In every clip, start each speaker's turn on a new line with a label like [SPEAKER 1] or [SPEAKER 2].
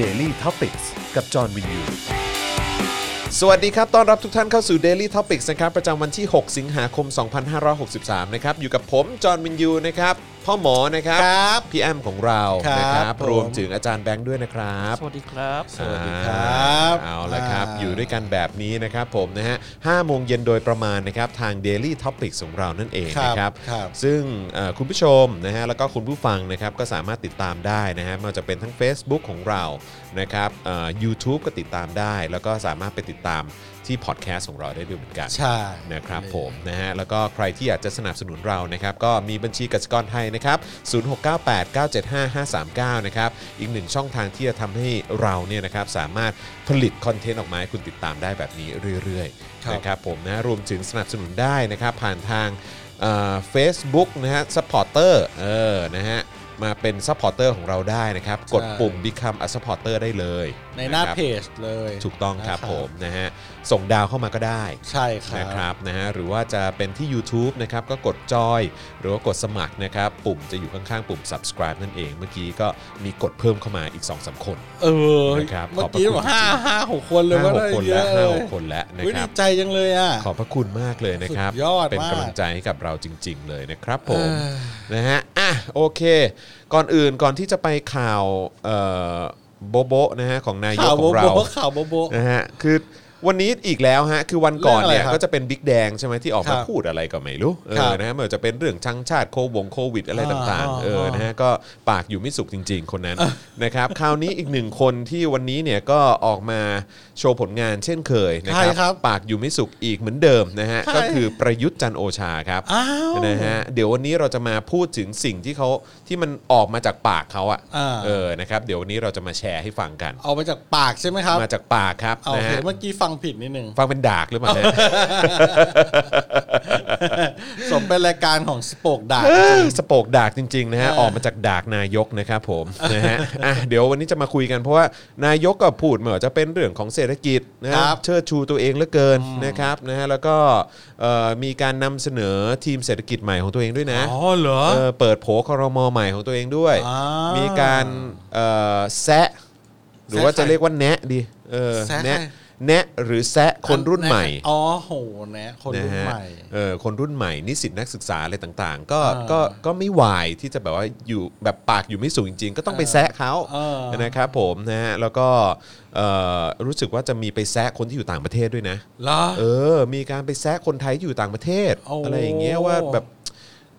[SPEAKER 1] Daily t o p i c กกับจอห์นวินยู สวัสดีครับ ต้อนรับทุกท่านเข้าสู่ Daily Topics นะครับ ประจำวันที่ 6 สิงหาคม 2563 นะครับ อยู่กับผม จอห์นวินยู นะครับ พ่อหมอ นะครับ
[SPEAKER 2] ครับ
[SPEAKER 1] พี่แอมของเรา
[SPEAKER 2] ครับ
[SPEAKER 1] นะครับ
[SPEAKER 2] ผม
[SPEAKER 1] รวมถึงอาจารย์แบงค์ด้วยนะครับ
[SPEAKER 3] สวัสดีครับ
[SPEAKER 1] สวัสดี
[SPEAKER 2] ครั
[SPEAKER 1] า
[SPEAKER 2] บ
[SPEAKER 1] เอาละครับ
[SPEAKER 2] า
[SPEAKER 1] อยู่ด้วยกันแบบนี้นะครับผมนะฮะห้าโมงเย็นโดยประมาณนะครับทาง Daily Topics ของเรานั่นเอง
[SPEAKER 2] ครับ
[SPEAKER 1] นะครับ
[SPEAKER 2] ครับ
[SPEAKER 1] ซึ่งเอ่อคุณผู้ชมนะฮะแล้วก็คุณผู้ฟังนะครับก็สามารถติดตามได้นะฮะไม่ว่าจะเป็นทั้ง Facebook ของเรานะครับยูทูบก็ติดตามได้ แล้วก็สามารถไปติดตามที่พอดแคสต์ของเราได้ด้วยเหมือนกัน
[SPEAKER 2] ใช่
[SPEAKER 1] นะครับผมนะฮะแล้วก็ใครที่อยากจะสนับสนุนเรานะครับก็มีบัญชีกสิกรไทยนะครับ0698 975 539นะครับอีกหนึ่งช่องทางที่จะทำให้เราเนี่ยนะครับสามารถผลิตคอนเทนต์ออกมาให้คุณติดตามได้แบบนี้เรื่อย
[SPEAKER 2] ค
[SPEAKER 1] ๆ
[SPEAKER 2] รับ
[SPEAKER 1] นะครับผมนะรวมถึงสนับสนุนได้นะครับผ่านทางเฟซบุ๊กนะฮะสปอร์เตอร์เออนะฮะมาเป็นซัพพอร์เตอร์ของเราได้นะครับกดปุ่ม Become a supporter ได้เลย
[SPEAKER 2] ในหน้า
[SPEAKER 1] ะครับ
[SPEAKER 2] เพจเลย
[SPEAKER 1] ถูกต้องครับ
[SPEAKER 2] นะ
[SPEAKER 1] ผมนะฮะส่งดาวเข้ามาก็ได้
[SPEAKER 2] ใช่ครับ
[SPEAKER 1] นะครับนะฮะหรือว่าจะเป็นที่ YouTube นะครับก็กดจอย หรือว่ากดสมัครนะครับปุ่มจะอยู่ข้างๆ ปุ่ม subscribe นั่นเอง เมื่อกี้ก็มีกดเพิ่มเข้ามาอีก 2-3สามคน
[SPEAKER 2] เออ
[SPEAKER 1] นะครับ
[SPEAKER 2] เมื่
[SPEAKER 1] ขอ
[SPEAKER 2] อบ
[SPEAKER 1] พระ
[SPEAKER 2] กี้
[SPEAKER 1] คุณ
[SPEAKER 2] บอก
[SPEAKER 1] จริงๆ
[SPEAKER 2] ห้าห้าหกคนเลย
[SPEAKER 1] ห้า
[SPEAKER 2] ว่า
[SPEAKER 1] หก
[SPEAKER 2] ได้
[SPEAKER 1] คน
[SPEAKER 2] เย
[SPEAKER 1] แล้ว
[SPEAKER 2] อะ
[SPEAKER 1] ห้า
[SPEAKER 2] เล
[SPEAKER 1] ห
[SPEAKER 2] ย
[SPEAKER 1] กคนแล้วนะ
[SPEAKER 2] อุ๊ย
[SPEAKER 1] ค
[SPEAKER 2] ดี
[SPEAKER 1] รับ
[SPEAKER 2] ใจจังเลยอ่ะ
[SPEAKER 1] ขอบพระคุณมากเลยนะครับ
[SPEAKER 2] สุดยอดมาก
[SPEAKER 1] เป็นกำลังใจให้กับเราจริง ๆ เลยนะครับผม
[SPEAKER 2] เออ
[SPEAKER 1] นะฮะ อ่ะ โอเค ก่อนอื่นก่อนที่จะไปข่าวเอ่อโบโบะนะฮะของนายก
[SPEAKER 2] ข่าว
[SPEAKER 1] ของ
[SPEAKER 2] โบ
[SPEAKER 1] เรา
[SPEAKER 2] โบข่าวโบโบ
[SPEAKER 1] นะฮะคือวันนี้อีกแล้วฮะคือวันก่อนเนี่ย
[SPEAKER 2] เรื่องอะไรครับ
[SPEAKER 1] ก็จะเป็นบิ๊กแดงใช่ไหมที่ออก
[SPEAKER 2] ครั
[SPEAKER 1] มา
[SPEAKER 2] บ
[SPEAKER 1] พูดอะไรก็ไม่รู้เอ
[SPEAKER 2] ครั
[SPEAKER 1] อบ นะฮะไม่ว่าจะเป็นเรื่องชังชาติโควงโควิดอะไร
[SPEAKER 2] อ่า
[SPEAKER 1] ต่างๆ
[SPEAKER 2] อ่า
[SPEAKER 1] เออนะฮะก็ปากอยู่ไม่สุขจริง ๆ คนนั้นนะครับคราวนี้อีกหนึ่งคนที่วันนี้เนี่ยก็ออกมาโชว์ผลงานเช่นเคยนะค
[SPEAKER 2] ใครครั
[SPEAKER 1] รับ ปากอยู่ไม่สุขอีกเหมือนเดิมนะฮะ
[SPEAKER 2] ใคร
[SPEAKER 1] ก็คือประยุทธ์จันทร์โอชาครับ
[SPEAKER 2] อ้าว
[SPEAKER 1] นะฮะเดี๋ยววันนี้เราจะมาพูดถึงสิ่งที่เขาที่มันออกมาจากปากเขาอะ
[SPEAKER 2] อ่า
[SPEAKER 1] เออนะครับเดี๋ยววันนี้เราจะมาแชร์ให้ฟังกัน
[SPEAKER 2] เอามาจากปากใช่ไหมครับ
[SPEAKER 1] มาจากปากครับ
[SPEAKER 2] เอา
[SPEAKER 1] นะ
[SPEAKER 2] เห็
[SPEAKER 1] ฮะ
[SPEAKER 2] นเมื่อกี้ฟังผิดนิดนึง
[SPEAKER 1] ฟังเป็นดากหรือเปล่าเนี่ย
[SPEAKER 2] สมเป็นรายการของสโปกดา
[SPEAKER 1] สโปกดากจริงๆนะฮะออกมาจากดากนายกนะครับผม นะฮะอ่ะเดี๋ยววันนี้จะมาคุยกันเพราะว่านายกก็พูดเหมือนจะเป็นเรื่องของเศรษฐกิจนะฮะ
[SPEAKER 2] ครับ
[SPEAKER 1] เชิดชูตัวเองเหลือเกินนะครับนะฮะแล้วก็เอ่อมีการนำเสนอทีมเศรษฐกิจใหม่ของตัวเองด้วยนะ
[SPEAKER 2] อ๋อเหรอ
[SPEAKER 1] เอเปิดโผครมใหม่ของตัวเองด้วย
[SPEAKER 2] อ่ามี
[SPEAKER 1] มีการเอ่อแซะหรือว่าจะเรียกว่าแนะดีเออ
[SPEAKER 2] แซะ
[SPEAKER 1] แนะ
[SPEAKER 2] ใคร
[SPEAKER 1] แนะหรือแซะคนรุ่นใหม่
[SPEAKER 2] อ๋อโหนะคนรุ่นใหม่
[SPEAKER 1] นะฮะเออคนรุ่นใหม่นิสิตนักศึกษาอะไรต่างๆ ก็
[SPEAKER 2] อ่า
[SPEAKER 1] ก็ก็ไม่วายที่จะแบบว่าอยู่แบบปากอยู่ไม่สูงจริงๆ ก็ต้องไปแซะเขา
[SPEAKER 2] เออ
[SPEAKER 1] นะครับผมนะฮะแล้วก็เอ่อรู้สึกว่าจะมีไปแซะคนที่อยู่ต่างประเทศด้วยนะ
[SPEAKER 2] เหรอ
[SPEAKER 1] เออ มีการไปแซะคนไทยที่อยู่ต่างประเทศ
[SPEAKER 2] โอ้
[SPEAKER 1] อะไรอย่างเงี้ยว่าแบบ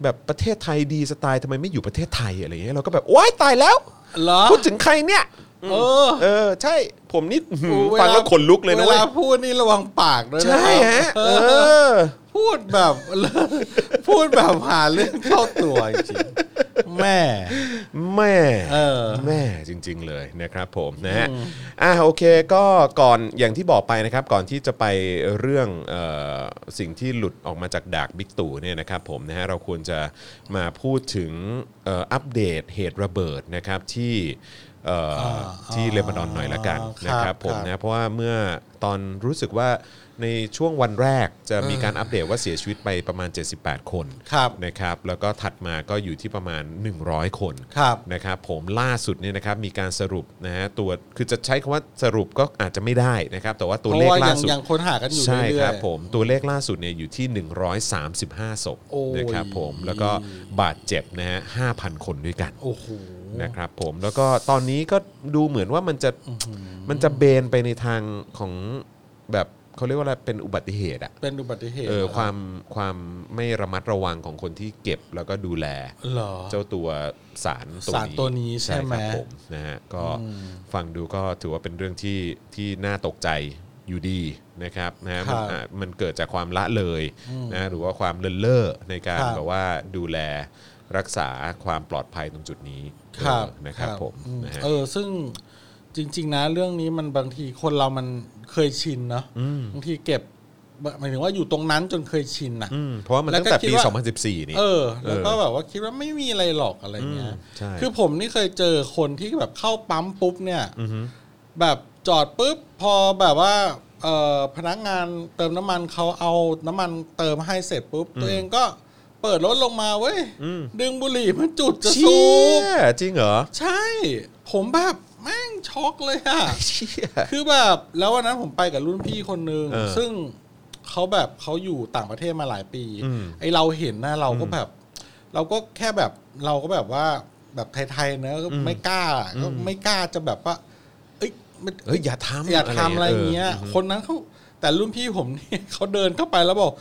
[SPEAKER 1] แบบประเทศไทยดีสไตล์ทำไมไม่อยู่ประเทศไทยอะไรอย่างเงี้ยเราก็แบบโอ๊ยตายแล้ว
[SPEAKER 2] เหรอ
[SPEAKER 1] พูดถึงใครเนี่ย
[SPEAKER 2] เออ
[SPEAKER 1] เออ ใช่ผมนี่อื้อหือ
[SPEAKER 2] เวลา
[SPEAKER 1] ฟังแล้วขนลุกเลยนะ
[SPEAKER 2] เว
[SPEAKER 1] เว้ย
[SPEAKER 2] ลาพูดนี่ระวังปากด้วยนะ
[SPEAKER 1] ใช่ฮะ
[SPEAKER 2] เอ
[SPEAKER 1] เอ
[SPEAKER 2] อ
[SPEAKER 1] อ
[SPEAKER 2] พูดแบบ พูดแบบหาเรื่องเข้าตัวจริงๆแม่
[SPEAKER 1] แม่
[SPEAKER 2] เออ
[SPEAKER 1] แม่จริง ๆ เลยนะครับผมนะฮะอ่ะโอเคก็ก่อนอย่างที่บอกไปนะครับ ก่อนที่จะไปเรื่องเออสิ่งที่หลุดออกมาจากดากบิ๊กตู่เนี่ยนะครับผมนะฮะเราควรจะมาพูดถึงเอ่ออัปเดตเหตุระเบิดนะครับที่เอ่ออา ที่เลบานอนหน่อยละกันนะค
[SPEAKER 2] ครั
[SPEAKER 1] รับบ ผม
[SPEAKER 2] ครับ
[SPEAKER 1] นะเพราะว่าเมื่อตอนรู้สึกว่าในช่วงวันแรกจะมีการอัปเดตว่าเสียชีวิตไปประมาณ 78 คน
[SPEAKER 2] ครับ
[SPEAKER 1] นะครับแล้วก็ถัดมาก็อยู่ที่ประมาณ 100 คน
[SPEAKER 2] ครับ
[SPEAKER 1] นะครับผมล่าสุดเนี่ยนะครับมีการสรุปนะฮะตัวคือจะใช้คำว่าสรุปก็อาจจะไม่ได้นะครับ แต่ว่าตัว
[SPEAKER 2] เพ
[SPEAKER 1] เล
[SPEAKER 2] ราะ
[SPEAKER 1] ข
[SPEAKER 2] ว่ายั
[SPEAKER 1] ล่าง สุด
[SPEAKER 2] ยังค้นหากันอยู่
[SPEAKER 1] ใช่
[SPEAKER 2] เรื่
[SPEAKER 1] ค
[SPEAKER 2] อ
[SPEAKER 1] รั
[SPEAKER 2] ย
[SPEAKER 1] บผมตัวเลขล่าสุดเนี่ยอยู่ที่ 135ศพ
[SPEAKER 2] โอ้ย
[SPEAKER 1] นะครับผมแล้วก็บาดเจ็บนะฮะ5,000 คนด้วยกัน
[SPEAKER 2] ๆโอ้โห
[SPEAKER 1] นะครับผมแล้วก็ตอนนี้ก็ดูเหมือนว่ามันจะมันจะเบนไปในทางของแบบเขาเรียกว่าอะไรเป็นอุบัติเหตุอะ
[SPEAKER 2] เป็นอุบัติเหตุ
[SPEAKER 1] เออ
[SPEAKER 2] หร
[SPEAKER 1] ความความไม่ระมัดระวังของคนที่เก็บแล้วก็ดูแล
[SPEAKER 2] เหรอ
[SPEAKER 1] เจ้าตัวสารตัวนี้
[SPEAKER 2] สารตัวนี้ใช่ไห
[SPEAKER 1] ค
[SPEAKER 2] ม
[SPEAKER 1] รับผมนะฮะก็ฟังดูก็ถือว่าเป็นเรื่องที่ที่น่าตกใจอยู่ดีนะครับนะฮะ
[SPEAKER 2] ค
[SPEAKER 1] มั
[SPEAKER 2] รั
[SPEAKER 1] น
[SPEAKER 2] บ
[SPEAKER 1] อ่ะมันเกิดจากความละเลยนะหรือว่าความเลินเล่อในการ
[SPEAKER 2] ครับ
[SPEAKER 1] แบบว่าดูแลรักษาความปลอดภัยตรงจุดนี้
[SPEAKER 2] ครับ
[SPEAKER 1] เออนะครับผม
[SPEAKER 2] อืม
[SPEAKER 1] นะฮะ
[SPEAKER 2] เออ ซึ่งจริง ๆ นะ เรื่องนี้มันบางทีคนเรามันเคยชินเนาะบางทีเก็บหมายถึงว่าอยู่ตรงนั้นจนเคยชินอ่ะ
[SPEAKER 1] มเพราะว่ามัน
[SPEAKER 2] แล้ว
[SPEAKER 1] ตั้ง
[SPEAKER 2] ก็
[SPEAKER 1] แต่
[SPEAKER 2] คิด
[SPEAKER 1] ปี
[SPEAKER 2] ว่า
[SPEAKER 1] 2014 นี่
[SPEAKER 2] เออ แล้วก็
[SPEAKER 1] เออ
[SPEAKER 2] แบบว่าคิดว่าไม่มีอะไรหรอกอะไรเงี้ย
[SPEAKER 1] อืมใช่
[SPEAKER 2] คือผมนี่เคยเจอคนที่แบบเข้าปั๊มปุ๊บเนี่ย แบบจอดปุ๊บพอแบบว่าเอ่อพนักงานเติมน้ำมันเขาเอาน้ำมันเติมให้เสร็จปุ๊บ ตัวเองก็เปิดรถลงมาเว้ย ดึงบุหรี่มาจุดจะ
[SPEAKER 1] เชี่
[SPEAKER 2] สูบ
[SPEAKER 1] ยจริงเหรอ
[SPEAKER 2] ใช่ ผมแบบแม่ง ช็อกเลยอะ
[SPEAKER 1] เชี่ย
[SPEAKER 2] คือแบบแล้ววันนั้นผมไปกับรุ่นพี่คนหนึ่ง
[SPEAKER 1] เออ
[SPEAKER 2] ซึ่งเขาแบบเขาอยู่ต่างประเทศมาหลายปี
[SPEAKER 1] อืม
[SPEAKER 2] ไอเราเห็นนะเราก็แบบ เราก็แค่แบบเราก็แบบว่าแบบไทยๆเนอะก็
[SPEAKER 1] อืม
[SPEAKER 2] ไม่กล้าก็
[SPEAKER 1] อืม
[SPEAKER 2] ไม่กล้าจะแบบว่า เอ้ยมัน
[SPEAKER 1] เฮ้ยอย่าทำ
[SPEAKER 2] อย่าทำอะไรอย่างเงี้ย
[SPEAKER 1] ออ
[SPEAKER 2] คนนั้นเขาแต่รุ่นพี่ผมเนี่ย เขาเดินเข้าไปแล้วบอก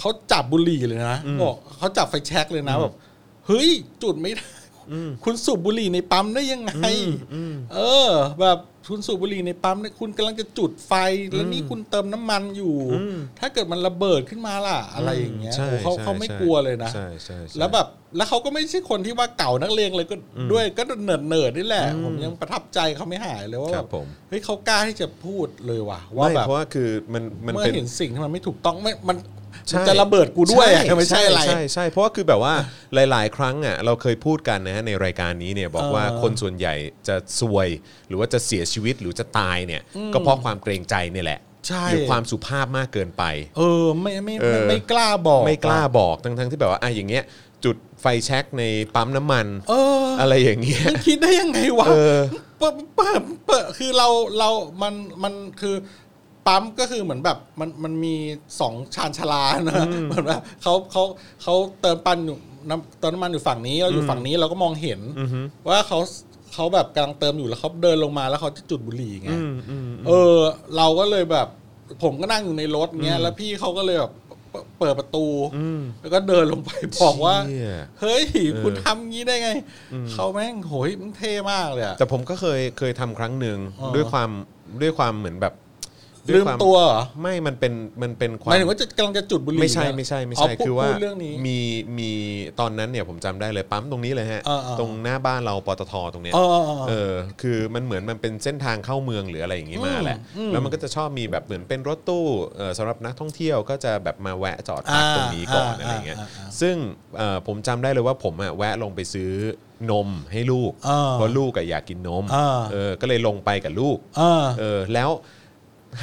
[SPEAKER 2] เขาจับบุหรี่เลยนะ
[SPEAKER 1] อืม
[SPEAKER 2] บอกเขาจับไฟแช็กเลยนะ
[SPEAKER 1] อืม
[SPEAKER 2] แบบเฮ้ยจุดไม่ได้
[SPEAKER 1] อืม
[SPEAKER 2] คุณสูบบุหรี่ในปั๊มได้ยังไง
[SPEAKER 1] อืมอืม
[SPEAKER 2] เออ แบบคุณสูบบุหรี่ในปั๊มเนี่ยคุณกำลังจะจุดไฟแล้วนี่คุณเติมน้ำมันอยู่
[SPEAKER 1] อืม
[SPEAKER 2] ถ้าเกิดมันระเบิดขึ้นมาล่ะ อะไรอย่างเงี้ย
[SPEAKER 1] ใช่
[SPEAKER 2] โอ้เขา
[SPEAKER 1] ใช่
[SPEAKER 2] เขาไม่
[SPEAKER 1] ใช่
[SPEAKER 2] กลัวเลยนะ
[SPEAKER 1] ใช่ใช่ใช่
[SPEAKER 2] แล้วแบบแล้วเขาก็ไม่ใช่คนที่ว่าเก่านักเลงเลยก็ด้วยก็เนิร์ดเนิร์ดๆนี่แหละ
[SPEAKER 1] อืม
[SPEAKER 2] ผมยังประทับใจเขาไม่หายเลยว่า
[SPEAKER 1] ค
[SPEAKER 2] แบ
[SPEAKER 1] รั
[SPEAKER 2] บบ
[SPEAKER 1] ผม
[SPEAKER 2] เฮ้ยเขากล้าที่จะพูดเลยว่ะว่า
[SPEAKER 1] ไม่
[SPEAKER 2] แบบ
[SPEAKER 1] เพราะว่าคือมันมัน
[SPEAKER 2] เมื่
[SPEAKER 1] เป็
[SPEAKER 2] อน เห็นสิ่งที่มันไม่ถูกต้องไม่มัน
[SPEAKER 1] ใช่
[SPEAKER 2] มันจะระเบิดกูด้วยอะไม่ใช่อะไร
[SPEAKER 1] ใช่ใช่เพราะว่าคือแบบว่าหลาย ๆ ครั้งอ่ะเราเคยพูดกันนะฮะในรายการนี้เนี่ยบอกว่า
[SPEAKER 2] เออ
[SPEAKER 1] คนส่วนใหญ่จะซวย หรือว่าจะเสียชีวิตหรือจะตายเนี่ยก็เพราะความเกรงใจเนี่ยแหละ
[SPEAKER 2] ใช่
[SPEAKER 1] หรือความสุภาพมากเกินไป
[SPEAKER 2] เออไม่ไม่
[SPEAKER 1] เอ
[SPEAKER 2] ไม่
[SPEAKER 1] อ
[SPEAKER 2] ไม่กล้าบอก
[SPEAKER 1] ไม่กล้าบอกทั้งๆที่แบบว่าอ่ะอย่างเงี้ย จุดไฟแช็กในปั๊มน้ำมัน
[SPEAKER 2] เอออ
[SPEAKER 1] อะไรอย่างเงี้ย
[SPEAKER 2] มันคิดได้ยังไงวะ
[SPEAKER 1] เออ
[SPEAKER 2] เปิดเปิดเปิดคือเราเรา มันมันคือปั๊มก็คือเหมือนแบบมันมันมีสองชานชาลานะเหมือนแบบเขาเขาเขาเติมปันอยู่น้ำเติมน้ำมันอยู่ฝั่งนี้เราอยู่ฝั่งนี้เราก็มองเห็นว่าเขาเขาแบบกำลังเติมอยู่แล้วเขาเดินลงมาแล้วเขาจะจุดบุหรี่ไงเออ เราก็เลยแบบ ผมก็นั่งอยู่ในรถเงี้ยแล้วพี่เขาก็เลยแบบเปิดเปิดประตู แล้วก็เดินลงไปบอกว่า
[SPEAKER 1] เชี่ย
[SPEAKER 2] เฮ้ย คุณทำงี้ได้ไง เขาแม่งโหยมันเท่มากเลยอะ
[SPEAKER 1] แต่ผมก็เคยเคยทำครั้งหนึ่ง
[SPEAKER 2] อ๋อ
[SPEAKER 1] ด้วยความด้วยความเหมือนแบบด้ย
[SPEAKER 2] ลืม
[SPEAKER 1] คา
[SPEAKER 2] ตัวเหรอ
[SPEAKER 1] ไม่มันเป็นมันเป็นความ
[SPEAKER 2] หาย
[SPEAKER 1] ม
[SPEAKER 2] ถึงว่าจะกำลังจะจุดบุหรี่
[SPEAKER 1] ไม่ใช่
[SPEAKER 2] นะ
[SPEAKER 1] ไม่ใช่ไม่
[SPEAKER 2] เา
[SPEAKER 1] ใช่
[SPEAKER 2] พูด
[SPEAKER 1] คือว่า
[SPEAKER 2] พูดเรื่องนี้
[SPEAKER 1] มีมีตอนนั้นเนี่ยผมจำได้เลยปั๊มตรงนี้เลยฮะ
[SPEAKER 2] เออเออ
[SPEAKER 1] ตรงหน้าบ้านเราปตทตรงเนี้ย
[SPEAKER 2] เออเออ
[SPEAKER 1] เอ
[SPEAKER 2] เออ
[SPEAKER 1] อ คือมันเหมือนมันเป็นเส้นทางเข้าเมืองหรืออะไรอย่างงี้มาแหละ
[SPEAKER 2] อืม
[SPEAKER 1] แล้วมันก็จะชอบมีแบบเหมือนเป็นรถตู้เอ่อสำหรับนักท่องเที่ยวก็จะแบบมาแวะจอดพัก
[SPEAKER 2] อ่า
[SPEAKER 1] ตรงนี้ก่อน
[SPEAKER 2] อ่า
[SPEAKER 1] อะไรเงี้ย
[SPEAKER 2] อ่าอ่า
[SPEAKER 1] ซึ่งเอ่อผมจำได้เลยว่าผมอะแวะลงไปซื้อนมให้ลูก
[SPEAKER 2] เออ
[SPEAKER 1] เพราะลูกอะอยากกินนม
[SPEAKER 2] อ่า
[SPEAKER 1] เออก็เลยลงไปกับลูก
[SPEAKER 2] เออ
[SPEAKER 1] เออแล้ว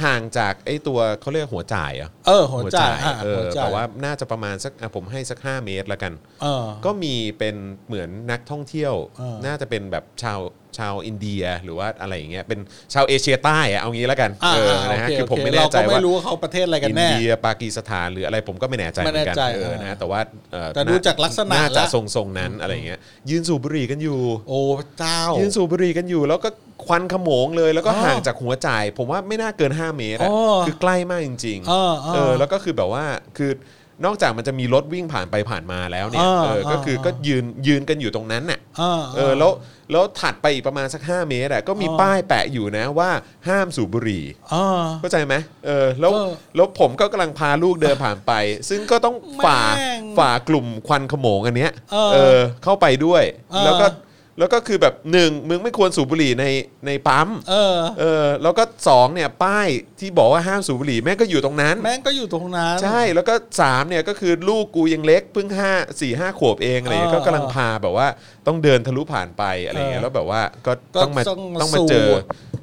[SPEAKER 1] ห่างจากไอ้ตัวเขาเรียกหัวจ่ายอะ
[SPEAKER 2] เออหัวใจอ่ะ
[SPEAKER 1] เอ
[SPEAKER 2] หั
[SPEAKER 1] อ
[SPEAKER 2] วใจ
[SPEAKER 1] แต่ว่าน่าจะประมาณสักอ่ะผมให้สัก 5 เมตรละกัน
[SPEAKER 2] เออ
[SPEAKER 1] ก็มีเป็นเหมือนนักท่องเที่ยว
[SPEAKER 2] เออ
[SPEAKER 1] น่าจะเป็นแบบชาวชาวอินเดียหรือว่าอะไรอย่างเงี้ยเป็นชาวเอเชียใต้อะเอางี้ละกัน
[SPEAKER 2] อ่า
[SPEAKER 1] เออ
[SPEAKER 2] โอ
[SPEAKER 1] นะฮะ
[SPEAKER 2] เค
[SPEAKER 1] คือผม
[SPEAKER 2] โอเค
[SPEAKER 1] ไม่แน่ใจ
[SPEAKER 2] เราก็
[SPEAKER 1] ว่า
[SPEAKER 2] ไม่รู้ว่าเขาประเทศอะไรกัน
[SPEAKER 1] อิน
[SPEAKER 2] แน่
[SPEAKER 1] เดียปากีสถานหรืออะไรผมก็ไม่แน่ใจเห
[SPEAKER 2] ไม่
[SPEAKER 1] มื
[SPEAKER 2] แน่
[SPEAKER 1] อนกัน
[SPEAKER 2] ใจ
[SPEAKER 1] เออนะฮะแต่ว่าเอ่อ
[SPEAKER 2] แต่ดูจากลักษณะ
[SPEAKER 1] น่าจะ
[SPEAKER 2] แล้ว
[SPEAKER 1] ทรงๆนั้นอะไรอย่างเงี้ยยืนสูบบุหรี่กันอยู่
[SPEAKER 2] โอ้พระเจ้า
[SPEAKER 1] ยืนสูบบุหรี่กันอยู่ แล้วก็ควันขโมงเลยแล้วก็
[SPEAKER 2] อ๋อ
[SPEAKER 1] ห่างจากหัวจ่าย ผมว่าไม่น่าเกิน 5 เมตรอะ
[SPEAKER 2] อ๋อ
[SPEAKER 1] คือใกล้มากจริง
[SPEAKER 2] เออเออ
[SPEAKER 1] เออแล้วก็คือแบบว่าคือนอกจากมันจะมีรถวิ่งผ่านไปผ่านมาแล้วเนี่ย
[SPEAKER 2] เออ
[SPEAKER 1] เออก็คือ
[SPEAKER 2] เออ
[SPEAKER 1] ก็ยืนยืนกันอยู่ตรงนั้นน่ะ
[SPEAKER 2] เออ
[SPEAKER 1] เออแล้วแล้วถัดไปอีกประมาณสัก 5 เมตรอะก็มี
[SPEAKER 2] เออ
[SPEAKER 1] ป้ายแปะอยู่นะว่าห้ามสูบบุหรี่
[SPEAKER 2] เออ
[SPEAKER 1] เข้าใจไหมเออแล้ว
[SPEAKER 2] เออ
[SPEAKER 1] แล้วผมก็กำลังพาลูกเดินผ่านไป ซึ่งก็ต้องฝ่า
[SPEAKER 2] แม่ง
[SPEAKER 1] ฝ่ากลุ่มควันขโมงอันเนี้ย
[SPEAKER 2] เออ
[SPEAKER 1] เข้าไปด้วย
[SPEAKER 2] เออ
[SPEAKER 1] แล้วก็แล้วก็คือแบบหนึ่งมึงไม่ควรสูบบุหรี่ในในปั๊ม
[SPEAKER 2] เออ
[SPEAKER 1] เออแล้วก็สองเนี่ยป้ายที่บอกว่าห้ามสูบบุหรี่แม่งก็อยู่ตรงนั้น
[SPEAKER 2] แม่งก็อยู่ตรงนั้น
[SPEAKER 1] ใช่แล้วก็สามเนี่ยก็คือลูกกูยังเล็กเพิ่งห้าสี่ห้าขวบเองอะไรเงี้ย
[SPEAKER 2] เออก
[SPEAKER 1] ก็ำลังพาแบบว่าต้องเดินทะลุผ่านไปอะไรเงี้ย
[SPEAKER 2] เออ
[SPEAKER 1] แล้วแบบว่าก็
[SPEAKER 2] ก็
[SPEAKER 1] ต้องมาต้องมา
[SPEAKER 2] สูด
[SPEAKER 1] เจอ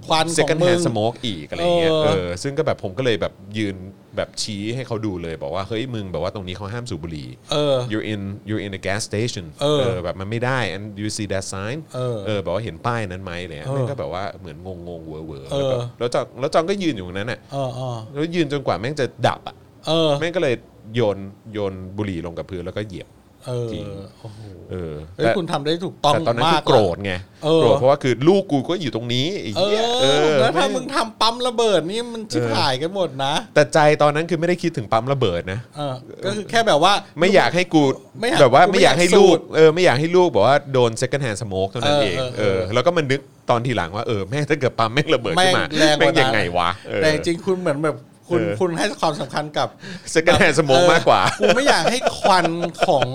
[SPEAKER 2] ควัน
[SPEAKER 1] เซ
[SPEAKER 2] ของ
[SPEAKER 1] กันแฮ
[SPEAKER 2] มึ
[SPEAKER 1] น
[SPEAKER 2] ง
[SPEAKER 1] สโมกอีกอะไรเงี้ย
[SPEAKER 2] เออ
[SPEAKER 1] เออซึ่งก็แบบผมก็เลยแบบยืนแบบชี้ให้เขาดูเลย บอกว่า เฮ้ยมึงแบบว่าตรงนี้เขาห้ามสูบบุหรี่
[SPEAKER 2] เออ
[SPEAKER 1] you're in you're in a gas station
[SPEAKER 2] เออ
[SPEAKER 1] แบบมันไม่ได้ and you see that sign
[SPEAKER 2] เออ
[SPEAKER 1] แบบว่าเห็นป้ายนั้นไหมอะไรเนี่ย
[SPEAKER 2] เออ
[SPEAKER 1] แม่งก็แบบว่าเหมือนงงงๆเวอร์เวอร์
[SPEAKER 2] เออ
[SPEAKER 1] แล้วจองแล้วจองก็ยืนอยู่ตรงนั้นอ่ะ
[SPEAKER 2] เออเออ
[SPEAKER 1] แล้วยืนจนกว่าแม่งจะดับอ่ะ
[SPEAKER 2] เออ
[SPEAKER 1] แม่งก็เลยโยนโยนบุหรี่ลงกับพื้นแล้วก็เหยียบ
[SPEAKER 2] เออ
[SPEAKER 1] จริง
[SPEAKER 2] โอ้โห
[SPEAKER 1] เออ
[SPEAKER 2] เฮ้ย
[SPEAKER 1] แต่
[SPEAKER 2] คุณทำได้ถูกต้อง
[SPEAKER 1] แต่ตอนนั้น
[SPEAKER 2] มา
[SPEAKER 1] คื
[SPEAKER 2] ก
[SPEAKER 1] อโกร
[SPEAKER 2] อะ
[SPEAKER 1] ธไง
[SPEAKER 2] เออ
[SPEAKER 1] โกรธเพราะว่าคือลูกกูก็อยู่ตรงนี้ไอ้
[SPEAKER 2] เอ
[SPEAKER 1] เหี้ย
[SPEAKER 2] อ
[SPEAKER 1] เออ
[SPEAKER 2] แล้ว
[SPEAKER 1] แม่
[SPEAKER 2] ถ้า
[SPEAKER 1] ง
[SPEAKER 2] มึงทำปั๊มระเบิดนี่มันชิบ
[SPEAKER 1] เออ
[SPEAKER 2] หายกันหมดนะ
[SPEAKER 1] แต่ใจตอนนั้นคือไม่ได้คิดถึงปั๊มระเบิดนะ
[SPEAKER 2] เออก็คือแค่แบบว่า
[SPEAKER 1] ไม่อยากให้กู
[SPEAKER 2] ไม่อยาก
[SPEAKER 1] แบบว่า
[SPEAKER 2] กูไม่
[SPEAKER 1] ไม่อยากให้
[SPEAKER 2] อยากสู
[SPEAKER 1] ลูก
[SPEAKER 2] ด
[SPEAKER 1] เออไม่อยากให้ลูกบอกว่าโดน second hand smoke เท่านั้น
[SPEAKER 2] เออ
[SPEAKER 1] เอง
[SPEAKER 2] เออ
[SPEAKER 1] เอ
[SPEAKER 2] เอ
[SPEAKER 1] อ
[SPEAKER 2] อ
[SPEAKER 1] แล้วก็มันนึกตอนทีหลังว่าเออแม่งถ้าเกิดปั๊มแม่งระเบิดขึ้นมา
[SPEAKER 2] แม่งแรงกว่านั้น
[SPEAKER 1] แม่งยังไงวะเออ
[SPEAKER 2] แต่จริงๆคุณเหมือนแบบคุณ
[SPEAKER 1] เออ
[SPEAKER 2] คุณให้ความสำคัญกับ
[SPEAKER 1] second hand smoke
[SPEAKER 2] เออ
[SPEAKER 1] มากกว่า
[SPEAKER 2] กูไม่อยากให้ควันของ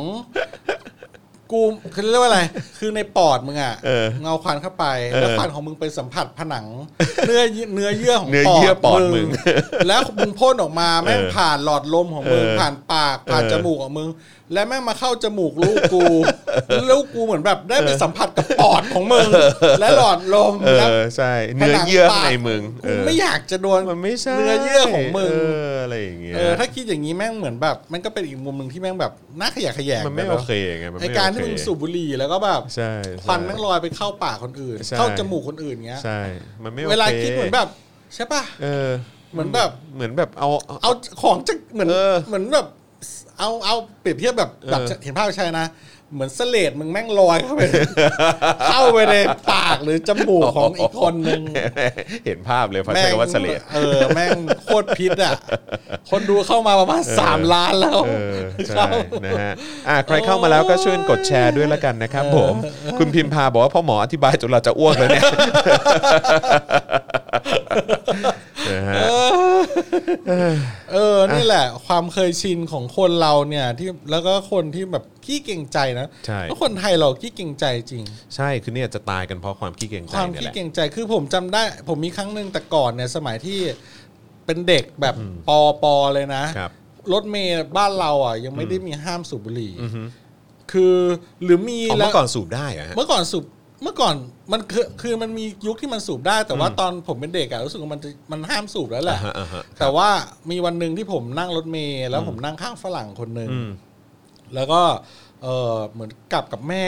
[SPEAKER 2] กูคือเรียกว่าอะไร คือในปอดมึงอ่ะ
[SPEAKER 1] เออ
[SPEAKER 2] เงาควันเข้าไป แล้วควันของมึงไปสัมผัสผนัง เนื้อเนื้อเยื่อของ
[SPEAKER 1] เนื้อเยื่อปอดมึง
[SPEAKER 2] แล้วมึงพ่นออกมาแม่ง
[SPEAKER 1] เออ
[SPEAKER 2] ผ่านหลอดลมของมึง
[SPEAKER 1] เออ
[SPEAKER 2] ผ่านปากผ่าน
[SPEAKER 1] เออ
[SPEAKER 2] จมูกของมึง และแม่งมาเข้าจมูกลูกกูลูกกูเหมือนแบบได้ไปสัมผัสกับปอดของมึง และหลอดลม
[SPEAKER 1] เอ
[SPEAKER 2] และ
[SPEAKER 1] อใช่เนื้อเยื่อข้างในมึงเอ
[SPEAKER 2] กู
[SPEAKER 1] อ
[SPEAKER 2] ไม่อยากจะโดน
[SPEAKER 1] มันไม่ใช่
[SPEAKER 2] เนื้อเยื่อของมึง
[SPEAKER 1] เออ อะไรอย่างเงี้ย
[SPEAKER 2] เออถ้าคิดอย่างนี้แม่งเหมือนแบบ มันก็เป็นอีกมุมหนึ่งที่แม่งแบบน่าขยะแขยง
[SPEAKER 1] มันไม่
[SPEAKER 2] แบ
[SPEAKER 1] โอ
[SPEAKER 2] บ
[SPEAKER 1] เคไงมัน
[SPEAKER 2] ไอ
[SPEAKER 1] ไม่
[SPEAKER 2] การ
[SPEAKER 1] โอเค
[SPEAKER 2] ที่มึงสูบบุหรี่แล้วก็แบบ
[SPEAKER 1] ใช่
[SPEAKER 2] ควัน
[SPEAKER 1] ใช่
[SPEAKER 2] แม่งลอยไปเข้าปากคนอื่น
[SPEAKER 1] ใช่
[SPEAKER 2] เข้าจมูกคนอื่นเงี้ย
[SPEAKER 1] ใช่มันไม่โอเค
[SPEAKER 2] เวลาคิดเหมือนแบบใช่ป่ะ
[SPEAKER 1] เออ
[SPEAKER 2] เหมือนแบบ
[SPEAKER 1] เหมือนแบบเอา
[SPEAKER 2] เอาของจากเหมือน
[SPEAKER 1] เออ
[SPEAKER 2] เหมือนแบบเอาเอาเปรียบเทียบแบบแบบ
[SPEAKER 1] เออ
[SPEAKER 2] เห็นภาพไม่ใช่นะ เหมือนเสลดมึงแม่งลอยเข้าไป เข้าไปในปากหรือจมูกของอีกคนนึง
[SPEAKER 1] เห็นภาพเลยพอใช้คำว่าเฉลี่ย
[SPEAKER 2] เออ แม่งโคตรพิษอ่ะ คนดูเข้ามาประมาณ 3 ล้านแล้ว
[SPEAKER 1] เออใช่นะฮะอ่ะใครเข้ามาแล้วก็ช่วยกดแชร์ด้วยละกันนะครับผม คุณพิมพาบอกว่าพ่อหมออธิบายจนเราจะอ้วกแล้วเนี่ยนะฮะ
[SPEAKER 2] เออ นี่แหละ ความเคยชินของคนเราเนี่ยที่แล้วก็คนที่แบบขี้เก่งใจนะ
[SPEAKER 1] ใช่
[SPEAKER 2] แล้วคนไทยเราขี้เก่งใจจริง
[SPEAKER 1] ใช่คือเนี่ยจะตายกันเพราะความขี้เกียจใจ
[SPEAKER 2] ความ
[SPEAKER 1] เนี่ย
[SPEAKER 2] ขี้
[SPEAKER 1] แหละ
[SPEAKER 2] เก่งใจคือผมจำได้ ผมมีครั้งหนึ่งแต่ก่อนเนี่ยสมัยที่เป็นเด็กแบบปอปอเลยนะครับ รถเมย์บ้านเราอ่ะยังไม่ได้มีห้ามสูบบุหรี่คือหรือมี
[SPEAKER 1] อ๋อ
[SPEAKER 2] แล้
[SPEAKER 1] เมื่
[SPEAKER 2] ว
[SPEAKER 1] อก่อนสูบได้เหรอฮะ
[SPEAKER 2] เมื่อก่อนสูบเมื่อก่อนมันคือคือมันมียุคที่มันสูบได้ แต่ว่าตอนผมเป็นเด็กอะรู้สึกว่ามันจะมันห้ามสูบแล้วแหละ
[SPEAKER 1] อ่าฮะอ่าฮะครับ
[SPEAKER 2] แต่ว่ามีวันหนึ่งที่ผมนั่งรถเมล์แล้วผมนั่งข้างฝรั่งคนหนึ่ง
[SPEAKER 1] อืม
[SPEAKER 2] แล้วก็เออเหมือนกลับกับแม่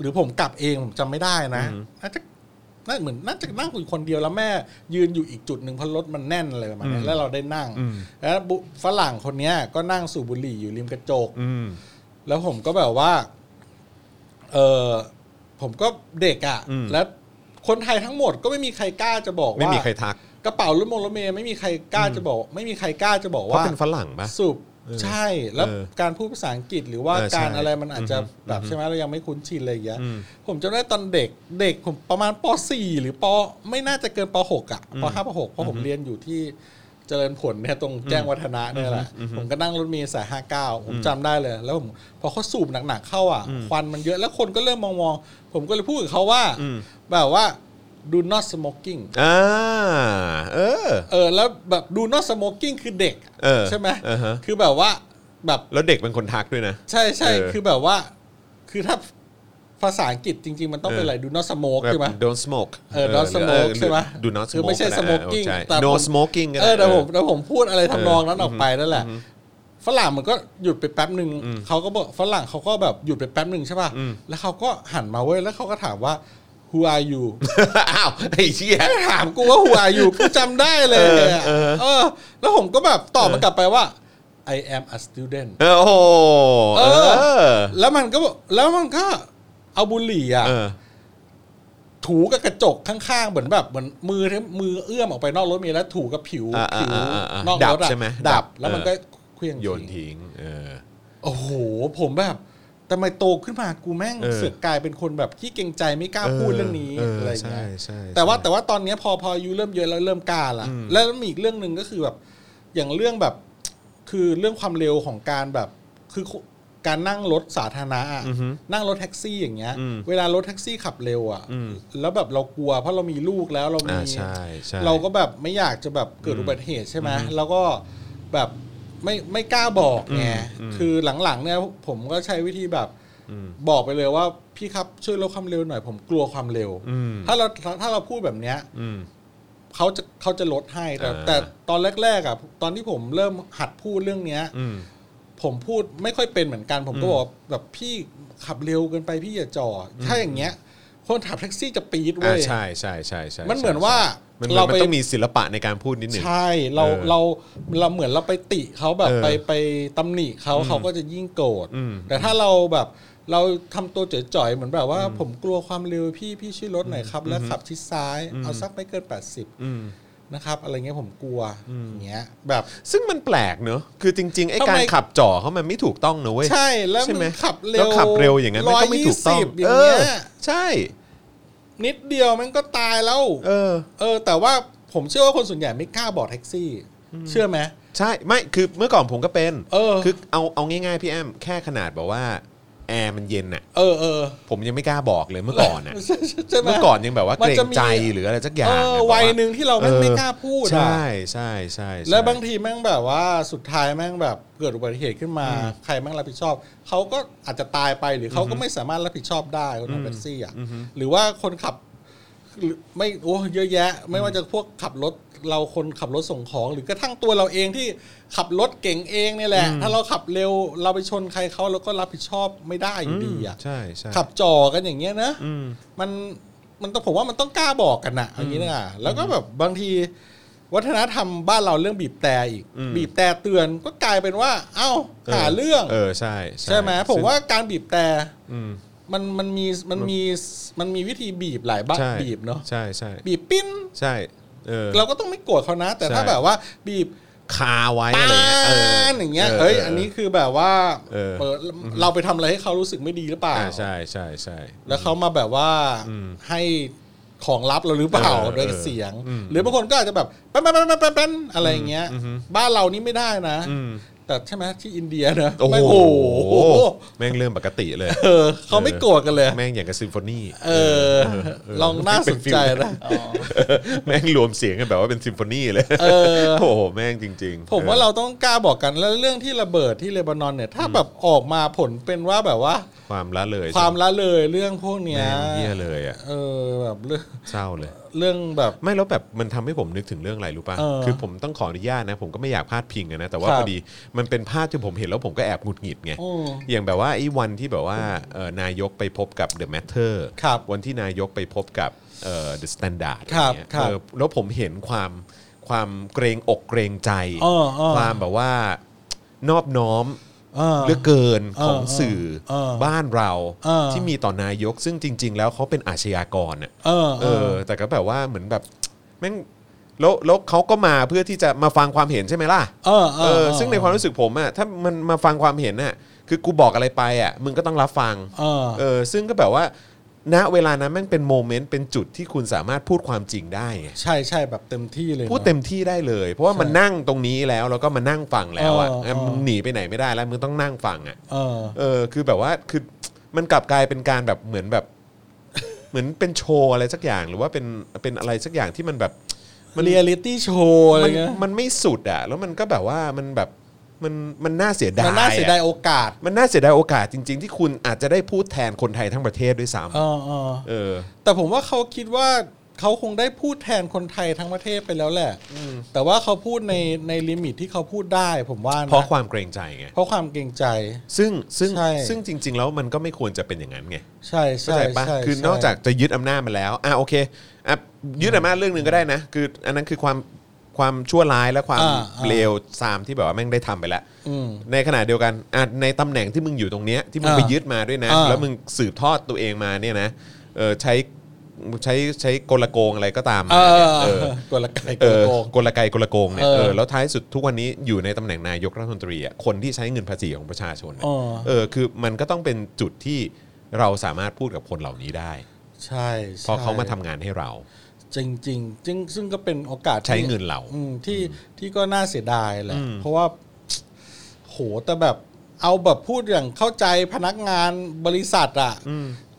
[SPEAKER 2] หรือผมกลับเองผมจำไม่ได้นะน่าจะน่าเหมือนน่าจะนั่งอยู่คนเดียวแล้วแม่ ยืนอยู่อีกจุดหนึ่งเพราะรถมันแน่นอะไรประมาณเนี้ยแล้วเราได้นั่ง แล้วบุฝรั่งคนเนี้ยก็นั่งสูบบุหรี่อยู่ริมกระจก
[SPEAKER 1] อืม
[SPEAKER 2] แล้วผมก็แบบว่า เออผมก็เด็กอะ่ะ
[SPEAKER 1] อืม
[SPEAKER 2] แล้วคนไทยทั้งหมดก็ไม่มีใครกล้าจะบอก
[SPEAKER 1] ไม่
[SPEAKER 2] ว่า
[SPEAKER 1] มีใครทัก
[SPEAKER 2] กระเป๋ารถมงรถเมย์ไม่มีใครกล้าจะบอก ไม่มีใครกล้าจะบอก
[SPEAKER 1] เพราะ
[SPEAKER 2] ว่า
[SPEAKER 1] เป็นฝรั่งปะ
[SPEAKER 2] สูบใช่ แล้ว
[SPEAKER 1] เออ
[SPEAKER 2] การพูดภาษาอังกฤษหรือว่า
[SPEAKER 1] เออใช่
[SPEAKER 2] การอะไรมันอาจจะ
[SPEAKER 1] อือฮึ
[SPEAKER 2] แบบใช่ไหมเรายังไม่คุ้นชินอะไรอย่างเงี้ย
[SPEAKER 1] อืม
[SPEAKER 2] ผมจำได้ตอนเด็กเด็กผมประมาณป .4 หรือปไม่น่าจะเกินป .6 อ่ะป .5 ป .6 เพราะผมเรียนอยู่ที่เจริญผลเนี่ยตรงแจ้งวัฒนะเนี่ยแหละ ผมก็นั่งรถเมล์สาย 59 ผมจำได้เลย แล้วผมพอเขาสูบหนักๆเข้าอ่ะ ควันมันเยอะแล้วคนก็เริ่มมองมองๆผมก็เลยพูดกับเขาว่า แบบว่า do not smoking
[SPEAKER 1] อ่าเออ
[SPEAKER 2] เออแล้วแบบ do not smoking คือเด็กอะ
[SPEAKER 1] เออ
[SPEAKER 2] ใช่ไหม
[SPEAKER 1] อ่าฮะ
[SPEAKER 2] คือแบบว่าแบบ
[SPEAKER 1] แล้วเด็กเป็นคนทักด้วยนะ
[SPEAKER 2] ใช่ใช่
[SPEAKER 1] เออ
[SPEAKER 2] คือแบบว่า คือถ้าภาษาอังกฤษจริง ๆ มันต้อง
[SPEAKER 1] เอออ
[SPEAKER 2] เป็นอะไรดูนอสโมกใช่ไหม
[SPEAKER 1] แบบ don't smoke
[SPEAKER 2] เออ don't smoke
[SPEAKER 1] รือ
[SPEAKER 2] ใช่ไหม
[SPEAKER 1] ดู not
[SPEAKER 2] คื
[SPEAKER 1] smoke
[SPEAKER 2] อไม่ใช่
[SPEAKER 1] ก็ด้
[SPEAKER 2] smoking
[SPEAKER 1] เออใช่ no smoking ก็ได้
[SPEAKER 2] แต่ผมเออแต่ผมแต่ผมพูดอะไรทำนองนั้น
[SPEAKER 1] เออ
[SPEAKER 2] ออกไปนั่นแหละฝรั่งมันก็หยุดไปแป๊บหนึ่งเขาก็บอกฝรั่งเขาก็แบบหยุดไปแป๊บหนึ่งใช่ป่ะ
[SPEAKER 1] อืม
[SPEAKER 2] แล้วเขาก็หันมาเว้ยแล้วเขาก็ถามว่า who are you
[SPEAKER 1] อ้ าวไอ้เหี้ย
[SPEAKER 2] ไม่ถามกูว่า who are you กูจำได้เลย
[SPEAKER 1] เออ
[SPEAKER 2] อะ
[SPEAKER 1] เออ
[SPEAKER 2] เออ แล้วผมก็แบบตอบมันกลับไปว่า I am a student
[SPEAKER 1] เออโอ้โห
[SPEAKER 2] เอ
[SPEAKER 1] เอ
[SPEAKER 2] อ
[SPEAKER 1] อ
[SPEAKER 2] แล้วมันก็บอกแล้วมันก็เอาบุหรี่อ่ะ
[SPEAKER 1] เออ
[SPEAKER 2] ถูกับกระจกข้างๆ เหมือนแบบเหมือนมือที่มือเอื้อมออกไปนอกรถเมล์แล้วถูกับผิว
[SPEAKER 1] อ่า
[SPEAKER 2] ผิว
[SPEAKER 1] อ่าอ่าอ่าน
[SPEAKER 2] อก
[SPEAKER 1] ดับ
[SPEAKER 2] รถอะ
[SPEAKER 1] ใช่ไหม
[SPEAKER 2] ดับ
[SPEAKER 1] ดับ
[SPEAKER 2] แล้วมัน
[SPEAKER 1] เออ
[SPEAKER 2] ก็เคลื่อง
[SPEAKER 1] โยน
[SPEAKER 2] ทิ้ง
[SPEAKER 1] ทิ้งเออ
[SPEAKER 2] โอ้โห ผมแบบทำไมโตขึ้นมากูแม่ง
[SPEAKER 1] เออ
[SPEAKER 2] เสือกกลายเป็นคนแบบขี้เกรงใจไม่กล้าพูดเรื่องนี้อะไรอย่างเงี้ย
[SPEAKER 1] ใช่ใช่
[SPEAKER 2] แต่ว่าแต่ว่าตอนเนี้ยพอพออายุเริ่มเยอะแล้วเริ่มกล้าละแล้วมีอีกเรื่องหนึ่งก็คือแบบ อย่างเรื่องแบบ คือเรื่องความเร็วของการแบบ คือการนั่งรถสาธารณะอะนั่งรถแท็กซี่อย่างเงี้ย เวลารถแท็กซี่ขับเร็วอ่ะแล้วแบบเรากลัว เพราะเรามีลูกแล้วเรา
[SPEAKER 1] อ่า
[SPEAKER 2] มี
[SPEAKER 1] ใช่ใช่
[SPEAKER 2] เราก็แบบไม่อยากจะแบบเกิดอุบัติเหตุใช่ไหมแล้วก็แบบไม่ไม่กล้าบอกไงคือหลังๆเนี่ยผมก็ใช้วิธีแบบบอกไปเลยว่าพี่ครับช่วยลดความเร็วหน่อยผมกลัวความเร็ว
[SPEAKER 1] อืม
[SPEAKER 2] ถ้าเราถ้าถ้าเราพูดแบบเนี้ย
[SPEAKER 1] อืม
[SPEAKER 2] เขาจะเขาจะลดให้แต่
[SPEAKER 1] อ่า
[SPEAKER 2] แต่ตอนแรกๆอ่ะตอนที่ผมเริ่มหัดพูดเรื่องเนี้ย
[SPEAKER 1] อืม
[SPEAKER 2] ผมพูดไม่ค่อยเป็นเหมือนกัน ผมก็บอกว่าแบบพี่ขับเร็วเกินไปพี่อย่าจอดถ้าอย่างเงี้ย คนขับแท็กซี่จะปี๊ดเว้
[SPEAKER 1] อ่าย ใช่ใช่ใช่ใช่
[SPEAKER 2] มันเหมือนว่า
[SPEAKER 1] มันเหมือ
[SPEAKER 2] เรา
[SPEAKER 1] นมัน
[SPEAKER 2] ไป
[SPEAKER 1] ต้องมีศิลปะในการพูดนิดหนึ่ง
[SPEAKER 2] ใช่เรา
[SPEAKER 1] เออ
[SPEAKER 2] เราเราเหมือนเราไปติเขาแบบ
[SPEAKER 1] เออ
[SPEAKER 2] ไปไปตำหนิเขาเขาก็จะยิ่งโกรธ
[SPEAKER 1] อืม
[SPEAKER 2] แต่ถ้าเราแบบเราทำตัวจ่อยๆเหมือนแบบว่า ผมกลัวความเร็วพี่พี่ช่วยลดหน่อยครับ แล้วขับชิดซ้ายเอาสักไม่เกิน
[SPEAKER 1] อืม
[SPEAKER 2] 80 นะครับ อะไรเงี้ยผมกลัวอย่างเงี้ยแบบ
[SPEAKER 1] ซึ่งมันแปลกเนอะคือจริง ๆ ไอ้
[SPEAKER 2] ทำ
[SPEAKER 1] กา
[SPEAKER 2] ไม
[SPEAKER 1] รขับจ่อเขามันไม่ถูกต้องนะเว้ย
[SPEAKER 2] ใช่แล้ว
[SPEAKER 1] ใช่
[SPEAKER 2] มั
[SPEAKER 1] ไหม
[SPEAKER 2] นขับเร็
[SPEAKER 1] แล้ว วขับเร็วอย่างนั้นมันก็ไม่ถูกต้อง
[SPEAKER 2] 120ย่า
[SPEAKER 1] เอง
[SPEAKER 2] เงี้
[SPEAKER 1] อ
[SPEAKER 2] ย
[SPEAKER 1] ใช่
[SPEAKER 2] นิดเดียวมันก็ตายแล้ว
[SPEAKER 1] เออ
[SPEAKER 2] เออ แต่ว่าผมเชื่อว่าคนส่วนใหญ่ไม่กล้าบอกแท็กซี่ เชื่อไหม
[SPEAKER 1] ใช่ไม่คือเมื่อก่อนผมก็เป็น
[SPEAKER 2] เออ
[SPEAKER 1] คือเอาเอาง่ายๆพี่แอมแค่ขนาดแบบว่าแอร์มันเย็นน่ะ
[SPEAKER 2] เออเออ
[SPEAKER 1] ผมยังไม่กล้าบอกเลยเมื่อก่อนน่ะ
[SPEAKER 2] ใช่ใช่ใช่ไหม
[SPEAKER 1] เมื่อก่อนยังแบบว่า
[SPEAKER 2] มั
[SPEAKER 1] เกร
[SPEAKER 2] นจะ
[SPEAKER 1] ง
[SPEAKER 2] มี
[SPEAKER 1] ใจหรืออะไรสักอย่าง
[SPEAKER 2] เอ
[SPEAKER 1] เนี่ย
[SPEAKER 2] อ
[SPEAKER 1] แบบ
[SPEAKER 2] วัย
[SPEAKER 1] ว่า
[SPEAKER 2] หนึ่งที่เราแม่ง
[SPEAKER 1] เออ
[SPEAKER 2] ไม่กล้าพูด
[SPEAKER 1] ใช
[SPEAKER 2] อะ
[SPEAKER 1] ่ใช่ใช่ใช่
[SPEAKER 2] แล้วบางทีแม่งแบบว่าสุดท้ายแม่งแบบเกิดอุบัติเหตุขึ้นมา ใครแม่งรับผิดชอบเขาก็อาจจะตายไปหรือเขาก็ไม่สามารถรับผิดชอบได้คนขับแท็กซี่อ่ะหรือว่าคนขับหรือไม่โอ้เยอะแยะ ไม่ว่าจะพวกขับรถ เราคนขับรถส่งของ หรือกระทั่งตัวเราเองที่ขับรถเก่งเองเนี่ยแหละ ถ้าเราขับเร็วเราไปชนใครเขาเราก็รับผิดชอบไม่ได้อยู่ดีอ่ะ
[SPEAKER 1] ใช่ใช่
[SPEAKER 2] ขับจ่อกันอย่างเงี้ยนะ
[SPEAKER 1] อืม
[SPEAKER 2] มันมันต้องผมว่ามันต้องกล้าบอกกันนะเอย่างนี้นะแล้วก็แบบบางที วัฒนธรรมบ้านเราเรื่องบีบแต่อีก
[SPEAKER 1] อืม
[SPEAKER 2] บีบแต่เตือนก็กลายเป็นว่า เอ้าหาเรื่อง
[SPEAKER 1] เออใช่
[SPEAKER 2] ใช่ไหมผมว่าการบีบแต่
[SPEAKER 1] อืม
[SPEAKER 2] มันมันมีมันมีมันมีวิธีบีบหลายบ้าน
[SPEAKER 1] ใช่
[SPEAKER 2] บีบเนาะ
[SPEAKER 1] ใช่ใช่
[SPEAKER 2] บีบปิ้น
[SPEAKER 1] ใช่เออ
[SPEAKER 2] เราก็ต้องไม่โกรธเขานะ แต่
[SPEAKER 1] ใช่
[SPEAKER 2] ถ้าแบบว่าบีบ
[SPEAKER 1] คาไว้
[SPEAKER 2] ปา
[SPEAKER 1] อะไรเงี้ยเออ
[SPEAKER 2] นอย่างเงี้ยเอ้ยอันนี้คือแบบว่า
[SPEAKER 1] เออ
[SPEAKER 2] เปิดเราไปทำอะไรให้เขารู้สึกไม่ดีหรือเปล่า
[SPEAKER 1] อ่าใช่ใช่ใช่
[SPEAKER 2] แล้วเขามาแบบว่าให้ของลับเราหรือเปล่า
[SPEAKER 1] เออ
[SPEAKER 2] โดย
[SPEAKER 1] เออ
[SPEAKER 2] เสียง
[SPEAKER 1] อืม
[SPEAKER 2] หรือบางคนก็อาจจะแบบแป้นแป้นแป้นแป้นแป้นอะไรอย่างเงี้ย บ้านเรานี่ไม่ได้นะ
[SPEAKER 1] อืม
[SPEAKER 2] แต่ใช่ไหมที่อินเดียนะ
[SPEAKER 1] โอ้โห
[SPEAKER 2] ไม่โอ้โห
[SPEAKER 1] แม่งเริ่มปกติเลย
[SPEAKER 2] เออเขาไม่โกรธกันเลย
[SPEAKER 1] แม่งอย่างกับซิมโฟนี
[SPEAKER 2] เออ ลองน่าสนใจนะ
[SPEAKER 1] แม่งรวมเสียงกันแบบว่าเป็นซิมโฟนีเลย
[SPEAKER 2] เออ
[SPEAKER 1] โอ้โหแม่งจริงๆ
[SPEAKER 2] ผมว่าเราต้องกล้าบอกกันแล้วเรื่องที่ระเบิดที่เลบานอนเนี่ย ถ้าแบบออกมาผลเป็นว่าแบบว่า
[SPEAKER 1] ความละเลย
[SPEAKER 2] ความละเลยเรื่องพวกเนี้ย
[SPEAKER 1] แม่งเหี้ยเลยอ่ะ
[SPEAKER 2] เออแบบเรื่อง
[SPEAKER 1] เศร้าเลย
[SPEAKER 2] เรื่องแบบ
[SPEAKER 1] ไม่แล้วแบบมันทำให้ผมนึกถึงเรื่องอะไรรู้ป่ะ
[SPEAKER 2] เออ
[SPEAKER 1] คือผมต้องขออนุญาตนะ ผมก็ไม่อยากพลาดพิงอะนะแต่ว่า
[SPEAKER 2] ครับ
[SPEAKER 1] พอดีมันเป็นภาพที่ผมเห็นแล้วผมก็แอบหงุดหงิดไง
[SPEAKER 2] โอ้
[SPEAKER 1] อย่างแบบว่าไอ้วันที่แบบว่าเอ่อนายกไปพบกับ The Matter
[SPEAKER 2] ครับ
[SPEAKER 1] วันที่นายกไปพบกับเอ่อ The Standard
[SPEAKER 2] ครับ
[SPEAKER 1] อะไเงี้ย
[SPEAKER 2] ครับ
[SPEAKER 1] เออแล้วผมเห็นความความเกรงอกเกรงใจ
[SPEAKER 2] เออเออ
[SPEAKER 1] ความแบบว่านอบน้อม
[SPEAKER 2] เออ
[SPEAKER 1] เหลือเกินของ
[SPEAKER 2] เออ
[SPEAKER 1] สื่อ
[SPEAKER 2] เออ
[SPEAKER 1] บ้านเรา
[SPEAKER 2] เออ
[SPEAKER 1] ที่มีต่อนายกซึ่งจริง ๆ แล้วเขาเป็นอาชญากรน่ะ
[SPEAKER 2] เออ
[SPEAKER 1] เออแต่ก็แบบว่าเหมือนแบบแม่งแล้วแล้วเขาก็มาเพื่อที่จะมาฟังความเห็นใช่ไหมล่ะ
[SPEAKER 2] เออ
[SPEAKER 1] เออซึ่งในความรู้สึกผมอะถ้ามันมาฟังความเห็นน่ะคือกูบอกอะไรไปอะมึงก็ต้องรับฟัง
[SPEAKER 2] เออ
[SPEAKER 1] เออซึ่งก็แบบว่า ณเวลานั้นแม่งเป็นโมเมนต์เป็นจุดที่คุณสามารถพูดความจริงได้ไง
[SPEAKER 2] ใช่ใช่แบบเต็มที่เลยนะ
[SPEAKER 1] พูดเต็มที่ได้เลย เพราะว่ามันนั่งตรงนี้แล้วแล้วก็มานั่งฟังแล้วอะ
[SPEAKER 2] เออเออ
[SPEAKER 1] เออมึงหนีไปไหนไม่ได้แล้วมึงต้องนั่งฟังอะ
[SPEAKER 2] เออ
[SPEAKER 1] เออคือแบบว่าคือมันกลับกลายเป็นการแบบเหมือนแบบ เหมือนเป็นโชว์อะไรสักอย่างหรือว่าเป็นเป็นอะไรสักอย่างที่มันแบบ
[SPEAKER 2] มันเรียลิตี้โชว์อะไร
[SPEAKER 1] มัน
[SPEAKER 2] เงี้ย
[SPEAKER 1] มันไม่สุดอ่ะ แล้วมันก็แบบว่ามันแบบมันมันน่าเสียดาย
[SPEAKER 2] มันน่าเสียดาย
[SPEAKER 1] อะ
[SPEAKER 2] โอกาส
[SPEAKER 1] มันน่าเสียดายโอกาสจริง ๆ ที่คุณอาจจะได้พูดแทนคนไทยทั้งประเทศด้วยซ้
[SPEAKER 2] เออเออ
[SPEAKER 1] ำเออ
[SPEAKER 2] แต่ผมว่าเขาคิดว่าเขาคงได้พูดแทนคนไทยทั้งประเทศไปแล้วแหละแต่ว่าเขาพูดในในลิมิตที่เขาพูดได้ ผมว่านะ
[SPEAKER 1] เพราะความเกรงใจไง
[SPEAKER 2] เพราะความเกรงใจ
[SPEAKER 1] ซึ่งซึ่ง
[SPEAKER 2] ใช่
[SPEAKER 1] ซึ่งจริง ๆ แล้วมันก็ไม่ควรจะเป็นอย่างนั้นไง
[SPEAKER 2] ใช่
[SPEAKER 1] เข้า
[SPEAKER 2] ใช่
[SPEAKER 1] ใจปะ
[SPEAKER 2] ใช่
[SPEAKER 1] คือนอกจากจะยึดอำนาจมาแล้ว อ่ะโอเค อ่ะยึดอำนาจเรื่องหนึ่งก็ได้นะ คืออันนั้นคือความความชั่วร้ายและความเลวซามที่แบบว่าแม่งได้ทำไปแล้ว
[SPEAKER 2] อืม
[SPEAKER 1] ในขณะเดียวกันอ่ะในตำแหน่งที่มึงอยู่ตรงเนี้ยที่มึง
[SPEAKER 2] อ่า
[SPEAKER 1] ไปยึดมาด้วยนะ
[SPEAKER 2] อ่า
[SPEAKER 1] แล้วมึงสืบทอดตัวเองมาเนี่ยนะ เออใช้ใช้ใช้กลโกงอะไรก็ตามมา
[SPEAKER 2] เออ
[SPEAKER 1] เนี่ยเออก
[SPEAKER 2] ลไก
[SPEAKER 1] เอก
[SPEAKER 2] ล
[SPEAKER 1] อ
[SPEAKER 2] โกง
[SPEAKER 1] กลไกกลโกงเนี่ย
[SPEAKER 2] เออ
[SPEAKER 1] เออแล้วท้ายสุดทุกวันนี้อยู่ในตำแหน่งนายกรัฐมนตรีอ่ะคนที่ใช้เงินภาษีของประชาชนเนี่ย
[SPEAKER 2] อ๋อ
[SPEAKER 1] เออคือมันก็ต้องเป็นจุดที่เราสามารถพูดกับคนเหล่านี้ได้
[SPEAKER 2] ใช่
[SPEAKER 1] เพราะเขามาทำงานให้เรา
[SPEAKER 2] จริงจริงๆซึ่งซึ่งก็เป็นโอกาสที่
[SPEAKER 1] ใช้เงินเรา
[SPEAKER 2] อืมที่ที่ก็น่าเสียดายแหละเพราะว่า โหแต่แบบเอาแบบพูดอย่างเข้าใจพนักงานบริษัทอ่ะ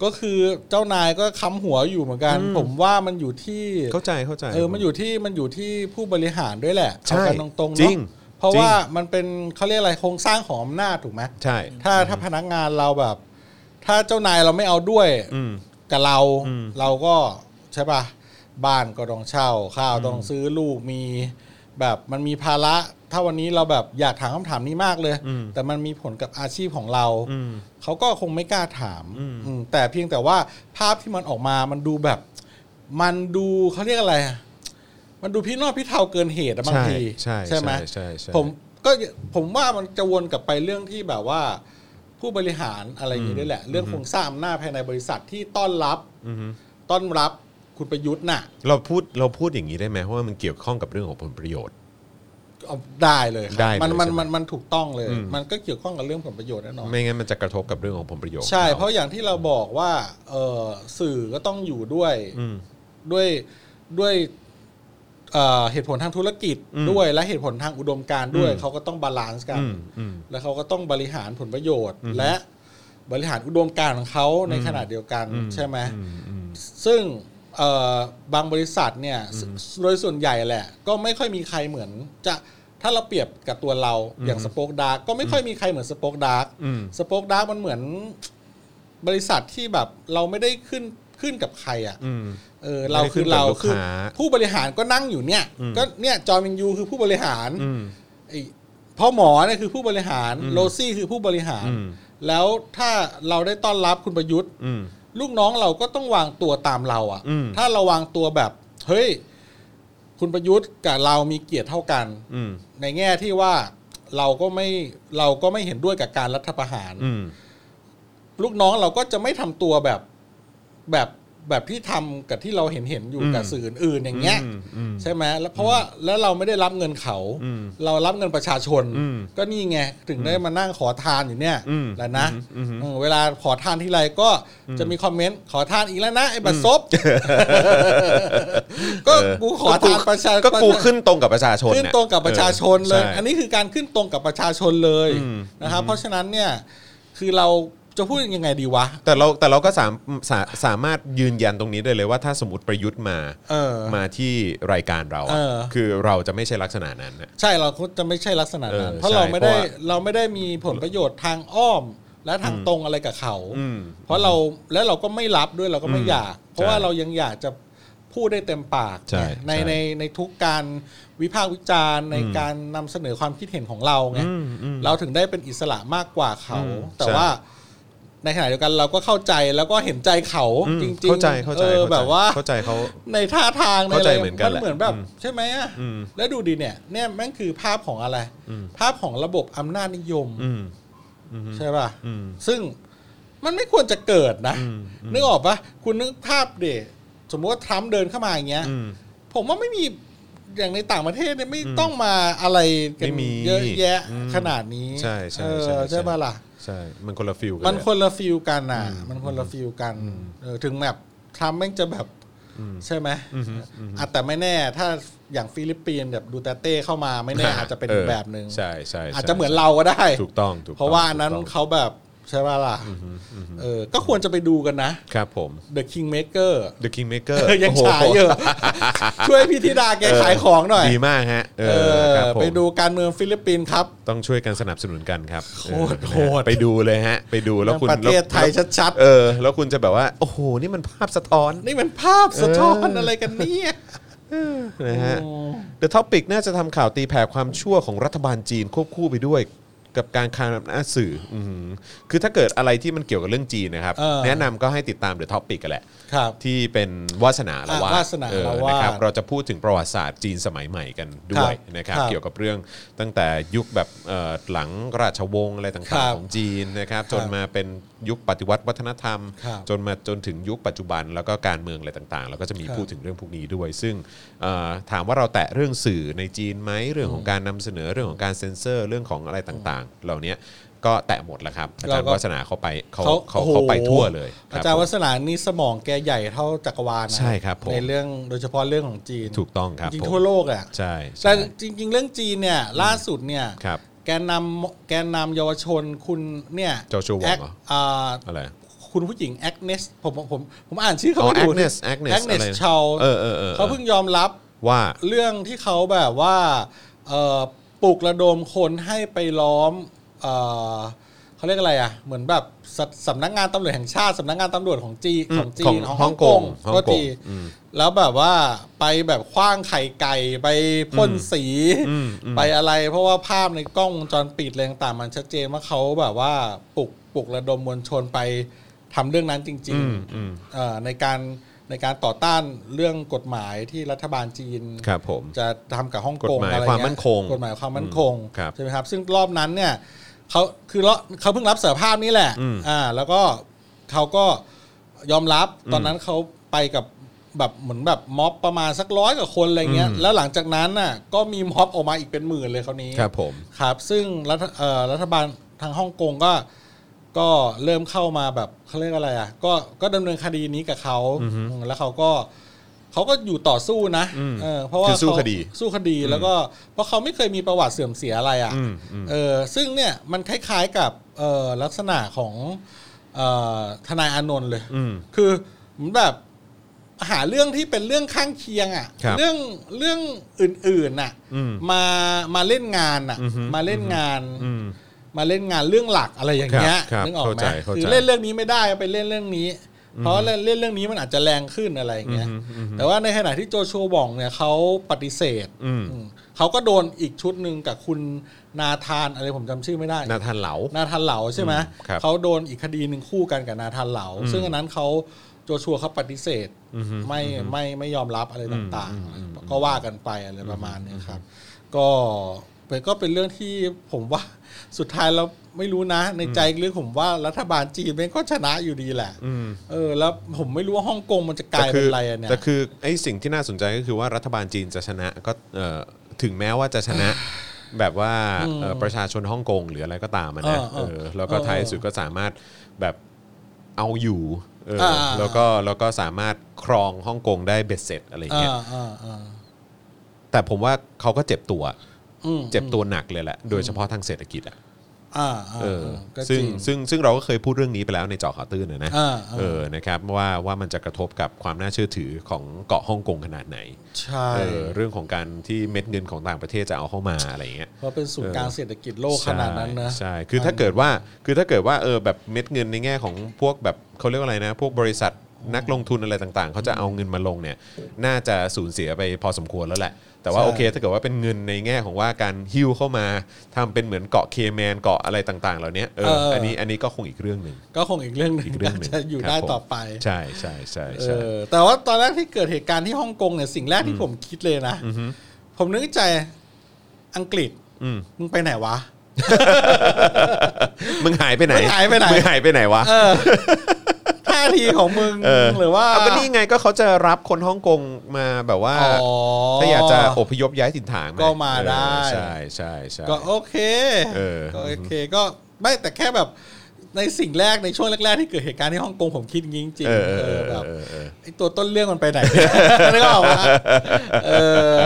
[SPEAKER 2] ก็คือเจ้านายก็ค้ำหัวอยู่เหมือนกัน ผมว่ามันอยู่ที่
[SPEAKER 1] เข้าใจเข้าใจ
[SPEAKER 2] เออมันอยู่ที่มันอยู่ที่ผู้บริหารด้วยแหละ
[SPEAKER 1] ใช่
[SPEAKER 2] เอากันตรงๆ
[SPEAKER 1] จริ
[SPEAKER 2] เนาะ
[SPEAKER 1] ง
[SPEAKER 2] เพราะ
[SPEAKER 1] จริง
[SPEAKER 2] ว่ามันเป็นเขาเรียกอะไรโครงสร้างของอำนาจถูกไหม
[SPEAKER 1] ใช่
[SPEAKER 2] ถ้าถ้าพนักงานเราแบบ ถ้าเจ้านายเราไม่เอาด้วย
[SPEAKER 1] อืม
[SPEAKER 2] กับเรา
[SPEAKER 1] อืม
[SPEAKER 2] เราก็ใช่ป่ะบ้านก็ต้องเช่า ข้าวต้องซื้อลูกมี แบบมันมีภาระ ถ้าวันนี้เราแบบอยากถามคำถามนี้มากเลย
[SPEAKER 1] อืม
[SPEAKER 2] แต่มันมีผลกับอาชีพของเรา
[SPEAKER 1] อืม
[SPEAKER 2] เขาก็คงไม่กล้าถาม
[SPEAKER 1] อืม
[SPEAKER 2] อืมแต่เพียงแต่ว่าภาพที่มันออกมามันดูแบบ มันดูเขาเรียกอะไรอะมันดูพี่นอกพี่เทาเกินเหตุอะบาง
[SPEAKER 1] ใช่
[SPEAKER 2] ที
[SPEAKER 1] ใช่
[SPEAKER 2] ไหม
[SPEAKER 1] ใช่ใช่
[SPEAKER 2] ผมก็ผมว่ามันจะวนกลับไปเรื่องที่แบบว่า ผู้บริหารอะไรอย่างนี้ด้วยแหละ เรื่องโครงสร้างอำนาจภายในบริษัทที่ต้อนรับ
[SPEAKER 1] อือฮึ
[SPEAKER 2] ต้อนรับคุณประยุทธ์น่ะ
[SPEAKER 1] เราพูดเราพูดอย่างนี้ได้ไหมเพราะว่ามันเกี่ยวข้องกับเรื่องของผลประโยชน์
[SPEAKER 2] เอาได้เลยครั
[SPEAKER 1] ได้เลย
[SPEAKER 2] มันมัน
[SPEAKER 1] ใช่ไหม
[SPEAKER 2] มันมันถูกต้องเลย
[SPEAKER 1] อืม
[SPEAKER 2] มันก็เกี่ยวข้องกับเรื่องผลประโยชน์แน่นอน
[SPEAKER 1] ไม่งั้นมันจะกระทบกับเรื่องของผลประโยชน์
[SPEAKER 2] ใช่ เพราะอย่างที่เราบอกว่าเออสื่อก็ต้องอยู่ด้วย
[SPEAKER 1] อืม
[SPEAKER 2] ด้วยด้วยเอ่อเหตุผลทางธุรกิจ
[SPEAKER 1] อืม
[SPEAKER 2] ด้วยและเหตุผลทางอุดมการณ์ด้วย
[SPEAKER 1] อืม
[SPEAKER 2] เขาก็ต้องบาลานซ์กัน
[SPEAKER 1] อืมอืม
[SPEAKER 2] แล้วเขาก็ต้องบริหารผลประโยชน์ และบริหารอุดมการณ์ของเขาในขณะเดียวกัน
[SPEAKER 1] อืม
[SPEAKER 2] ใช่ไหม
[SPEAKER 1] อืมอืม
[SPEAKER 2] ซึ่งเอ่อบางบริษัทเนี่ยสโดยส่วนใหญ่แหละ ก็ไม่ค่อยมีใครเหมือน จะถ้าเราเปรียบกับตัวเราอย่างสป็อกดาร์กก็ไม่ค่อยมีใครเหมือนสป็อกดาร์ก
[SPEAKER 1] อืม
[SPEAKER 2] สป็อกดาร์กมันเหมือนบริษัทที่แบบเราไม่ได้ขึ้น ขึ้นกับใครอ่ะ
[SPEAKER 1] อืม
[SPEAKER 2] เออเราคือเรา
[SPEAKER 1] ไม่ได้ขึ้นกับลูก
[SPEAKER 2] คือ
[SPEAKER 1] ค้า
[SPEAKER 2] ผู้บริหารก็นั่งอยู่เนี่ย ก็เนี่ยจอมินยูคือผู้บริหาร
[SPEAKER 1] อืม
[SPEAKER 2] ไอ้พ่อหมอเนี่ยคือผู้บริหารโรซี่คือผู้บริหาร
[SPEAKER 1] อืม
[SPEAKER 2] แล้วถ้าเราได้ต้อนรับคุณประยุทธ์
[SPEAKER 1] อืม
[SPEAKER 2] ลูกน้องเราก็ต้องวางตัวตามเรา
[SPEAKER 1] อืม
[SPEAKER 2] อะ่ะ ถ้าเราวางตัวแบบ เฮ้ย คุณประยุทธ์กับเรามีเกียรติเท่ากัน
[SPEAKER 1] อืม
[SPEAKER 2] ในแง่ที่ว่าเราก็ไม่เราก็ไม่เห็นด้วยกับการรัฐประหาร
[SPEAKER 1] อืม
[SPEAKER 2] ลูกน้องเราก็จะไม่ทำตัวแบบแบบแบบที่ทำกับที่เราเห็นเห็นอยู่
[SPEAKER 1] อืม
[SPEAKER 2] กับสื่ออื่นๆอย่างเงี้ย
[SPEAKER 1] อืมอืม
[SPEAKER 2] ใช่ไหมแล้วเพราะว่าแล้วเราไม่ได้รับเงินเขา
[SPEAKER 1] อืม
[SPEAKER 2] เรารับเงินประชาชน
[SPEAKER 1] อืม
[SPEAKER 2] ก็นี่ไงถึงได้มานั่งขอทานอยู่เนี่ย
[SPEAKER 1] อืม
[SPEAKER 2] แหละนะ
[SPEAKER 1] อืมอืม
[SPEAKER 2] เออเวลาขอทานทีไรก็จะมีคอมเมนต์ขอทานอีกแล้วนะไอ้บัตรซบ ก็กูขอทานประชา
[SPEAKER 1] ก็กูขึ้นตรงกับประชาชน
[SPEAKER 2] ขึ้นตรงกับประชาชนเลย อัน
[SPEAKER 1] นี้
[SPEAKER 2] นี้คือการขึ้นตรงกับประชาชนเลย
[SPEAKER 1] อืม
[SPEAKER 2] นะครับเพราะฉะนั้นเนี่ยคือเราจะพูดยังไงดีวะ
[SPEAKER 1] แต่เราแต่เราก็สามสาสามารถยืนยันตรงนี้ได้เลยว่าถ้าสมมติประยุทธ์มา
[SPEAKER 2] เออ
[SPEAKER 1] มาที่รายการเราอะ
[SPEAKER 2] เออ
[SPEAKER 1] คือเราจะไม่ใช่ลักษณะนั้นนะ
[SPEAKER 2] ใช่เราก็จะไม่ใช่ลักษณะนั้น
[SPEAKER 1] เออ
[SPEAKER 2] เพราะเรา
[SPEAKER 1] ใช่
[SPEAKER 2] ไม่
[SPEAKER 1] เพ
[SPEAKER 2] ได้
[SPEAKER 1] ราะว่า
[SPEAKER 2] เราไม่ได้มีผลประโยชน์ทางอ้อม และทางตรงอะไรกับเขา
[SPEAKER 1] อืม
[SPEAKER 2] เพราะเราและเราก็ไม่รับด้วยเราก็ไม่
[SPEAKER 1] อืม
[SPEAKER 2] อยาก เพราะว่า
[SPEAKER 1] ใช่
[SPEAKER 2] เรายังอยากจะพูดได้เต็มปาก
[SPEAKER 1] ใช่
[SPEAKER 2] ไงใน
[SPEAKER 1] ใช่
[SPEAKER 2] ในในทุกการวิพากษ์วิจารณ์ในการนำเสนอความคิดเห็นของเราไง
[SPEAKER 1] อืมอืม
[SPEAKER 2] เราถึงได้เป็นอิสระมากกว่าเขา
[SPEAKER 1] อืม
[SPEAKER 2] แต่
[SPEAKER 1] ใช่
[SPEAKER 2] ว่าในขณะเดียวกันเราก็เข้าใจแล้วก็เห็นใจเขา
[SPEAKER 1] อืม
[SPEAKER 2] จริงๆ
[SPEAKER 1] เข้าใจเข้าใจ
[SPEAKER 2] ออ
[SPEAKER 1] เข้าใจ
[SPEAKER 2] แบบว่า
[SPEAKER 1] เข้าใจเขา
[SPEAKER 2] ในท่าทางใน
[SPEAKER 1] เข้า
[SPEAKER 2] อะ
[SPEAKER 1] ใจ
[SPEAKER 2] ไร
[SPEAKER 1] เหมือนกันแหละ
[SPEAKER 2] เหมือนแบบ
[SPEAKER 1] อืม
[SPEAKER 2] ใช่ไหมอ่ะ
[SPEAKER 1] อืม
[SPEAKER 2] แล้วดูดีเนี่ยเนี่ยแม่งคือภาพของอะไร ภาพของระบบอำนาจนิยม
[SPEAKER 1] อืม
[SPEAKER 2] ใช่ป่ะ
[SPEAKER 1] อืม
[SPEAKER 2] ซึ่งมันไม่ควรจะเกิดนะ
[SPEAKER 1] อืม
[SPEAKER 2] นึกออกปะคุณนึกภาพเดชสมมติว่าทรัมป์เดินเข้ามาอย่างเงี้ย
[SPEAKER 1] อืม
[SPEAKER 2] ผมว่าไม่มีอย่างในต่างประเทศเนี่ยไม่ต้องมาอะไรกัน
[SPEAKER 1] ไม่มี
[SPEAKER 2] เยอะแยะ
[SPEAKER 1] อืม
[SPEAKER 2] ขนาดนี้
[SPEAKER 1] ใช่ใช่
[SPEAKER 2] เออ
[SPEAKER 1] ใช่ใช่
[SPEAKER 2] ใช่ป่ะล่ะ
[SPEAKER 1] ใช่มันคนละฟิลกั
[SPEAKER 2] มัน
[SPEAKER 1] น
[SPEAKER 2] คนละฟิลกันอ่ะ มันคนละฟิลกันเออถึงแบบทำแม่งจะแบบใช่ไหมอ่ะแต่ไม่แน่ ถ้าอย่างฟิลิปปินส์แบบดูเตเต้เข้ามาไม่แน่ อาจจะเป็นอีกแบบหนึ่ง
[SPEAKER 1] ใช่ใช่ใช่
[SPEAKER 2] อาจจะเหมือนเราก็ได้
[SPEAKER 1] ถูกต้องถูกต้อง
[SPEAKER 2] เพราะว่าอันนั้น
[SPEAKER 1] ถูกต้อง
[SPEAKER 2] เขาแบบใช่ป่ะล่ะเออ ก็ควรจะไปดูกันนะ
[SPEAKER 1] ครับผม
[SPEAKER 2] The Kingmaker
[SPEAKER 1] The Kingmaker
[SPEAKER 2] เออยัง
[SPEAKER 1] โโห
[SPEAKER 2] ฉายอยู่ ช่วยพี่ธิดาแกขายของหน่อย
[SPEAKER 1] ดีมากฮะเอ
[SPEAKER 2] เอ
[SPEAKER 1] อ
[SPEAKER 2] อ
[SPEAKER 1] ครับผม
[SPEAKER 2] ไปดูการเมืองฟิลิปปินส์ครับ
[SPEAKER 1] ต้องช่วยกันสนับสนุนกันครับ
[SPEAKER 2] โคตร
[SPEAKER 1] เออนะฮะ
[SPEAKER 2] โหด
[SPEAKER 1] ไปดูเลยฮะ ไปดูแล้วคุณ
[SPEAKER 2] ประเทศไทย
[SPEAKER 1] แล้ว
[SPEAKER 2] ชัด
[SPEAKER 1] เออ แล้วคุณจะแบบว่า โอ้โห นี่มันภาพสะท้อน
[SPEAKER 2] ๆนี่มันภาพสะท้อนอะไรกันเนี่ย
[SPEAKER 1] นะฮะ The Topic น่าจะทำข่าวตีแผ่ความชั่วของรัฐบาลจีนควบคู่ไปด้วยกับการคานอำนาจสื่ออื้อหือคือถ้าเกิดอะไรที่มันเกี่ยวกับเรื่องจีนนะครับ
[SPEAKER 2] เออ
[SPEAKER 1] แนะนำก็ให้ติดตาม The Topic กันแหละ
[SPEAKER 2] ครับ
[SPEAKER 1] ที่เป็นวาสนาละวาด
[SPEAKER 2] อ่ะวาสนา
[SPEAKER 1] เออ
[SPEAKER 2] ละวาด
[SPEAKER 1] นะครับเราจะพูดถึงประวัติศาสตร์จีนสมัยใหม่กันด้
[SPEAKER 2] ครั
[SPEAKER 1] ว
[SPEAKER 2] บ
[SPEAKER 1] ยนะครับ
[SPEAKER 2] ครับ
[SPEAKER 1] เกี่ยวกับเรื่องตั้งแต่ยุคแบบเอ่อหลังราชวงศ์อะไร
[SPEAKER 2] ครั
[SPEAKER 1] ต่าง
[SPEAKER 2] บ
[SPEAKER 1] ๆของจีนนะครับ
[SPEAKER 2] ครับ
[SPEAKER 1] จนมาเป็นยุคปฏิวัติวัฒนธรรม
[SPEAKER 2] ครับ
[SPEAKER 1] จนมาจนถึงยุคปัจจุบันแล้วก็การเมืองอะไรต่างๆ แล้วก็จะมี
[SPEAKER 2] ครับ
[SPEAKER 1] พูดถึงเรื่องพวกนี้ด้วย ซึ่งเอ่อถามว่าเราแตะเรื่องสื่อในจีนไหมเรื่องของการนำเสนอเรื่องของการเซ็นเซอร์เรื่องของอะไรต่างๆ เหล่านี้ก็แตะหมดแล้วครับอาจารย์วาสนาเขาไปเขาเขาเขาไปทั่วเลยค
[SPEAKER 2] อา
[SPEAKER 1] บ
[SPEAKER 2] จารย์
[SPEAKER 1] ผม
[SPEAKER 2] วัฒนานี่สมองแกใหญ่เท่าจักรวาลนะ
[SPEAKER 1] ใช่ครับผม
[SPEAKER 2] ในเรื่องโดยเฉพาะเรื่องของจีน
[SPEAKER 1] ถูกต้องครับ
[SPEAKER 2] จริง
[SPEAKER 1] ผม
[SPEAKER 2] ๆทั่วโลกอ่ะ
[SPEAKER 1] ใช่ใช่
[SPEAKER 2] แต่จริง ๆ เรื่องจีนเนี่ยล่าสุดเนี่ย
[SPEAKER 1] ครับ
[SPEAKER 2] แกนนำแกนนำเยาวชนคุณเนี่ย
[SPEAKER 1] โจชัววอง
[SPEAKER 2] แอค
[SPEAKER 1] เหรอ
[SPEAKER 2] อ่า
[SPEAKER 1] อะไร
[SPEAKER 2] คุณผู้หญิงแอคเนสผมผมผมผมอ่านชื่อเขา
[SPEAKER 1] อ๋อ
[SPEAKER 2] ไม่
[SPEAKER 1] แอ
[SPEAKER 2] ถู
[SPEAKER 1] ค
[SPEAKER 2] ก
[SPEAKER 1] เนสแอคเนส
[SPEAKER 2] แอคเนสชาว
[SPEAKER 1] เออเออเออ
[SPEAKER 2] เขาเพิ่งยอมรับ
[SPEAKER 1] ว่า
[SPEAKER 2] เรื่องที่เขาแบบว่าเอ่อปลุกระดมคนให้ไปล้อมเอ่อเขาเรียกอะไรอ่ะเหมือนแบบสสำนักงานตำรวจแห่งชาติสำนักงานตำรวจของจีน
[SPEAKER 1] อืม
[SPEAKER 2] ของจี
[SPEAKER 1] ของ
[SPEAKER 2] น
[SPEAKER 1] ฮ่องกง
[SPEAKER 2] โทษที
[SPEAKER 1] ฮ่องกงอืม
[SPEAKER 2] แล้วแบบว่าไปแบบคว้างไข่ไก่ไปพ่นสี
[SPEAKER 1] อืมอืม
[SPEAKER 2] ไปอะไร เพราะว่าภาพในกล้องวงจรปิดอะไรต่างๆมันชัดเจนว่าเขาแบบว่าปลุกปลุกระดมมวลชนไปทำเรื่องนั้นจริง
[SPEAKER 1] อืมอืม
[SPEAKER 2] ๆเอ่อในการในการต่อต้านเรื่องกฎหมายที่รัฐบาลจีน
[SPEAKER 1] ครับผม
[SPEAKER 2] จะทำกับฮ่องก
[SPEAKER 1] กฎ
[SPEAKER 2] ง
[SPEAKER 1] หมาย
[SPEAKER 2] อะไรเงี้
[SPEAKER 1] ความมั่นคง
[SPEAKER 2] กฎหมายความมั่นคง
[SPEAKER 1] อืมครับ
[SPEAKER 2] ใช่ไหมครับ ซึ่งรอบนั้นเนี่ยเขาคือเราเขาเพิ่งรับสารภาพนี่แหละ
[SPEAKER 1] อืม
[SPEAKER 2] อ่าแล้วก็เขาก็ยอมรับตอนนั้นเขาไปกับแบบเหมือนแบบม็อบประมาณสักร้อยกว่าคนอะไรเงี้ย
[SPEAKER 1] อืม
[SPEAKER 2] แล้วหลังจากนั้นน่ะก็มีม็อบออกมาอีกเป็นหมื่นเลยคราวนี้
[SPEAKER 1] ครับผม
[SPEAKER 2] ครับ ซึ่งรัฐเอ่อรัฐบาลทางฮ่องกงก็ ก็เริ่มเข้ามาแบบเขาเรียกอะไรอ่ะก็ก็ดำเนินคดีนี้กับเขาอืมแล้วเขาก็เขาก็อยู่ต่อสู้นะ
[SPEAKER 1] อืม
[SPEAKER 2] เออเพราะว่า
[SPEAKER 1] คือสู้
[SPEAKER 2] เขา
[SPEAKER 1] คดี
[SPEAKER 2] สู้คดีแล้วก็เพราะเขาไม่เคยมีประวัติเสื่อมเสียอะไรอ่ะ
[SPEAKER 1] อืมอืม
[SPEAKER 2] เออซึ่งเนี่ยมันคล้ายๆกับเออลักษณะของเออทนายอานนท์เลย
[SPEAKER 1] อืม
[SPEAKER 2] คือเหมือนแบบหาเรื่องที่เป็นเรื่องข้างเคียงอะ
[SPEAKER 1] ครั่
[SPEAKER 2] ะ
[SPEAKER 1] บ
[SPEAKER 2] เรื่องเรื่องอื่นๆน่ะ
[SPEAKER 1] อืม
[SPEAKER 2] มามาเล่นงานอ่ะ
[SPEAKER 1] อือฮึ
[SPEAKER 2] มาเล่นงาน
[SPEAKER 1] อืม
[SPEAKER 2] มาเล่นงานเรื่องหลักอะไรอย่างเงี้ย
[SPEAKER 1] ครับครับ
[SPEAKER 2] นึกออก
[SPEAKER 1] เข้า
[SPEAKER 2] ไหม
[SPEAKER 1] ใจเข้าใจ
[SPEAKER 2] คือเล่นเรื่องนี้ไม่ได้ไปเล่นเรื่องนี้ เพราะเรื่องเรื่องนี้มันอาจจะแรงขึ้นอะไรอย่างเงี้ยแต่ว่าในขณะที่โจชัวบองเนี่ยเขาปฏิเสธ
[SPEAKER 1] อืม
[SPEAKER 2] อืมเขาก็โดนอีกชุดหนึ่งกับคุณนาธานอะไรผมจำชื่อไม่ได้
[SPEAKER 1] นาธานเหลา
[SPEAKER 2] นาธานเหลาใช่ไหม
[SPEAKER 1] อืมครับ
[SPEAKER 2] เขาโดนอีกคดีหนึ่งคู่กันกับนาธานเหลา ซึ่งอันนั้นเขาโจชัวเขาปฏิเสธไม่ไม่ไม่ยอมรับอะไรต่างๆ ก็ว่ากันไปอะไรประมาณเนี้ยครับ ก็เป็นก็เป็นเรื่องที่ผมว่าสุดท้ายเราไม่รู้นะ ในใจลึกผมว่ารัฐบาลจีนมันก็ชนะอยู่ดีแหละ
[SPEAKER 1] อืม
[SPEAKER 2] เออ แล้วผมไม่รู้ว่าฮ่องกงมันจะกลายเป็นอะไรอะเนี่ย
[SPEAKER 1] แต่คือไอ้สิ่งที่น่าสนใจก็คือว่ารัฐบาลจีนจะชนะก็เอ่อถึงแม้ว่าจะชนะ แบบว่าเอ่อประชาชนฮ่องกงหรืออะไรก็ตามอะนะเออแล้วก็ท้ายสุดก็สามารถแบบเอาอยู่เอออา แล้วก็แล้วก็สามารถครองฮ่องกงได้เบ็ดเสร็จอะไรอย่าง
[SPEAKER 2] อ่า
[SPEAKER 1] เงี้ย
[SPEAKER 2] อ่าอ่า
[SPEAKER 1] แต่ผมว่าเขาก็เจ็บตัว
[SPEAKER 2] อืม
[SPEAKER 1] เจ็บตัวหนักเลยแหละโดยเฉพาะทางเศรษฐกิจอ่ะ
[SPEAKER 2] อ่าอ่า
[SPEAKER 1] เออ
[SPEAKER 2] ก็จ
[SPEAKER 1] ซึ่ง
[SPEAKER 2] ริง
[SPEAKER 1] ซึ่งซึ่งเราก็เคยพูดเรื่องนี้ไปแล้วในเจาะข่าวตื้นอะนะ
[SPEAKER 2] อ่าอ่า
[SPEAKER 1] เออนะครับว่าว่ามันจะกระทบกับความน่าเชื่อถือของเกาะฮ่องกงขนาดไหน
[SPEAKER 2] ใช่
[SPEAKER 1] เออเรื่องของการที่เม็ดเงินของต่างประเทศจะเอาเข้ามาอะไรอย่างเงี้ย
[SPEAKER 2] เพราะเป็นศูนย์กลางเศรษฐกิจโลกขนาดนั้นนะ
[SPEAKER 1] ใช่ใช่คือถ้าเกิดว่าคือถ้าเกิดว่าเออแบบเม็ดเงินในแง่ของพวกแบบเขาเรียกว่าอะไรนะ พวกบริษัทนักลงทุนอะไรต่างๆ เขาจะเอาเงินมาลงเนี่ย น่าจะสูญเสียไปพอสมควรแล้วแหละ แต่ว่า
[SPEAKER 2] ใช่
[SPEAKER 1] โอเคถ้าเกิดว่าเป็นเงินในแง่ของว่าการฮิ้วเข้ามาทำเป็นเหมือนเกาะเคแมนเกาะอะไรต่างๆ เหล่านี้เอออันนี้อันนี้ก็คงอีกเรื่องหนึ่ง
[SPEAKER 2] ก็คงอีกเรื่องหนึ่ง
[SPEAKER 1] อีกเรื่องหนึ่ง
[SPEAKER 2] จะอยู่
[SPEAKER 1] ครับ
[SPEAKER 2] ได้
[SPEAKER 1] ผม
[SPEAKER 2] ต่อไป
[SPEAKER 1] ใช่ใช่ใช่
[SPEAKER 2] เอ
[SPEAKER 1] ใช่
[SPEAKER 2] อแต่ว่าตอนแรกที่เกิดเหตุการณ์ที่ฮ่องกงเนี่ยสิ่งแรกที่ผมคิดเลยนะ
[SPEAKER 1] อืม
[SPEAKER 2] ผมนึกในใจอังกฤษ
[SPEAKER 1] อืม
[SPEAKER 2] มึงไปไหนวะ
[SPEAKER 1] มึงหายไปไหน
[SPEAKER 2] มึงหายไปไหน
[SPEAKER 1] มึงหายไปไหนวะ
[SPEAKER 2] เออท่าทีของมึง
[SPEAKER 1] เออ
[SPEAKER 2] หรือว่า
[SPEAKER 1] เอาก็นี่ไงก็เขาจะรับคนฮ่องกงมาแบบว่า
[SPEAKER 2] อ๋อ
[SPEAKER 1] ถ้าอยากจะอพยพย้ายถิ่นฐานไห
[SPEAKER 2] ก็มาได้
[SPEAKER 1] เออใช่ใช่ใช่
[SPEAKER 2] ก็โอเค
[SPEAKER 1] เออ
[SPEAKER 2] ก็โอเคก็ไม่แต่แค่แบบ ในสิ่งแรกในช่วงแรกๆที่เกิดเหตุการณ์ที่ฮ่องกงผมคิดอย่างงี้จริง
[SPEAKER 1] เออ
[SPEAKER 2] ๆ
[SPEAKER 1] เออเอ
[SPEAKER 2] เออแบ
[SPEAKER 1] อบ เออเออ
[SPEAKER 2] ไอตัวต้นเรื่องมันไปไหน นึกออกปะเออ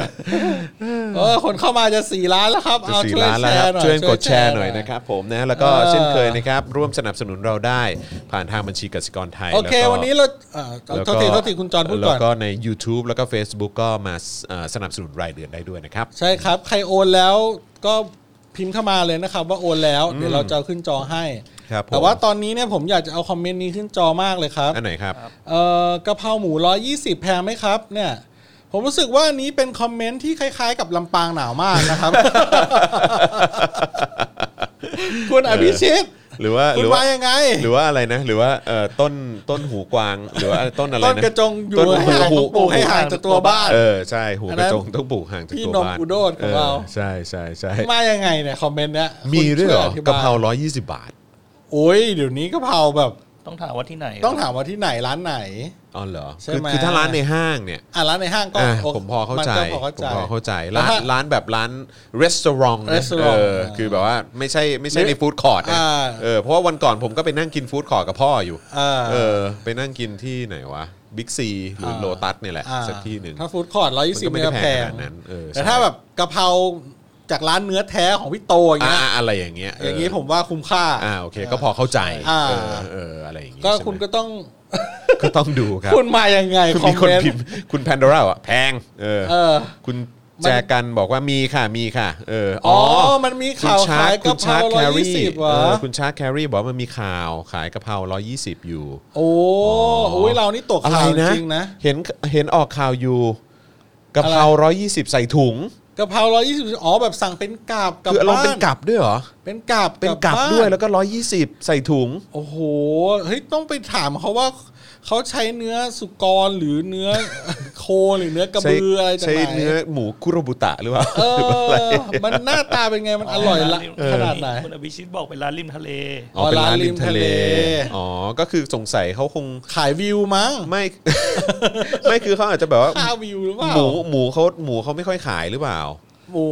[SPEAKER 2] เออคนเข้ามาจะสี่ล้านแล้วครับ
[SPEAKER 1] จะ
[SPEAKER 2] เอา
[SPEAKER 1] สี่
[SPEAKER 2] ช่วย
[SPEAKER 1] ล้าน
[SPEAKER 2] แช
[SPEAKER 1] แล้วครั
[SPEAKER 2] ร์
[SPEAKER 1] บ
[SPEAKER 2] หน่อย
[SPEAKER 1] ช่วยกดแชร์หน่อยนะครับผมนะแล้วก็
[SPEAKER 2] เออ
[SPEAKER 1] เช่นเคยนะครับ ร่วมสนับสนุนเราได้ผ่านทางบัญชีกสิกรไทย
[SPEAKER 2] โอเค
[SPEAKER 1] แล้ก็
[SPEAKER 2] วันนี้เราเอ่อเอา
[SPEAKER 1] แล้ว
[SPEAKER 2] โท
[SPEAKER 1] ก็
[SPEAKER 2] ษทีโทษทีคุณจอนพูดก่อน
[SPEAKER 1] แล้วก็ใน YouTube แล้วก็ Facebook ก็มาเอ่อสนับสนุนรายเดือนได้ด้วยนะครับ
[SPEAKER 2] ใช่ครับ ใครโอนแล้วก็พิมพ์เข้ามาเลยนะครับ ว่าโอนแล้ว เดี๋ยวเราจะเอาขึ้นจอให้
[SPEAKER 1] ครับผม
[SPEAKER 2] แต่ว่าตอนนี้เนี่ยผมอยากจะเอาคอมเมนต์นี้ขึ้นจอมากเลยครับ
[SPEAKER 1] อันไหนครับ
[SPEAKER 2] เอ่อกะเพราหมู 120 แพงไหมครับ เนี่ย ผมรู้สึกว่าอันนี้เป็นคอมเมนต์ที่คล้ายๆ กับลำปางหนาวมาก นะครับ คุณอภิชิต
[SPEAKER 1] หรือว่าห
[SPEAKER 2] คุณ
[SPEAKER 1] รือ
[SPEAKER 2] ว่า
[SPEAKER 1] ว่า
[SPEAKER 2] ยังไง
[SPEAKER 1] หรือว่าอะไรนะ หรือว่าเอ่อต้นต้นหูกวาง หรือว่าต้นอะไรนะ
[SPEAKER 2] ต้นกระจงอยู่
[SPEAKER 1] ต้น
[SPEAKER 2] ให้
[SPEAKER 1] หู
[SPEAKER 2] ห่าง
[SPEAKER 1] หู
[SPEAKER 2] ปลูกให้ห่างจากตัวบ้าน
[SPEAKER 1] เออใช่หู
[SPEAKER 2] อัน
[SPEAKER 1] ก
[SPEAKER 2] นั้
[SPEAKER 1] ระ
[SPEAKER 2] น
[SPEAKER 1] จงต้องปลูกห่างจาก
[SPEAKER 2] พี่
[SPEAKER 1] ตัวน
[SPEAKER 2] ม
[SPEAKER 1] บ้าน
[SPEAKER 2] อุโดดของเรา
[SPEAKER 1] ใช่ใช่ใช่
[SPEAKER 2] มายังไงเนี่ย คอมเมนต์เนี้ย
[SPEAKER 1] มีด้วยเหรอ
[SPEAKER 2] คุณช่ธิบ
[SPEAKER 1] กะเพราร้อยยี่สิบบาท
[SPEAKER 2] โอ้ยเดี๋ยวนี้กะเพราแบบ
[SPEAKER 3] ต้องถามว่าที่ไหน
[SPEAKER 2] ต้องถามว่าที่ไหนร้านไหน
[SPEAKER 1] อ๋อเหรอ
[SPEAKER 2] ใช่
[SPEAKER 1] คือ
[SPEAKER 2] ไหม
[SPEAKER 1] คือถ้าร้านในห้างเนี่ย
[SPEAKER 2] อ่ะร้านในห้างก็
[SPEAKER 1] อ่ะ
[SPEAKER 2] โ
[SPEAKER 1] ผมพอเข้า
[SPEAKER 2] มัน
[SPEAKER 1] ใจ
[SPEAKER 2] ก็พอเข้า
[SPEAKER 1] ผ
[SPEAKER 2] ใจ
[SPEAKER 1] มพอเข้าใจร้าน
[SPEAKER 2] แล้วถ้า
[SPEAKER 1] ร้านแบบร้านรีสอร์ทนะ
[SPEAKER 2] restaurant
[SPEAKER 1] เออคือแบบว่าไม่ใช่ไม่ใช่
[SPEAKER 2] หรือ
[SPEAKER 1] ในฟู้ดคอร์ทนะ
[SPEAKER 2] อ่า
[SPEAKER 1] เออเพราะว่าวันก่อนผมก็ไปนั่งกินฟู้ดคอร์ทกับพ่ออยู่
[SPEAKER 2] อ่า
[SPEAKER 1] เออไปนั่งกินที่ไหนวะบิ๊กซีหรือโลตัสเนี่ยแหละ
[SPEAKER 2] อ่า
[SPEAKER 1] สักที่หนึ่ง
[SPEAKER 2] ถ้าฟู้ดคอร์ทร้อยยี่สิบ
[SPEAKER 1] มันก็ไม่ได้แพงข
[SPEAKER 2] เนี่ยแพง
[SPEAKER 1] นาดนั้นเออใช่
[SPEAKER 2] แต่ถ้าแบบกะเพราจากร้านเนื้อแท้ของพี่โตอย่าง
[SPEAKER 1] อ่า
[SPEAKER 2] เงี้ย
[SPEAKER 1] อะไรอย่างเงี้ย
[SPEAKER 2] อย่างงี้ผมว่าคุ้มค่า
[SPEAKER 1] อ่าโอเค ก็พอเข้าใจ
[SPEAKER 2] อ่า
[SPEAKER 1] เออเอออะไรอย่างงี้
[SPEAKER 2] ก็
[SPEAKER 1] ใช่ไหม
[SPEAKER 2] คุณก็ต้อง
[SPEAKER 1] ก็ต้องดูครับ
[SPEAKER 2] คุณมายังไง
[SPEAKER 1] คือ
[SPEAKER 2] คอ
[SPEAKER 1] มี
[SPEAKER 2] ม
[SPEAKER 1] คน
[SPEAKER 2] เมนต์
[SPEAKER 1] พิมพ์คุณแพนดอร่าอ่ะแพงเออ
[SPEAKER 2] เออ
[SPEAKER 1] คุณ
[SPEAKER 2] มัน
[SPEAKER 1] แจกันบอกว่ามีค่ะมีค่ะเอออ๋
[SPEAKER 2] อ๋
[SPEAKER 1] อ
[SPEAKER 2] อ
[SPEAKER 1] อ
[SPEAKER 2] มันมี
[SPEAKER 1] คุณ
[SPEAKER 2] ข่าว
[SPEAKER 1] ชา
[SPEAKER 2] ขา
[SPEAKER 1] ร์
[SPEAKER 2] ย
[SPEAKER 1] ตคุ
[SPEAKER 2] กะ
[SPEAKER 1] ณ
[SPEAKER 2] เพรา
[SPEAKER 1] ชาร์ตแค
[SPEAKER 2] ร้อย
[SPEAKER 1] รี
[SPEAKER 2] ยี่สิบ
[SPEAKER 1] เอ
[SPEAKER 2] วะ
[SPEAKER 1] อคุณชาร์ตแครีบอกว่ามันมีข่าวขายกะเพรา120 อยู่
[SPEAKER 2] โอ้โอ้ยเรานี่ตก
[SPEAKER 1] อะไร
[SPEAKER 2] ข่าว
[SPEAKER 1] นะ
[SPEAKER 2] จริงๆนะ
[SPEAKER 1] เห็นเห็นออกข่าวอยู่กะเพรา120 ใส่ถุง
[SPEAKER 2] กะเพราร้อยยี่สิบอ๋อแบบสั่งเป็นกาบกลับ
[SPEAKER 1] คือลอง
[SPEAKER 2] บ้าน
[SPEAKER 1] เป็นกับด้วยเหรอ
[SPEAKER 2] เป็นกาบ
[SPEAKER 1] เป็นกับ
[SPEAKER 2] าน
[SPEAKER 1] ด้วยแล้วก็ 120 ใส่ถุง
[SPEAKER 2] โอ้โหเฮ้ยต้องไปถามเขาว่าเขาใช้เนื้อสุกรหรือเนื้อ โคหรือเนื้อกระ
[SPEAKER 1] ใช้
[SPEAKER 2] บืออะไรจาก
[SPEAKER 1] ใช้
[SPEAKER 2] ไหน
[SPEAKER 1] เนื้อหมูคุโรบุตะหรือเปล่า
[SPEAKER 2] เออ มันหน้าตาเป็นไงมันอร่อยละขนาดไหน
[SPEAKER 3] คุณอภิชิตบอกเป็นร้านริมทะเล
[SPEAKER 1] อ๋อเป็นร้าน
[SPEAKER 2] ร้านริ
[SPEAKER 1] ริม
[SPEAKER 2] ม
[SPEAKER 1] ทะ
[SPEAKER 2] ทะ
[SPEAKER 1] เล
[SPEAKER 2] เล
[SPEAKER 1] อ๋อก็คือสงสัยเขา คง
[SPEAKER 2] ขายวิวมั้ง
[SPEAKER 1] ไม่ ไม่คือเขาอาจจะแบบ ว่า
[SPEAKER 2] ค่าวิวหรือเปล่า
[SPEAKER 1] หมูหมูเขาหมูเขาไม่ค่อยขายหรือเปล่า
[SPEAKER 2] หมู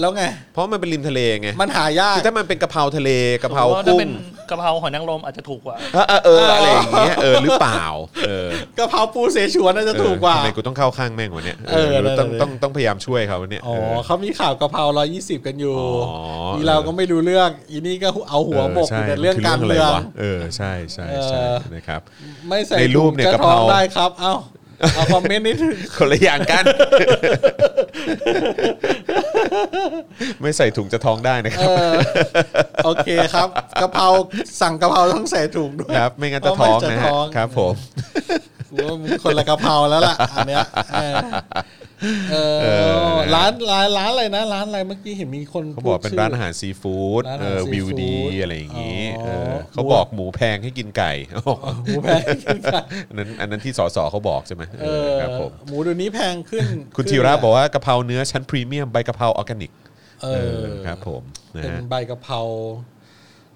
[SPEAKER 2] แล้วไง
[SPEAKER 1] เพราะมันเป็นริมทะเลไง
[SPEAKER 2] มันหายาก
[SPEAKER 1] คือถ้ามันเป็นกะเพราทะเลกะเพรา
[SPEAKER 3] ผมว่ถ้
[SPEAKER 1] กุ้
[SPEAKER 3] เป็
[SPEAKER 1] ง
[SPEAKER 3] นกะเพราหอยนางรมอาจจะถูกกว่า
[SPEAKER 1] เออเออเอออะไรอย่างเงี้ยเออหรือเปล่าเออก
[SPEAKER 2] ะเพราปูเสฉวนน่าจะถูกก
[SPEAKER 1] เอ
[SPEAKER 2] ว่า
[SPEAKER 1] อทำไมกูต้องเข้าข้างแม่งวะเนี่ย
[SPEAKER 2] เออนั่นแหละ
[SPEAKER 1] ต้องต้องต้องพยายามช่วยเขาเนี่ย
[SPEAKER 2] อ๋อ
[SPEAKER 1] เออ
[SPEAKER 2] เขามีข่าวกะเพราร้อยี่สิบกันอยู่
[SPEAKER 1] อ๋อ
[SPEAKER 2] อีเราก็ไม่รู้เรื่องอีนี่ก็เอาหัวบกอยู่ในเรื่องการเมือง
[SPEAKER 1] คืะไวะเออใช่ใช่ใช่
[SPEAKER 2] เออ
[SPEAKER 1] นะครับ
[SPEAKER 2] ไม่ใส่
[SPEAKER 1] ในรูปเนี่ย
[SPEAKER 2] ถุง
[SPEAKER 1] กะเพรา
[SPEAKER 2] ท้องได้ครับ เอ้าเอาคอมเมนต์นิดนึง
[SPEAKER 1] คนละอย่างกัน ไม่ใส่ถุงจะท้องได้นะค
[SPEAKER 2] เอ
[SPEAKER 1] รับ
[SPEAKER 2] อโอเคครับกะเพราสั่งกะเพราต้องใส่ถุงด้วย
[SPEAKER 1] ครับ ไม่งั้นจะท้องนะ
[SPEAKER 2] เพราะมันจะ
[SPEAKER 1] ฮะ
[SPEAKER 2] ท้อง
[SPEAKER 1] ครับผม
[SPEAKER 2] กูว่ามึงคนละกะเพราแล้วล่ะอันเนี้ยเออเออ
[SPEAKER 1] เออ
[SPEAKER 2] ร้านร้านร้านอะไรนะ ร้านอะไรเมื่อกี้เห็นมีคน
[SPEAKER 1] เขาบอกเป็น
[SPEAKER 2] พูดชื่
[SPEAKER 1] ร้านอาหารซีฟู้ด
[SPEAKER 2] ร้านอาหาร
[SPEAKER 1] เออวิว
[SPEAKER 2] ซีฟู้ด
[SPEAKER 1] ดี อะไรอย่างนี้
[SPEAKER 2] อ๋อ
[SPEAKER 1] เออเขาบอกหมูแพงให้กินไก่อ๋อ
[SPEAKER 2] หมูแพงขึ้นค่ะ
[SPEAKER 1] อันนั้นอันนั้นที่สสเขาบอกใช่ไหมเอ
[SPEAKER 2] เอ
[SPEAKER 1] อ
[SPEAKER 2] อ
[SPEAKER 1] ครับผม
[SPEAKER 2] หมูเดี๋ยวนี้แพงขึ้น
[SPEAKER 1] คุณ
[SPEAKER 2] ขึ้น
[SPEAKER 1] ธีระบอกว่ากะเพราเนื้อชั้นพรีเมียมใบกะเพราออร์แกนิก
[SPEAKER 2] เอ
[SPEAKER 1] เอ
[SPEAKER 2] อ
[SPEAKER 1] อครับผมนะ
[SPEAKER 2] เป็น
[SPEAKER 1] ฮะ
[SPEAKER 2] ใบกะเพรา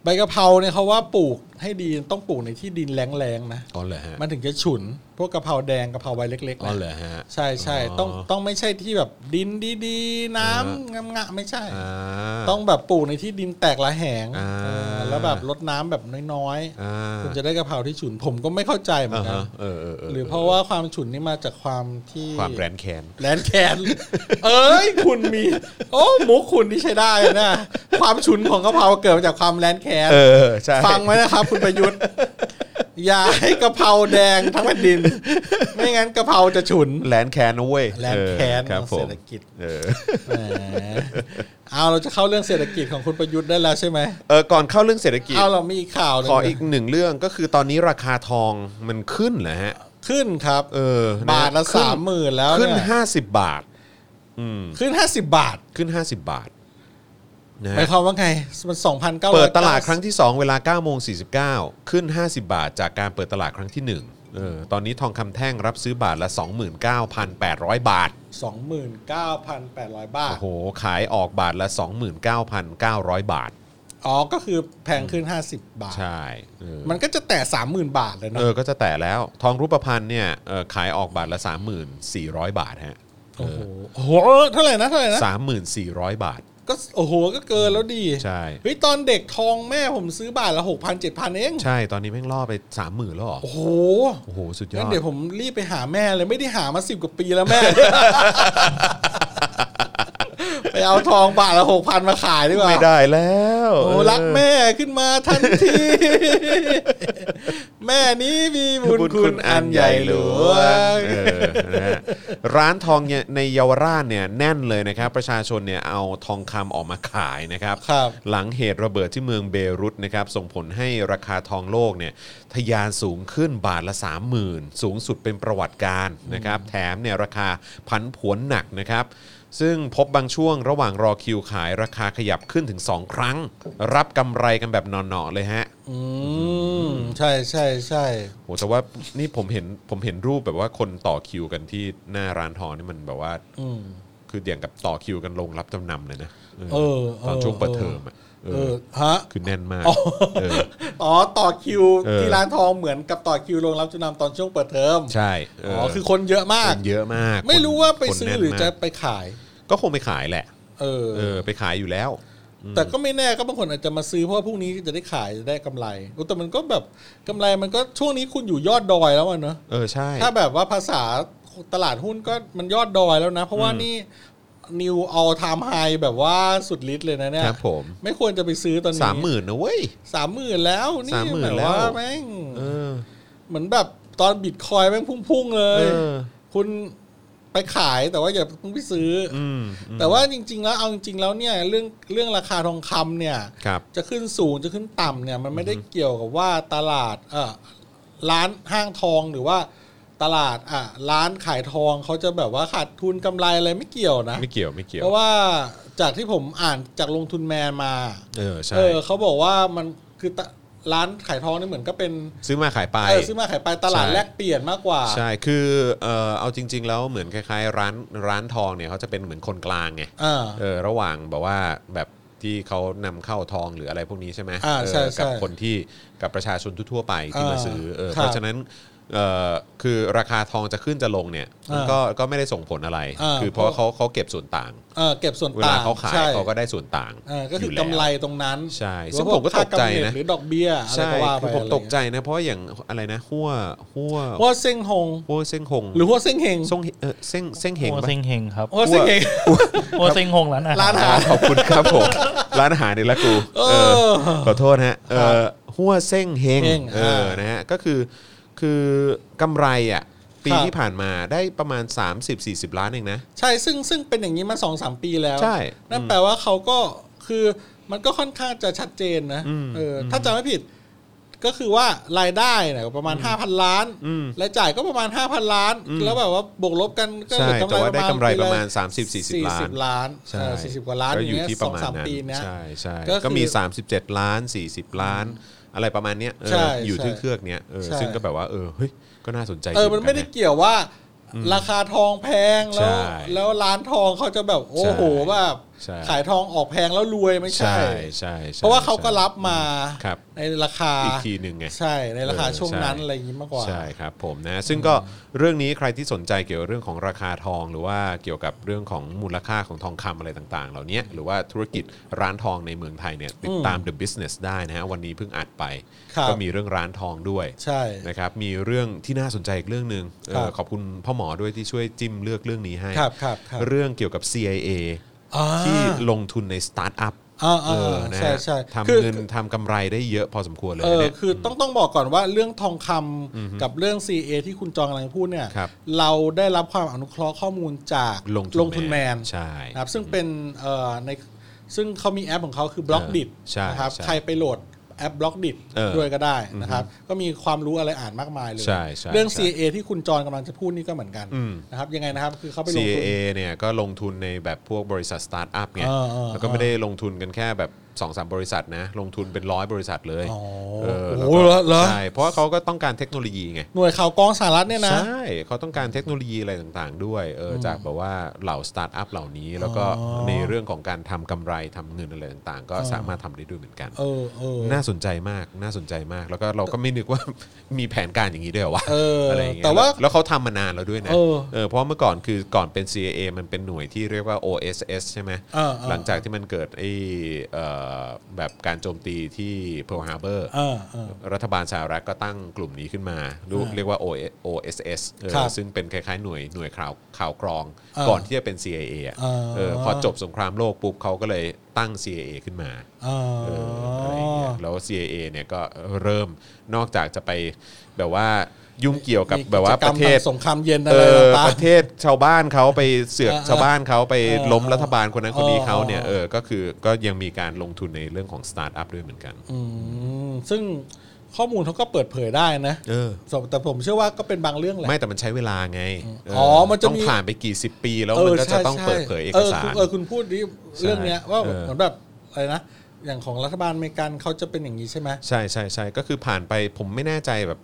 [SPEAKER 2] ใบกะเพราเนี่ยเขาว่าปลูกให้ดีต้องปลูกในที่ดินแรงๆนะ
[SPEAKER 1] อ๋อเหรอฮะ
[SPEAKER 2] มันถึงจะฉุน พวกกะเพราแดงกะเพราใบเล็กๆ
[SPEAKER 1] อ๋อ
[SPEAKER 2] นะ
[SPEAKER 1] เหรอฮะ
[SPEAKER 2] ใช่ใช่
[SPEAKER 1] อ๋อ
[SPEAKER 2] ต้องต้องไม่ใช่ที่แบบดินดีๆ น้
[SPEAKER 1] เอ
[SPEAKER 2] ำงามๆไม่ใช่
[SPEAKER 1] อ่า
[SPEAKER 2] ต้องแบบปลูกในที่ดินแตกละแหง
[SPEAKER 1] อ่า
[SPEAKER 2] เออแล้วแบบรดน้ำแบบน้อย
[SPEAKER 1] อ่า
[SPEAKER 2] ๆคุณจะได้กะเพราที่ฉุนผมก็ไม่เข้าใจเหมือ
[SPEAKER 1] อ่าน
[SPEAKER 2] กัน
[SPEAKER 1] ฮะเออเออเออ
[SPEAKER 2] หรือเพราะว่าความฉุนนี่มาจากความที่
[SPEAKER 1] ความแรนแคน
[SPEAKER 2] แรนแคนเอ้ยคุณมี โอ้หมูคุณที่ใช้ได้นะความฉุนของกะเพราเกิดมาจากความแรนแคน
[SPEAKER 1] เออใช่
[SPEAKER 2] ฟังไว้นะครับ คุณประยุทธ์อย่าให้กะเพราแดงทั้งแผ่นดิน ไม่งั้นกะเพราจะฉุน
[SPEAKER 1] แรนแคนนะเว้ย
[SPEAKER 2] แรนแคน
[SPEAKER 1] เออครับผ
[SPEAKER 2] เศร
[SPEAKER 1] ม
[SPEAKER 2] ษฐกิจ
[SPEAKER 1] เออ
[SPEAKER 2] แหมเอาเราจะเข้าเรื่องเศรษฐกิจของคุณประยุทธ์ได้แล้วใช่ไหม
[SPEAKER 1] เออก่อนเข้าเรื่องเศรษฐกิจ
[SPEAKER 2] เอาเรามีอีกข่าวหนึ่ง
[SPEAKER 1] ขออีกหนึ่งเรื่องก็คือตอนนี้ราคาทองมันขึ้นเหรอฮะ
[SPEAKER 2] ขึ้นครับ
[SPEAKER 1] เออนะ
[SPEAKER 2] บาทละ
[SPEAKER 1] ขึ้น
[SPEAKER 2] สามหมื่นแล้ว
[SPEAKER 1] ขึ้น
[SPEAKER 2] เนี่ย
[SPEAKER 1] ห้าสิบบาท อืม
[SPEAKER 2] ขึ้นห้าสิบบาท
[SPEAKER 1] ขึ้นห้าสิบบาทนะ
[SPEAKER 2] หมา
[SPEAKER 1] ฮะ
[SPEAKER 2] ยความว่าไงมันสองพันเก้า
[SPEAKER 1] เปิดตลาดครั้งที่ 2 เวลา9โมง49 ขึ้น 50 บาท จากการเปิดตลาดครั้งที่1เออตอนนี้ทองคำแท่งรับซื้อบาทละ 29,800 บาท
[SPEAKER 2] สองหมื่นเก้าพันแปดร้อยบา
[SPEAKER 1] โอ้
[SPEAKER 2] ท
[SPEAKER 1] โห ขายออกบาทละ 29,900 บาท
[SPEAKER 2] อ๋อ ก็คือแพงขึ้นห้าสิบบาท
[SPEAKER 1] ใช่เออ
[SPEAKER 2] มันก็จะแต่สามหมื่นบาทเลย
[SPEAKER 1] เอ
[SPEAKER 2] เนาะ
[SPEAKER 1] อ ก็จะแตะแล้ว ทองรูปพรรณเนี่ยเอ่อขายออกบาทละ 3,400 บาทฮะ
[SPEAKER 2] โอ้โหโอ้โหเท่าไหร่นะเท่าไหร่นะ
[SPEAKER 1] สามหมื่นสี่ร้อยบาท
[SPEAKER 2] ก็โอ้โห ก็เกินแล้วดี
[SPEAKER 1] ใช่
[SPEAKER 2] เฮ้ยตอนเด็กทองแม่ผมซื้อบาทละหกพันเจ็ดพันเอง
[SPEAKER 1] ใช่ ตอนนี้แม่งล่อไปสามหมื่นแล้วเหรอ
[SPEAKER 2] โอ้โห
[SPEAKER 1] โอ้โห สุดยอ
[SPEAKER 2] งั้น
[SPEAKER 1] ด
[SPEAKER 2] เดี๋ยวผมรีบไปหาแม่เลยไม่ได้หามาสิบกว่าปีแล้ว แม่ ไปเอาทองบาทละหกพันมาขายดีกว่า
[SPEAKER 1] ไม่ได้แล้ว
[SPEAKER 2] โอ้
[SPEAKER 1] เออ
[SPEAKER 2] รักแม่ขึ้นมาทันที แม่นี้มีบุญคุณอันใหญ่หลวง
[SPEAKER 1] เออนะฮะร้านทองเนี่ยในเยาวราชเนี่ยแน่นเลยนะครับ ประชาชนเนี่ยเอาทองคำออกมาขายนะครับ
[SPEAKER 2] ครับ
[SPEAKER 1] หลังเหตุระเบิดที่เมืองเบรุตนะครับ ส่งผลให้ราคาทองโลกเนี่ยทะยานสูงขึ้นบาทละ 30,000 สูงสุดเป็นประวัติการณ์นะครับ แถมเนี่ยราคาผันผวนหนักนะครับ ซึ่งพบบางช่วงระหว่างรอคิวขายราคาขยับขึ้นถึง 2 ครั้ง รับกำไรกันแบบหนอๆเลยฮะ
[SPEAKER 2] อืมใช่ใช่ใช่
[SPEAKER 1] โหแต่ว่านี่ผมเห็นผมเห็นรูปแบบว่าคนต่อคิวกันที่หน้าร้านทองนี่มันแบบว่า
[SPEAKER 2] อืม
[SPEAKER 1] คือเดี่ยงกับต่อคิวกันลงรับจำนำเลยนะ
[SPEAKER 2] เออ
[SPEAKER 1] ตอนช่วง
[SPEAKER 2] เออ
[SPEAKER 1] เปิดเทอมอะเอ
[SPEAKER 2] เอ
[SPEAKER 1] อ
[SPEAKER 2] อฮะ
[SPEAKER 1] คือแน่นมาก
[SPEAKER 2] อ๋อ
[SPEAKER 1] เออ
[SPEAKER 2] อ๋อต่อคิว
[SPEAKER 1] เออ
[SPEAKER 2] ที่ร้านทองเหมือนกับต่อคิวโรงรับจำนำตอนช่วงเปิดเทอม
[SPEAKER 1] ใช่เ
[SPEAKER 2] อ๋อคือคนเยอะมาก
[SPEAKER 1] คนเยอะมาก
[SPEAKER 2] ไม่รู้ว่าไป
[SPEAKER 1] คน
[SPEAKER 2] ซื้อ
[SPEAKER 1] แน่น
[SPEAKER 2] หรือจะ
[SPEAKER 1] มาก
[SPEAKER 2] ไปขาย
[SPEAKER 1] ก็คงไปขายแหละ
[SPEAKER 2] เออ
[SPEAKER 1] เออไปขายอยู่แล้ว
[SPEAKER 2] แต่ก็ไม่แน่ก็บางคนอาจจะมาซื้อเพราะว่าพรุ่งนี้จะได้ขายจะได้กำไรโอ้แต่มันก็แบบกำไรมันก็ช่วงนี้คุณอยู่ยอดดอยแล้วอะเนอะ
[SPEAKER 1] เออใช่
[SPEAKER 2] ถ้าแบบว่าภาษาตลาดหุ้นก็มันยอดดอยแล้วนะ เพราะว่านี่นิวเอาไทม์ไฮแบบว่าสุดฤทธิ์เลยนะเนี่ย
[SPEAKER 1] ครับผม
[SPEAKER 2] ไม่ควรจะไปซื้อตอนนี้
[SPEAKER 1] สามหมื่นนะเว้ย
[SPEAKER 2] สามหมื่นแล้วนี่
[SPEAKER 1] 30,000
[SPEAKER 2] แบบ
[SPEAKER 1] แล้ว
[SPEAKER 2] ว่าแม่ง
[SPEAKER 1] เออ
[SPEAKER 2] เหมือนแบบตอนบิตคอยน์แม่งพุ่งๆเล
[SPEAKER 1] เอย อ
[SPEAKER 2] คุณไปขายแต่ว่าอย่าเพิ่งไปซื้ออ
[SPEAKER 1] อืมอืม
[SPEAKER 2] แต่ว่าจริง ๆ แล้วเอาจริงๆแล้วเนี่ยเรื่องเรื่องราคาทองคำเนี่ย
[SPEAKER 1] ครับ
[SPEAKER 2] จะขึ้นสูงจะขึ้นต่ำเนี่ยมันไม่ได้เกี่ยวกับว่าตลาดเออร้านห้างทองหรือว่าตลาดอ่ะร้านขายทองเขาจะแบบว่าขาดทุนกำไรอะไรไม่เกี่ยวนะ
[SPEAKER 1] ไม่เกี่ยวไม่เกี่ยว
[SPEAKER 2] เพราะว่าจากที่ผมอ่านจากลงทุนแมนมา
[SPEAKER 1] เออใช่
[SPEAKER 2] เออเขาบอกว่ามันคือตะร้านขายทองนี่เหมือนก็เป็น
[SPEAKER 1] ซื้อมาขายไป
[SPEAKER 2] เออซื้อมาขายไปตลาด
[SPEAKER 1] ใช่
[SPEAKER 2] แลกเปลี่ยนมากกว่า
[SPEAKER 1] ใช่ คือเออเอาจริง ๆ แล้วเหมือนคล้ายๆ ร้านร้านทองเนี่ยเขาจะเป็นเหมือนคนกลางไง
[SPEAKER 2] อ่า
[SPEAKER 1] เออ ระหว่างแบบว่าแบบที่เขานำเข้าทองหรืออะไรพวกนี้ใช่ไหม
[SPEAKER 2] อ่า
[SPEAKER 1] เออ
[SPEAKER 2] ใช่ใช่
[SPEAKER 1] กับคนที่กับประชาชนทั่วๆไปที่มา
[SPEAKER 2] อ่า
[SPEAKER 1] ซื้อ เออ
[SPEAKER 2] ครับ
[SPEAKER 1] เพราะฉะนั้น เออคือราคาทองจะขึ้นจะลงเนี่ยมัน
[SPEAKER 2] อ่า
[SPEAKER 1] ก็ก็ไม่ได้ส่งผลอะไร
[SPEAKER 2] อ่า
[SPEAKER 1] คือเพราะเขาเขาเก็บส่วนต่าง
[SPEAKER 2] เออเก็บส่วน
[SPEAKER 1] เว
[SPEAKER 2] ต่า
[SPEAKER 1] ลาง เขาขาย
[SPEAKER 2] ใช่
[SPEAKER 1] เขาก็ได้ส่วนต่าง
[SPEAKER 2] เออก็คือยู่ อ
[SPEAKER 1] แล้ว
[SPEAKER 2] กำไรตรงนั้น
[SPEAKER 1] ใช่
[SPEAKER 2] หรือ
[SPEAKER 1] ซึ่งผมก็
[SPEAKER 2] ว่าพว
[SPEAKER 1] ตกใจ
[SPEAKER 2] ค่าำเนิด
[SPEAKER 1] นะ
[SPEAKER 2] หรือดอกเบี้ยอะไร
[SPEAKER 1] ใช่
[SPEAKER 2] ก็ว่าไป
[SPEAKER 1] คือผม
[SPEAKER 2] อะไร
[SPEAKER 1] ตกใจนะ เพราะว่าอย่างอะไรนะหัวหัว
[SPEAKER 2] หัวเซ็งหง
[SPEAKER 1] หัวเส้งหง
[SPEAKER 2] หรือหัวเซ็งเฮง
[SPEAKER 1] ส่งเออเส้งเส้งเหง
[SPEAKER 3] โอ
[SPEAKER 1] ปะ
[SPEAKER 3] เซ็งเฮงครับ
[SPEAKER 2] หัวเซ็งเฮง
[SPEAKER 3] โอเซ็งหงร้านอาหาร
[SPEAKER 2] ร้านอาหาร
[SPEAKER 1] ขอบคุณครับผม ร้านอาหารนี่ละกู
[SPEAKER 2] เออ
[SPEAKER 1] เออขอโทษนะฮะเออหัวเส้งเฮง
[SPEAKER 2] เฮง
[SPEAKER 1] เออ
[SPEAKER 2] เออ
[SPEAKER 1] นะฮะก็คือคือกำไรอ่ะ ปี
[SPEAKER 2] ครับ
[SPEAKER 1] ที่ผ่านมาได้ประมาณ 30-40 ล้านเองนะ
[SPEAKER 2] ใช่ซึ่งซึ่งเป็นอย่างนี้มาสองสามปีแล้ว
[SPEAKER 1] ใช่
[SPEAKER 2] นั่นแปลว่าเขาก็คือมันก็ค่อนข้างจะชัดเจนนะ
[SPEAKER 1] อืม
[SPEAKER 2] เออถ้าจำไม่ผิดก็คือว่ารายได้เนี่ยประมาณ 5,000 ล้าน
[SPEAKER 1] อืม
[SPEAKER 2] รายจ่ายก็ประมาณ 5,000 ล้าน
[SPEAKER 1] อืม
[SPEAKER 2] แล้วแบบว่าบวกลบกันก็
[SPEAKER 1] ใช่
[SPEAKER 2] เหลือ
[SPEAKER 1] แต่ว่าได้กำไรประมาณ
[SPEAKER 2] ปีล
[SPEAKER 1] 30-40 ล้าน
[SPEAKER 2] 40 ล้าน
[SPEAKER 1] ใช่
[SPEAKER 2] เออ40 กว่าล้าน
[SPEAKER 1] ก็อยู่
[SPEAKER 2] างเงี้
[SPEAKER 1] ที่ประมาณ
[SPEAKER 2] สองส
[SPEAKER 1] นั้น
[SPEAKER 2] ปีเนี้ย
[SPEAKER 1] ใช่ใช่
[SPEAKER 2] ก็
[SPEAKER 1] ก็มี
[SPEAKER 2] คือ
[SPEAKER 1] 37 ล้าน 40 ล้าน อะไรประมาณเนี้ยเออ
[SPEAKER 2] ใช่
[SPEAKER 1] อยู่
[SPEAKER 2] ใช่
[SPEAKER 1] ที่เครือกเนี้ยเออ
[SPEAKER 2] ใช่
[SPEAKER 1] ซึ่งก็แบบว่าเออเฮ้ยก็น่าสนใจ
[SPEAKER 2] เออ
[SPEAKER 1] ดีห
[SPEAKER 2] มันไม่ได้
[SPEAKER 1] กัะ
[SPEAKER 2] เกี่ยวว่าราคาทองแพงแล้ว
[SPEAKER 1] ใช่
[SPEAKER 2] แล้วร้านทองเขาจะแบบโอ้โห
[SPEAKER 1] ใช่
[SPEAKER 2] แบบ
[SPEAKER 1] ใช่
[SPEAKER 2] ขายทองออกแพงแล้วรวยไม่
[SPEAKER 1] ใช่
[SPEAKER 2] ใช่
[SPEAKER 1] ใช่ใช่
[SPEAKER 2] เพราะว่าเขาก็
[SPEAKER 1] ใช่
[SPEAKER 2] รับมา
[SPEAKER 1] ครับ
[SPEAKER 2] ในราคา
[SPEAKER 1] อีกทีหนึ่งไง
[SPEAKER 2] ใช่ในราคา
[SPEAKER 1] เออ
[SPEAKER 2] ช่วงนั้น
[SPEAKER 1] ใช่
[SPEAKER 2] อะไรอย่างนี้มากกว่า
[SPEAKER 1] ใช่ครับผมนะซึ่งก็เรื่องนี้ใครที่สนใจเกี่ยวกับเรื่องของราคาทอง หรือว่าเกี่ยวกับเรื่องของมูลค่าของทองคำอะไรต่าง ๆ เหล่านี้หรือว่าธุรกิจร้านทองในเมืองไทยเนี่ยติดตาม The Business ได้นะฮะวันนี้เพิ่งอัดไป
[SPEAKER 2] ครับ
[SPEAKER 1] ก็มีเรื่องร้านทองด้วย
[SPEAKER 2] ใช่
[SPEAKER 1] นะครับมีเรื่องที่น่าสนใจอีกเรื่องหนึ่งเออ
[SPEAKER 2] ครับ
[SPEAKER 1] ขอบคุณพ่อหมอด้วยที่ช่วยจิ้มเลือกเรื่องนี้ให้
[SPEAKER 2] ครับครับครับ
[SPEAKER 1] เรื่องเกี่ยวกับ CIA
[SPEAKER 2] อ่า
[SPEAKER 1] ที่ลงทุนในสตาร์ทอัพ
[SPEAKER 2] อ่า
[SPEAKER 1] เอ
[SPEAKER 2] อ่า
[SPEAKER 1] อนะ
[SPEAKER 2] ใช่
[SPEAKER 1] ฮะ
[SPEAKER 2] ใช่
[SPEAKER 1] ทำ
[SPEAKER 2] คือ
[SPEAKER 1] เงินทำกำไรได้เยอะพอสมควรเลย
[SPEAKER 2] เอ
[SPEAKER 1] นะ
[SPEAKER 2] อ
[SPEAKER 1] เนี่ย
[SPEAKER 2] คือต้องต้องบอกก่อนว่าเรื่องทองคำกับเรื่อง CA ที่คุณจองกำลังพูดเนี่ย
[SPEAKER 1] ครับ
[SPEAKER 2] เราได้รับความอนุเคราะห์ข้อมูลจาก
[SPEAKER 1] ลง
[SPEAKER 2] ทุนแมน
[SPEAKER 1] ใช่
[SPEAKER 2] นะครับซึ่งเป็นเอ่อในซึ่งเขามีแอปของเขาคือบล็อกดิ
[SPEAKER 1] ใช่
[SPEAKER 2] นะครับ
[SPEAKER 1] ใช่
[SPEAKER 2] ใครไปโหลดแอปบล็อกดิ
[SPEAKER 1] เออ
[SPEAKER 2] ด้วยก็ได้นะครับก็มีความรู้อะไรอ่านมากมายเลย
[SPEAKER 1] ใช่ใช่
[SPEAKER 2] เรื่อง
[SPEAKER 1] ใช่
[SPEAKER 2] CA ที่คุณจอนกำลังจะพูดนี่ก็เหมือนกันนะครับยังไงนะครับคือเขาไปลงทุน
[SPEAKER 1] CAA เนี่ยก็ลงทุนในแบบพวกบริษัทสตาร์ทอัพไง
[SPEAKER 2] เออเออ
[SPEAKER 1] แล้วก็ไม่ได้ลงทุนกันแค่แบบ2อสบริษัทนะ ลงทุนเป็นร้อยบริษัทเลย
[SPEAKER 2] อ๋อ
[SPEAKER 1] เออ
[SPEAKER 2] โอ้
[SPEAKER 1] แล้วก็
[SPEAKER 2] โหเหรอเหรอ
[SPEAKER 1] ใช่เพราะว่าเขาก็ต้องการเทคโนโลยีไง
[SPEAKER 2] หน่วยข่าวกองสหรัฐเนี่ยนะ
[SPEAKER 1] ใช่เขาต้องการเทคโนโลยีอะไรต่างๆ ด้วยเอออจากแบบว่าเหล่าสตาร์ทอัพเหล่านี้ แล้วก็
[SPEAKER 2] อ๋อ
[SPEAKER 1] ในเรื่องของการทำกำไรทำเงินอะไรต่างๆ ก็สามารถทำได้ด้วยเหมือนกัน
[SPEAKER 2] เออเออ
[SPEAKER 1] น่าสนใจมากน่าสนใจมาก แล้วก็เราก็ไม่นึกว่า มีแผนการอย่างนี้ด้วยเหรอวะ
[SPEAKER 2] เอออ
[SPEAKER 1] อะไรอย่างเงี้ย
[SPEAKER 2] แต่ว่า
[SPEAKER 1] แล้วเขาทำมานานแล้วด้วยนะ
[SPEAKER 2] เออ
[SPEAKER 1] เออเพราะเมื่อก่อนคือก่อนเป็น CIA มันเป็นหน่วยที่เรียกว่า OSS ใช่ไหม
[SPEAKER 2] เออเออ
[SPEAKER 1] หลังจากที่มันเกิดไอ้เอ่อแบบการโจมตีที่ Pearl Harbor
[SPEAKER 2] เออเออ
[SPEAKER 1] รัฐบาลสหรัฐก็ตั้งกลุ่มนี้ขึ้นมารูกเรียกว่า OS- OSS เออ
[SPEAKER 2] ครับ
[SPEAKER 1] ซึ่งเป็นคล้ายๆหน่วยหน่วยข่าวข่าวกรอง
[SPEAKER 2] เออ
[SPEAKER 1] ก่อนที่จะเป็น CIA อะ
[SPEAKER 2] เออ
[SPEAKER 1] เออพอจบสงครามโลกปุ๊บเขาก็เลยตั้ง CIA ขึ้นมา
[SPEAKER 2] เอ
[SPEAKER 1] เออ
[SPEAKER 2] อ
[SPEAKER 1] อะไรอย่างเงี้ยแล้ว CIA เนี่ยก็เริ่มนอกจากจะไปแบบว่ายุ่งเกี่ยวกับ
[SPEAKER 2] มี
[SPEAKER 1] แบบว่า
[SPEAKER 2] จ
[SPEAKER 1] ป
[SPEAKER 2] ก
[SPEAKER 1] ระเทศ
[SPEAKER 2] ทำสงครามเย็นอะ
[SPEAKER 1] เอ
[SPEAKER 2] ไร
[SPEAKER 1] อ
[SPEAKER 2] ต่าง
[SPEAKER 1] ประเทศชาวบ้านเขาไปเสือก
[SPEAKER 2] เออเออ
[SPEAKER 1] ชาวบ้านเขาไป
[SPEAKER 2] เออ
[SPEAKER 1] ล้มรัฐบาลคนนั้นคนนี้เขาเนี่ย
[SPEAKER 2] เออ
[SPEAKER 1] เออก็คือก็ยังมีการลงทุนในเรื่องของสตาร์ทอัพด้วยเหมือนกัน
[SPEAKER 2] ๆอืมซึ่งข้อมูลเขาก็เปิดเผยได้นะ
[SPEAKER 1] เออ
[SPEAKER 2] แต่ผมเชื่อว่าก็เป็นบางเรื่องแหละ
[SPEAKER 1] ไม่แต่มันใช้เวลาไงเ
[SPEAKER 2] อมันจะ
[SPEAKER 1] ต้อง
[SPEAKER 2] มี
[SPEAKER 1] ผ่านไปกี่สิบปีแล้วมันก็จะ
[SPEAKER 2] ใช่
[SPEAKER 1] ต้อง
[SPEAKER 2] ใช่
[SPEAKER 1] เปิดเผยเอกสาร
[SPEAKER 2] คุณเออคุณพูดดิเรื่องเนี้ยว่า
[SPEAKER 1] เออ
[SPEAKER 2] เหมือนแบบอะไรนะอย่างของรัฐบาลอเมริกันเขาจะเป็นอย่างนี้ใช่ไหม
[SPEAKER 1] ใช่ใช่ใช่ก็คือผ่านไปผมไม่แน่ใจแบบ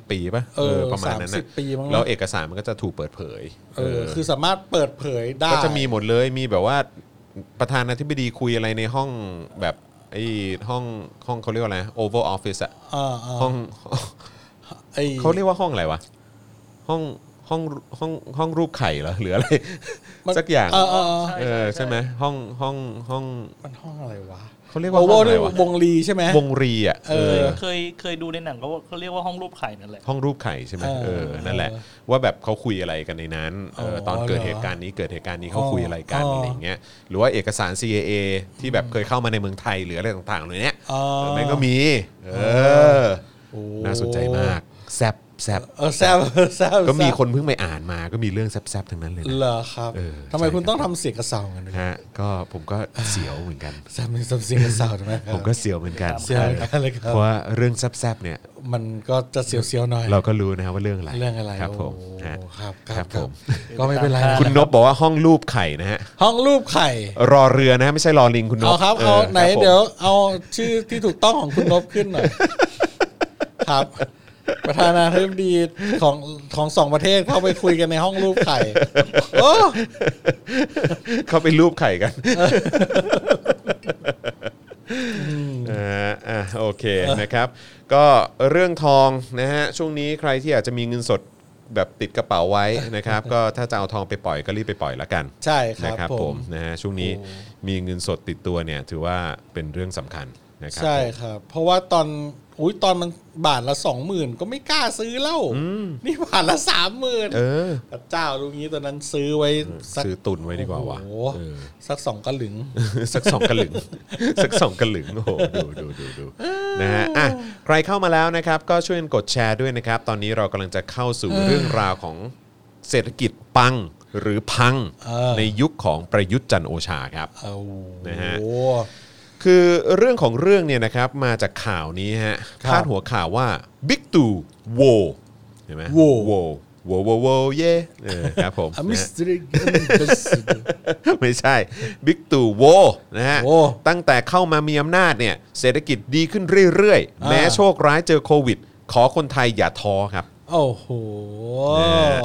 [SPEAKER 1] 30 ปีป่ะ
[SPEAKER 2] เออ
[SPEAKER 1] ประมาณนั้นนะ
[SPEAKER 2] 30ปีมั้งนะ
[SPEAKER 1] แล้วเอกสารมันก็จะถูกเปิดเผย
[SPEAKER 2] เออคือสามารถเปิดเผยได้
[SPEAKER 1] ก็จะมีหมดเลยมีแบบว่าประธานาธิบดีคุยอะไรในห้องแบบไอ้ห้องห้องเขาเรียกว่าอะไร Oval Office อะ
[SPEAKER 2] อ่าๆ
[SPEAKER 1] ห้อง
[SPEAKER 2] ไอ้
[SPEAKER 1] เขาเรียกว่าห้องอะไรวะห้องห้องห้องห้องรูปไข่เหรอหรืออะไร
[SPEAKER 2] มัน
[SPEAKER 1] สักอย่าง
[SPEAKER 2] เออเออ
[SPEAKER 1] เออใช่ไหมห้องห้องห้อง
[SPEAKER 2] มันห้องอะไรวะ
[SPEAKER 1] เขาเรียกว่า
[SPEAKER 2] โอเว
[SPEAKER 1] ห้
[SPEAKER 2] อ
[SPEAKER 1] อง
[SPEAKER 2] ร์
[SPEAKER 1] อะไรวะ
[SPEAKER 2] วงลีใช่ไหม
[SPEAKER 1] วงรีอ่ะเอ
[SPEAKER 3] เคย
[SPEAKER 1] อ
[SPEAKER 3] เคยเคยดูในหนังเขาเขาเรียกว่าห้องรูปไข่นั่นแหละ
[SPEAKER 1] ห้องรูปไข่ใช่ไหม
[SPEAKER 2] เออ
[SPEAKER 1] เออนั่นแหละ ว่าแบบเขาคุยอะไรกันในนั้นเอออ
[SPEAKER 2] อ
[SPEAKER 1] ตอนเกิด
[SPEAKER 2] เหรอ
[SPEAKER 1] เหตุการณ์นี้เกิดเหตุการณ์นี้เขาคุยอะไรกัน
[SPEAKER 2] อ๋ออ
[SPEAKER 1] อะไรอย่างเงี้ยหรือว่าเอกสาร CIA ที่แบบเคยเข้ามาในเมืองไทยหรืออะไรต่างๆเลยเนี้ย
[SPEAKER 2] อ๋อ
[SPEAKER 1] เออแม่งก็มีเออน่าสนใจมากแซบแซบ
[SPEAKER 2] เออแซบแซบ
[SPEAKER 1] ก็มี
[SPEAKER 2] แซ่บ
[SPEAKER 1] คนเพิ่งไปอ่านมาก็มีเรื่องแซบๆทั้งนั้นเลยนะ
[SPEAKER 2] เหรอครับ
[SPEAKER 1] เออ
[SPEAKER 2] ทำไม
[SPEAKER 1] ใช่
[SPEAKER 2] คุ
[SPEAKER 1] ค
[SPEAKER 2] ณ
[SPEAKER 1] รับ
[SPEAKER 2] ต้องทำเสียงกระเซากันด้วย
[SPEAKER 1] ฮะก็ผมก็เสียวเหมือนกัน
[SPEAKER 2] แซบเป็นเสียงกระเซาทำไมครับ
[SPEAKER 1] ผมก็เสียวเหมือนกัน
[SPEAKER 2] เสียวเหมือนกันเลยครับ
[SPEAKER 1] เพราะว่าเรื่องแซบๆเนี่ย
[SPEAKER 2] มันก็จะเสียวๆหน่อย
[SPEAKER 1] เราก็รู้นะว่าเรื่องอะไร
[SPEAKER 2] เรื่องอะไร
[SPEAKER 1] ครับผม
[SPEAKER 2] โอ้
[SPEAKER 1] ฮะ
[SPEAKER 2] ครับ
[SPEAKER 1] ครับผม
[SPEAKER 2] ก็ไม่เป็นไรนะ
[SPEAKER 1] คุณนบบอกว่าห้องรูปไข่นะฮะ
[SPEAKER 2] ห้องรูปไข่
[SPEAKER 1] รอเรือนะไม่ใช่รอลิงคุณน
[SPEAKER 2] เอา
[SPEAKER 1] บ
[SPEAKER 2] ครับเอา
[SPEAKER 1] ครั
[SPEAKER 2] ไหน
[SPEAKER 1] ผม
[SPEAKER 2] เดี๋ยวเอาชื่อที่ถูกต้องของคุณนบขึ้นหน่อย ครับ ประธานาธิบดีของของสองประเทศเข้าไปคุยกันในห้องรูปไข่โอ้
[SPEAKER 1] เขาไปรูปไข่กันอ่าอ่ะโอเคนะครับ ก็เรื่องทองนะฮะช่วงนี้ใครที่อาจจะมีเงินสดแบบติดกระเป๋าไว้ นะครับ ก็ถ้าจะเอาทองไปปล่อยก็รีบไปปล่อยละกัน
[SPEAKER 2] ใช่
[SPEAKER 1] นะ
[SPEAKER 2] ครับ
[SPEAKER 1] ครับ
[SPEAKER 2] ผ
[SPEAKER 1] ผม
[SPEAKER 2] ม
[SPEAKER 1] นะฮะช่วงนี้มีเงินสดติดตัวเนี่ยถือว่าเป็นเรื่องสำคัญ นะครั
[SPEAKER 2] ใช่
[SPEAKER 1] ผม
[SPEAKER 2] ครับ เพราะว่าตอนอุ้ยตอนมันบาทละสองหมื่นก็ไม่กล้าซื้อเหล้านี่บาทละสามหมื่น
[SPEAKER 1] เออ
[SPEAKER 2] พระเจ้ารู้งี้ตอนนั้นซื้อไว้สัก
[SPEAKER 1] ซื้อตุนไว้ดีกว่าวะ
[SPEAKER 2] โอ้โห
[SPEAKER 1] เออ
[SPEAKER 2] สักสองกระหลึง
[SPEAKER 1] สักสองกระหลึง สักสองกระหลึงโอ้โหดูดูดูดูนะฮะอ่ะใครเข้ามาแล้วนะครับ ก็ช่วยกันกดแชร์ด้วยนะครับ ตอนนี้เรากำลังจะเข้าสู่เรื่องราวของเศรษฐกิจปังหรือพัง
[SPEAKER 2] เออ
[SPEAKER 1] ในยุคของประยุทธ์จันทร์โอชาครับ
[SPEAKER 2] เอา
[SPEAKER 1] นะฮะ
[SPEAKER 2] โอ้
[SPEAKER 1] คือเรื่องของเรื่องเนี่ยนะครับมาจากข่าวนี้ฮะ
[SPEAKER 2] ครั
[SPEAKER 1] พา
[SPEAKER 2] บ
[SPEAKER 1] ดหัวข่าวว่าบิ๊กตู่โวเห็นไหม
[SPEAKER 2] โว
[SPEAKER 1] โวโวโวโวเย่เออครับผม
[SPEAKER 2] อมิ
[SPEAKER 1] นะ
[SPEAKER 2] ส
[SPEAKER 1] ฮะ
[SPEAKER 2] ตรี
[SPEAKER 1] ไม่ใช่บิ๊กตู่โวนะฮะ
[SPEAKER 2] โว้
[SPEAKER 1] ตั้งแต่เข้ามามีอำนาจเนี่ยเศรษฐกิจดีขึ้นเรื่อยๆ
[SPEAKER 2] อ่า
[SPEAKER 1] แม้โชคร้ายเจอโควิด ขอคนไทยอย่าท้อครับ
[SPEAKER 2] โอ้โห
[SPEAKER 1] นะฮะ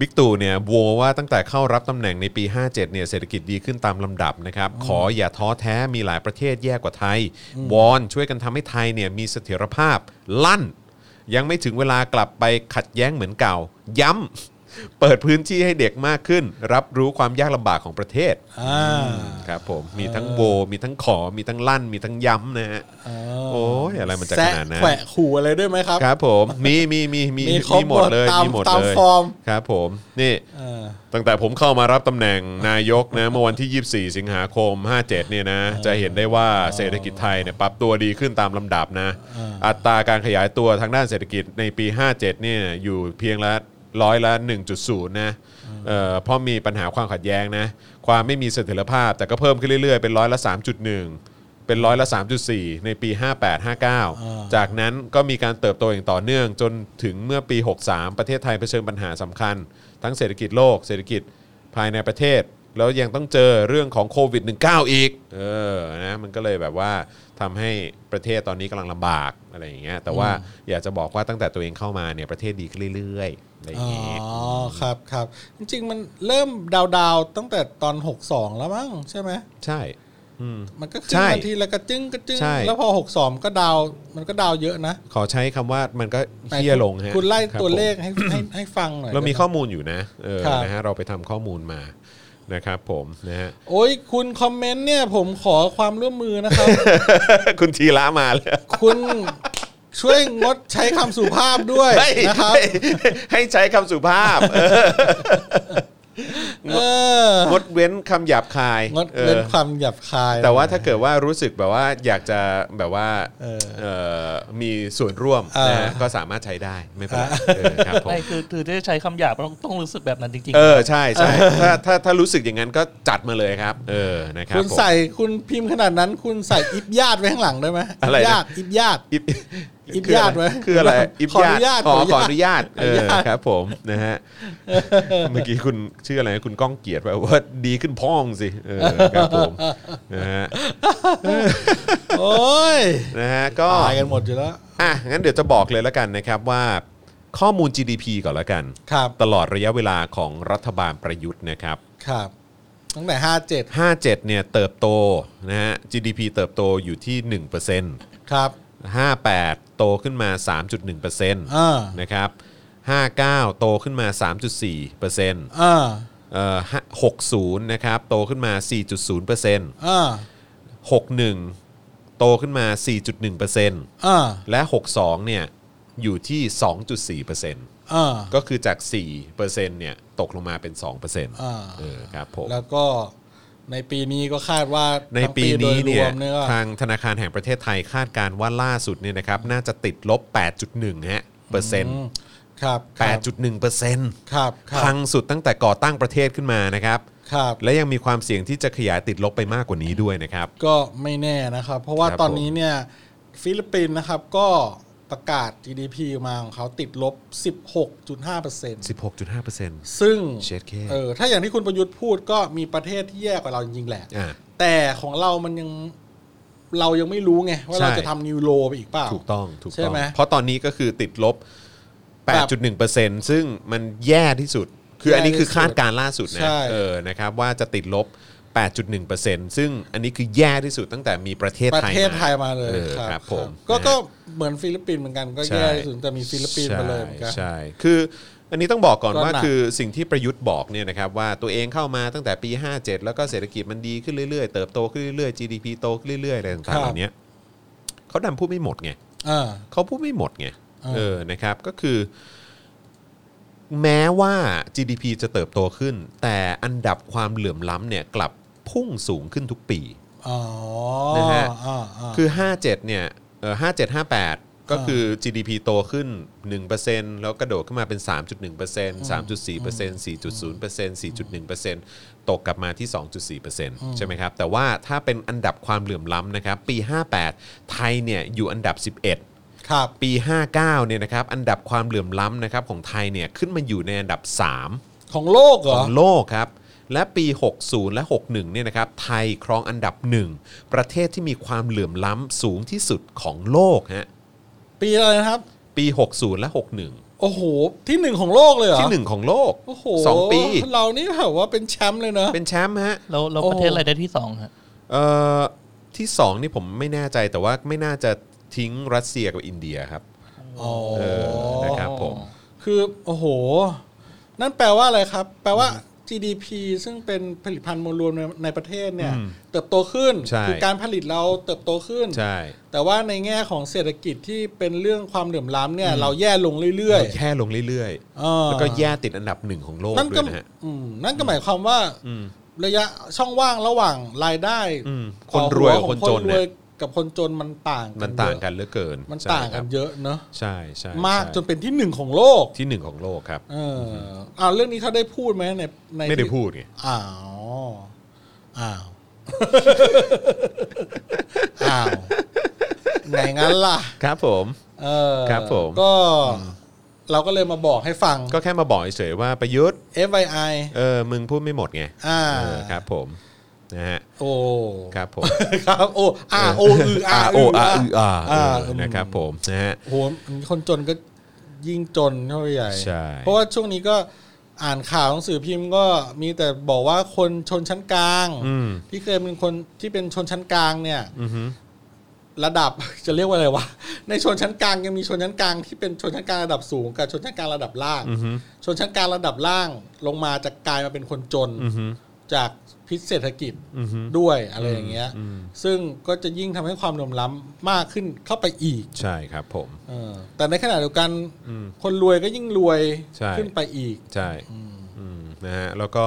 [SPEAKER 1] บิ๊กตู่เนี่ยโวว่าตั้งแต่เข้ารับตำแหน่งในปี 57เนี่ยเศรษฐกิจดีขึ้นตามลำดับนะครับ ขออย่าท้อแท้มีหลายประเทศแย่กว่าไทย วอนช่วยกันทำให้ไทยเนี่ยมีเสถียรภาพลั่น ยังไม่ถึงเวลากลับไปขัดแย้งเหมือนเก่า ย้ำ เปิดพื้นที่ให้เด็กมากขึ้น รับรู้ความยากลำบากของประเทศ
[SPEAKER 2] อ่า
[SPEAKER 1] ครับผมมีทั้งโบมีทั้งขอมีทั้งลั่น มีทั้งย้ำนะฮะโอ้ยอะไรมันจะข
[SPEAKER 2] แซะ
[SPEAKER 1] นาดนั้น
[SPEAKER 2] แขวะขู่อะไรด้วยไหมครับ
[SPEAKER 1] ครับผมมีมีมีมี
[SPEAKER 2] มีครบ
[SPEAKER 1] มีหมดเลย
[SPEAKER 2] หมดตาม
[SPEAKER 1] มีหมด
[SPEAKER 2] ตาม
[SPEAKER 1] เลย
[SPEAKER 2] ฟอร์ม
[SPEAKER 1] ครับผมนี่
[SPEAKER 2] เออ
[SPEAKER 1] ตั้งแต่ผมเข้ามารับตำแหน่งนายกนะเมื่อวันที่ 24 สิงหาคม 57เนี่ยนะจะเห็นได้ว่าเศรษฐกิจไทยเนี่ยปรับตัวดีขึ้นตามลำดับนะ อัตราการขยายตัวทางด้านเศรษฐกิจในปี 57เนี่ยอยู่เพียงละร้อยละ 1.0 นะเอ่อเพราะมีปัญหาความขัดแย้งนะ ความไม่มีเสถียรภาพแต่ก็เพิ่มขึ้นเรื่อยๆ เป็นร้อยละ 3.1 เป็นร้อยละ 3.4 ในปี 58-59 จากนั้นก็มีการเติบโตอย่างต่อเนื่องจนถึงเมื่อปี 63 ประเทศไทยเผชิญปัญหาสำคัญ ทั้งเศรษฐกิจโลกเศรษฐกิจภายในประเทศ แล้วยังต้องเจอเรื่องของโควิด -19 อีก เออนะมันก็เลยแบบว่าทำให้ประเทศตอนนี้กำลังลำบากอะไรอย่างเงี้ยแต่ว่าอยากจะบอกว่าตั้งแต่ตัวเองเข้ามาเนี่ยประเทศดีขึ้นเรื่อยๆอะไรอย่างเงี้ย
[SPEAKER 2] อ๋อครับครับจริงๆ มันเริ่มดาวดาวๆตั้งแต่ตอน 62 แล้วมั้งใช่ไหม
[SPEAKER 1] ใช่ อืม
[SPEAKER 2] มันก็
[SPEAKER 1] ใช่
[SPEAKER 2] ขึ้นมาทีละกระจึ้งกระจึ้ง
[SPEAKER 1] ใช่
[SPEAKER 2] แล้วพอ 62 ก็ดาวมันก็ดาวเยอะนะ
[SPEAKER 1] ขอใช้คำว่ามันก็
[SPEAKER 2] แต่
[SPEAKER 1] เฮี้ยลงฮะ
[SPEAKER 2] คุณไล่
[SPEAKER 1] รับ
[SPEAKER 2] ตัวเลข
[SPEAKER 1] ผ
[SPEAKER 2] ให้ให้ให้ฟังหน่อ
[SPEAKER 1] ม
[SPEAKER 2] ย
[SPEAKER 1] เรามี
[SPEAKER 2] ได้ไห
[SPEAKER 1] ข้อมูลอยู่นะเออ
[SPEAKER 2] ครับ
[SPEAKER 1] นะฮะเราไปทำข้อมูลมานะครับผมนะฮะ
[SPEAKER 2] โอ้ยคุณคอมเมนต์เนี่ยผมขอความร่วมมือนะครับ
[SPEAKER 1] คุณทีละมาเลย
[SPEAKER 2] คุณ ช่วยงดใช้คำสุภาพด้วย
[SPEAKER 1] เฮ้ย
[SPEAKER 2] นะครับ
[SPEAKER 1] ให้ใช้คำสุภาพเออ
[SPEAKER 2] เออง
[SPEAKER 1] ดเว้นคำหยาบคาย
[SPEAKER 2] งดเล่น
[SPEAKER 1] ออ
[SPEAKER 2] ความหยาบคาย
[SPEAKER 1] แต่ว่าถ้าเกิดว่ารู้สึกแบบว่าอยากจะแบบว่า
[SPEAKER 2] เออ
[SPEAKER 1] เอ่อมีส่วนร่วม
[SPEAKER 2] เออ
[SPEAKER 1] นะฮะก็สามารถใช้ได้ไม่เป็นไรเออครับผม
[SPEAKER 3] ไม่คือคือถ้าใช้คำหยาบต้องต้องรู้สึกแบบนั้นจริง
[SPEAKER 1] เออใช่ใช่ถ้าถ้าถ้ารู้สึกอย่างนั้นก็จัดมาเลยครับ เออนะครับ
[SPEAKER 2] คุณ
[SPEAKER 1] ผม
[SPEAKER 2] ใส่คุณพิมพ์ขนาดนั้น คุณใส่อิบญาติไว้ข้างหลังได้ไหม
[SPEAKER 1] อะไรนะ
[SPEAKER 2] ญาติอิบญาติ
[SPEAKER 1] อิบ
[SPEAKER 2] อิบญาติไว้
[SPEAKER 1] คืออะไรอิบ
[SPEAKER 2] ขออนุ
[SPEAKER 1] ญา
[SPEAKER 2] ญา
[SPEAKER 1] ติ
[SPEAKER 2] ต
[SPEAKER 1] ขอขอ
[SPEAKER 2] ขอ
[SPEAKER 1] อ
[SPEAKER 2] อนุ
[SPEAKER 1] นุญา
[SPEAKER 2] ญา
[SPEAKER 1] ต
[SPEAKER 2] ต
[SPEAKER 1] เออ
[SPEAKER 2] ขออนุญาต
[SPEAKER 1] ครับผมนะฮะเมื่อกี้คุณชื่ออะไรนะคุณก้องเกียรติว่าดีขึ้นพ้องสิเออครับผมนะฮะ
[SPEAKER 2] โอ้ย
[SPEAKER 1] นะฮะก็
[SPEAKER 2] ตายกันหมดอยู่แล้ว
[SPEAKER 1] อ่ะ งั้นเดี๋ยวจะบอกเลยแล้วกันนะครับว่าข้อมูล GDP ก่อนแล้วกัน
[SPEAKER 2] ครับ
[SPEAKER 1] ตลอดระยะเวลาของรัฐบาลประยุทธ์นะครับ
[SPEAKER 2] ครับ ตั้งแต่ห้าเจ็ด
[SPEAKER 1] 57 เนี่ยเติบโตนะฮะ GDP เติบโตอยู่ที่ 1%
[SPEAKER 2] ครับ
[SPEAKER 1] 58 โตขึ้นมา 3.1%
[SPEAKER 2] อ่า
[SPEAKER 1] นะครับ 59 โตขึ้นมา 3.4%เ
[SPEAKER 2] อ่า
[SPEAKER 1] อ่อ60 นะครับ โตขึ้นมา 4.0%
[SPEAKER 2] อ่า
[SPEAKER 1] 61 โตขึ้นมา 4.1%
[SPEAKER 2] อ่า
[SPEAKER 1] และ 62 เนี่ยอยู่ที่ 2.4%
[SPEAKER 2] อ่า
[SPEAKER 1] ก็คือจาก 4%เนี่ยตกลงมาเป็น 2%เ
[SPEAKER 2] อ่า
[SPEAKER 1] ออครับผม
[SPEAKER 2] แล้วก็ในปีนี้ก็คาดว่า
[SPEAKER 1] ใน
[SPEAKER 2] ทั้ง
[SPEAKER 1] ปี
[SPEAKER 2] โด
[SPEAKER 1] นี้
[SPEAKER 2] ยร
[SPEAKER 1] เนี่
[SPEAKER 2] วย มเนี่ยก็
[SPEAKER 1] ทางธนาคารแห่งประเทศไทยคาดการณ์ว่าล่าสุดเนี่ยนะครับน่าจะติดลบ 8.1ฮะเปอร์เซ็น
[SPEAKER 2] อื
[SPEAKER 1] ต์
[SPEAKER 2] มครับครับ
[SPEAKER 1] 8.1เปอร์เซ็นต์
[SPEAKER 2] ครับครับ
[SPEAKER 1] พังสุดตั้งแต่ก่อตั้งประเทศขึ้นมานะครับ
[SPEAKER 2] ครับ
[SPEAKER 1] และยังมีความเสี่ยงที่จะขยายติดลบไปมากกว่านี้ด้วยนะครับ
[SPEAKER 2] ก็ไม่แน่นะครับ เพราะว่า
[SPEAKER 1] ครับ
[SPEAKER 2] ตอนนี้เนี่ยฟิลิปปินส์นะครับก็ประกาศ GDP มาของเขาติดลบ 16.5%
[SPEAKER 1] 16.5เปอร์เซ็นต์
[SPEAKER 2] ซึ่ง
[SPEAKER 1] Shit cake
[SPEAKER 2] เออถ้าอย่างที่คุณประยุทธ์พูดก็มีประเทศที่แย่กว่าเราจริงๆแหละ
[SPEAKER 1] อ่า
[SPEAKER 2] แต่ของเรามันยังเรายังไม่รู้ไง ว่าเรา
[SPEAKER 1] ใช่
[SPEAKER 2] จะทำนิวโลไปอีกเปล่า
[SPEAKER 1] ถูกต้องถูก
[SPEAKER 2] ใช่
[SPEAKER 1] ต้อง
[SPEAKER 2] ไหม
[SPEAKER 1] เพราะตอนนี้ก็คือติดลบ 8.1%ซึ่งมันแย่ที่สุด คืออันนี้คือคาดการณ์ล่าสุดนะ
[SPEAKER 2] ใช่
[SPEAKER 1] เออนะครับว่าจะติดลบ 8.1%ซึ่งอันนี้คือแย่ที่สุดตั้งแต่มีประเทศ
[SPEAKER 2] ป
[SPEAKER 1] ไท
[SPEAKER 2] ระ
[SPEAKER 1] ย
[SPEAKER 2] เทศไทย
[SPEAKER 1] มา
[SPEAKER 2] มาเลย
[SPEAKER 1] ออ
[SPEAKER 2] ครับ
[SPEAKER 1] ครับผม
[SPEAKER 2] ก็
[SPEAKER 1] นะฮะ
[SPEAKER 2] ก็เหมือนฟิลิปปินส์เหมือนกันก็
[SPEAKER 1] ใช่
[SPEAKER 2] แย่ที่สุดแต่มีฟิลิปปินส์มาเลยเหมือนกัน
[SPEAKER 1] ใช่ใช่ คืออันนี้ต้องบอกก่อน
[SPEAKER 2] ก็
[SPEAKER 1] ว่า
[SPEAKER 2] หนัก
[SPEAKER 1] คือสิ่งที่ประยุทธ์บอกเนี่ยนะครับว่าตัวเองเข้ามาตั้งแต่ปี 57 แล้วก็เศรษฐกิจมันดีขึ้นเรื่อยๆ เติบโตขึ้นเรื่อยๆ GDP โตขึ้นเรื่อยๆอะไรต่างๆ
[SPEAKER 2] ครับ
[SPEAKER 1] เหล่านี้ เขาดันพูดไม่หมดไง
[SPEAKER 2] อ่า
[SPEAKER 1] เขาพูดไม่หมดไง
[SPEAKER 2] เออ
[SPEAKER 1] เออ นะครับ ก็คือ แม้ว่า GDP จะเติบโตขึ้น แต่อันดับความเหลื่อมล้ำเนี่ยกลับพุ่งสูงขึ้นทุกปี
[SPEAKER 2] อ๋อ
[SPEAKER 1] นะฮะ
[SPEAKER 2] อ่าอ่า
[SPEAKER 1] คือ 57 เนี่ยเออ57 58 ก็คือ GDP โตขึ้น 1%แล้วกระโดดขึ้นมาเป็น 3.1% 3.4% 4.0% 4.1%ตกกลับมาที่ 2.4%ใช่ไหมครับ แต่ว่าถ้าเป็นอันดับความเหลื่อมล้ำนะครับ ปี 58 ไทยเนี่ยอยู่อันดับ 11
[SPEAKER 2] ครับ
[SPEAKER 1] ปี 59 เนี่ยนะครับ อันดับความเหลื่อมล้ำนะครับของไทยเนี่ยขึ้นมาอยู่ในอันดับ 3
[SPEAKER 2] ของโลกเหร
[SPEAKER 1] ข
[SPEAKER 2] อ
[SPEAKER 1] องโลกครับ และปี 60 และ 61 เนี่ยนะครับ ไทยครองอันดับ 1 ประเทศที่มีความเหลื่อมล้ำสูงที่สุดของโลกฮะ
[SPEAKER 2] ปีอะไรนะครับ
[SPEAKER 1] ปี 60 และ 61
[SPEAKER 2] โอ้โห ที่หนึ่งของโลกเลยเหรอ
[SPEAKER 1] ที่ 1 ของโลก
[SPEAKER 2] โอ้โห
[SPEAKER 1] 2 ปี
[SPEAKER 2] เรานี่แบบว่าเป็นแชมป์เลยเนอะ
[SPEAKER 1] เป็นแชมป์ฮะ
[SPEAKER 3] แล้วแล้ว
[SPEAKER 2] โอ้
[SPEAKER 3] ประเทศอะไรได้ที่สองฮะ
[SPEAKER 1] เอ่อ ที่ 2 นี่ผมไม่แน่ใจแต่ว่าไม่น่าจะทิ้งรัสเซียกับอินเดียครับ
[SPEAKER 2] อ๋อ
[SPEAKER 1] เออ นะครับผม
[SPEAKER 2] คือ โอ้โห นั่นแปลว่าอะไรครับ แปลว่า GDP ซึ่งเป็นผลิตภัณฑ์มวลรวมในในประเทศเนี่ย
[SPEAKER 1] อืม
[SPEAKER 2] เติบโตขึ้น
[SPEAKER 1] ใช่
[SPEAKER 2] คืการผลิตเราเติบโตขึ้น
[SPEAKER 1] ใช่
[SPEAKER 2] แต่ว่าในแง่ของเศรษฐกิจที่เป็นเรื่องความเหลื่อมล้ำเนี่ย เราแย่ลงเรื่อย
[SPEAKER 1] แย่ลงเรื่อย
[SPEAKER 2] ๆอ่า
[SPEAKER 1] ๆ แล้วก็แย่ติดอันดับหนึ่งของโลก
[SPEAKER 2] นั่น
[SPEAKER 1] ด้
[SPEAKER 2] ก็
[SPEAKER 1] วยนะฮะ
[SPEAKER 2] อืมนั่นก็หมายความว่า
[SPEAKER 1] อืม
[SPEAKER 2] ระยะช่องว่างระหว่างรายได้
[SPEAKER 1] อืมคนรวยกับ
[SPEAKER 2] ต่อหั
[SPEAKER 1] คนจนเนี่ย
[SPEAKER 2] รวกับคนจนมันต่าง
[SPEAKER 1] มันต่างกันเหลือเกิน
[SPEAKER 2] เยอะมันต่าง
[SPEAKER 1] ใช่ค
[SPEAKER 2] กัน
[SPEAKER 1] รับ
[SPEAKER 2] เยอะเนอะ
[SPEAKER 1] ใช่ใช่
[SPEAKER 2] มาก
[SPEAKER 1] ใช่
[SPEAKER 2] จนเป็นที่หนึ่งของโลก
[SPEAKER 1] ที่หนึ่งของโลกครับ
[SPEAKER 2] เอออ่าเรื่องนี้เขาได้พูดไหมในใน
[SPEAKER 1] ไม่ได้พูดไง
[SPEAKER 2] อ้าวอ้าว อ้าวไงงั้นล่ะ
[SPEAKER 1] ครับผม
[SPEAKER 2] เออ
[SPEAKER 1] ครับผม
[SPEAKER 2] ก็ เราก็เลยมาบอกให้ฟัง
[SPEAKER 1] ก็แค่มาบอกเฉยๆว่าประยุทธ์
[SPEAKER 2] FYI
[SPEAKER 1] เออมึงพูดไม่หมดไง
[SPEAKER 2] อ่า
[SPEAKER 1] เออครับผมนะฮะ
[SPEAKER 2] โอ้
[SPEAKER 1] ครับผม
[SPEAKER 2] ครับโอ้อ่าโออืออ่า
[SPEAKER 1] โออาอืออา
[SPEAKER 2] อ่า
[SPEAKER 1] เออนะครับผมนะฮะ
[SPEAKER 2] โหคนจนก็ยิ่งจนเท่าไปใหญ่
[SPEAKER 1] ใช่
[SPEAKER 2] เพราะว่าช่วงนี้ก็อ่านข่าวหนังสือพิมพ์ก็มีแต่บอกว่าคนชนชั้นกลาง
[SPEAKER 1] อืม
[SPEAKER 2] ที่เคยเป็นคนที่เป็นชนชั้นกลางเนี่ย
[SPEAKER 1] อือฮึ
[SPEAKER 2] ระดับ จะเรียกว่าอะไรวะในชนชั้นกลางยังมีชนชั้นกลางที่เป็นชนชั้นกลางระดับสูงกับชนชั้นกลางระดับล่าง
[SPEAKER 1] อือฮึ
[SPEAKER 2] ชนชั้นกลางระดับล่างลงมาจากกลายมาเป็นคนจน
[SPEAKER 1] อือฮึ
[SPEAKER 2] จากพิษเศรษฐกิจ
[SPEAKER 1] อือฮึ
[SPEAKER 2] ด้วยอะไรอย่างเงี้ย
[SPEAKER 1] อืม
[SPEAKER 2] ซึ่งก็จะยิ่งทำให้ความเหลื่อมล้ำมากขึ้นเข้าไปอีก
[SPEAKER 1] ใช่ครับผม
[SPEAKER 2] เออแต่ในขณะเดียวกัน
[SPEAKER 1] อืม
[SPEAKER 2] คนรวยก็ยิ่งรวย
[SPEAKER 1] ใช่
[SPEAKER 2] ขึ้นไปอีก
[SPEAKER 1] ใช่อืมนะฮะแล้วก็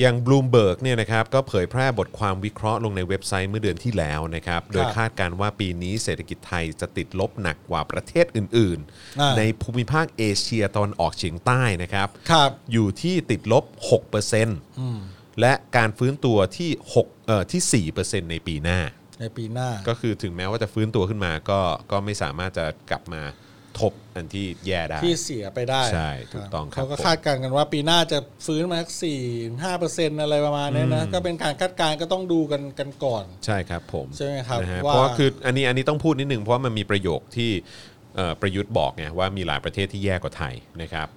[SPEAKER 1] อย่างบลูมเบิร์กเนี่ยนะครับก็เผยแพร่บทความวิเคราะห์ลงในเว็บไซต์เมื่อเดือนที่แล้วนะครับ โดยคาดการณ์ว่าปีนี้เศรษฐกิจไทยจะติดลบหนักกว่าประเทศอื่น
[SPEAKER 2] อ่า
[SPEAKER 1] ๆ ในภูมิภาคเอเชียตอนออกเฉียงใต้นะครับ
[SPEAKER 2] ครับ
[SPEAKER 1] อยู่ที่ติดลบ 6%และการฟื้นตัวที่6เอ่อที่ 4%ในปีหน้า
[SPEAKER 2] ในปีหน้า
[SPEAKER 1] ก็คือถึงแม้ว่าจะฟื้นตัวขึ้นมาก็ก็ไม่สามารถจะกลับมาทบอันที่แย่ได้
[SPEAKER 2] ที่เสียไปได้
[SPEAKER 1] ใช่ถูกต้องครับ
[SPEAKER 2] เขาก็
[SPEAKER 1] ผม
[SPEAKER 2] คาดการณ์กันว่าปีหน้าจะฟื้นมาสี่ห้าเปอร์เซ็นต์อะไรประมาณเนี้ยนะ ก็เป็นการคาดการณ์ก็ต้องดูกันกันก่อน
[SPEAKER 1] ใช่ครับผม
[SPEAKER 2] ใช่ไหมครับ
[SPEAKER 1] นะฮะ
[SPEAKER 2] ว่า
[SPEAKER 1] เพราะว่าคืออันนี้อันนี้ต้องพูดนิดนึงเพราะว่ามันมีประโยคที่เอ่อประยุทธ์บอกไงว่ามีหลายประเทศที่แย่กว่าไทยนะครับ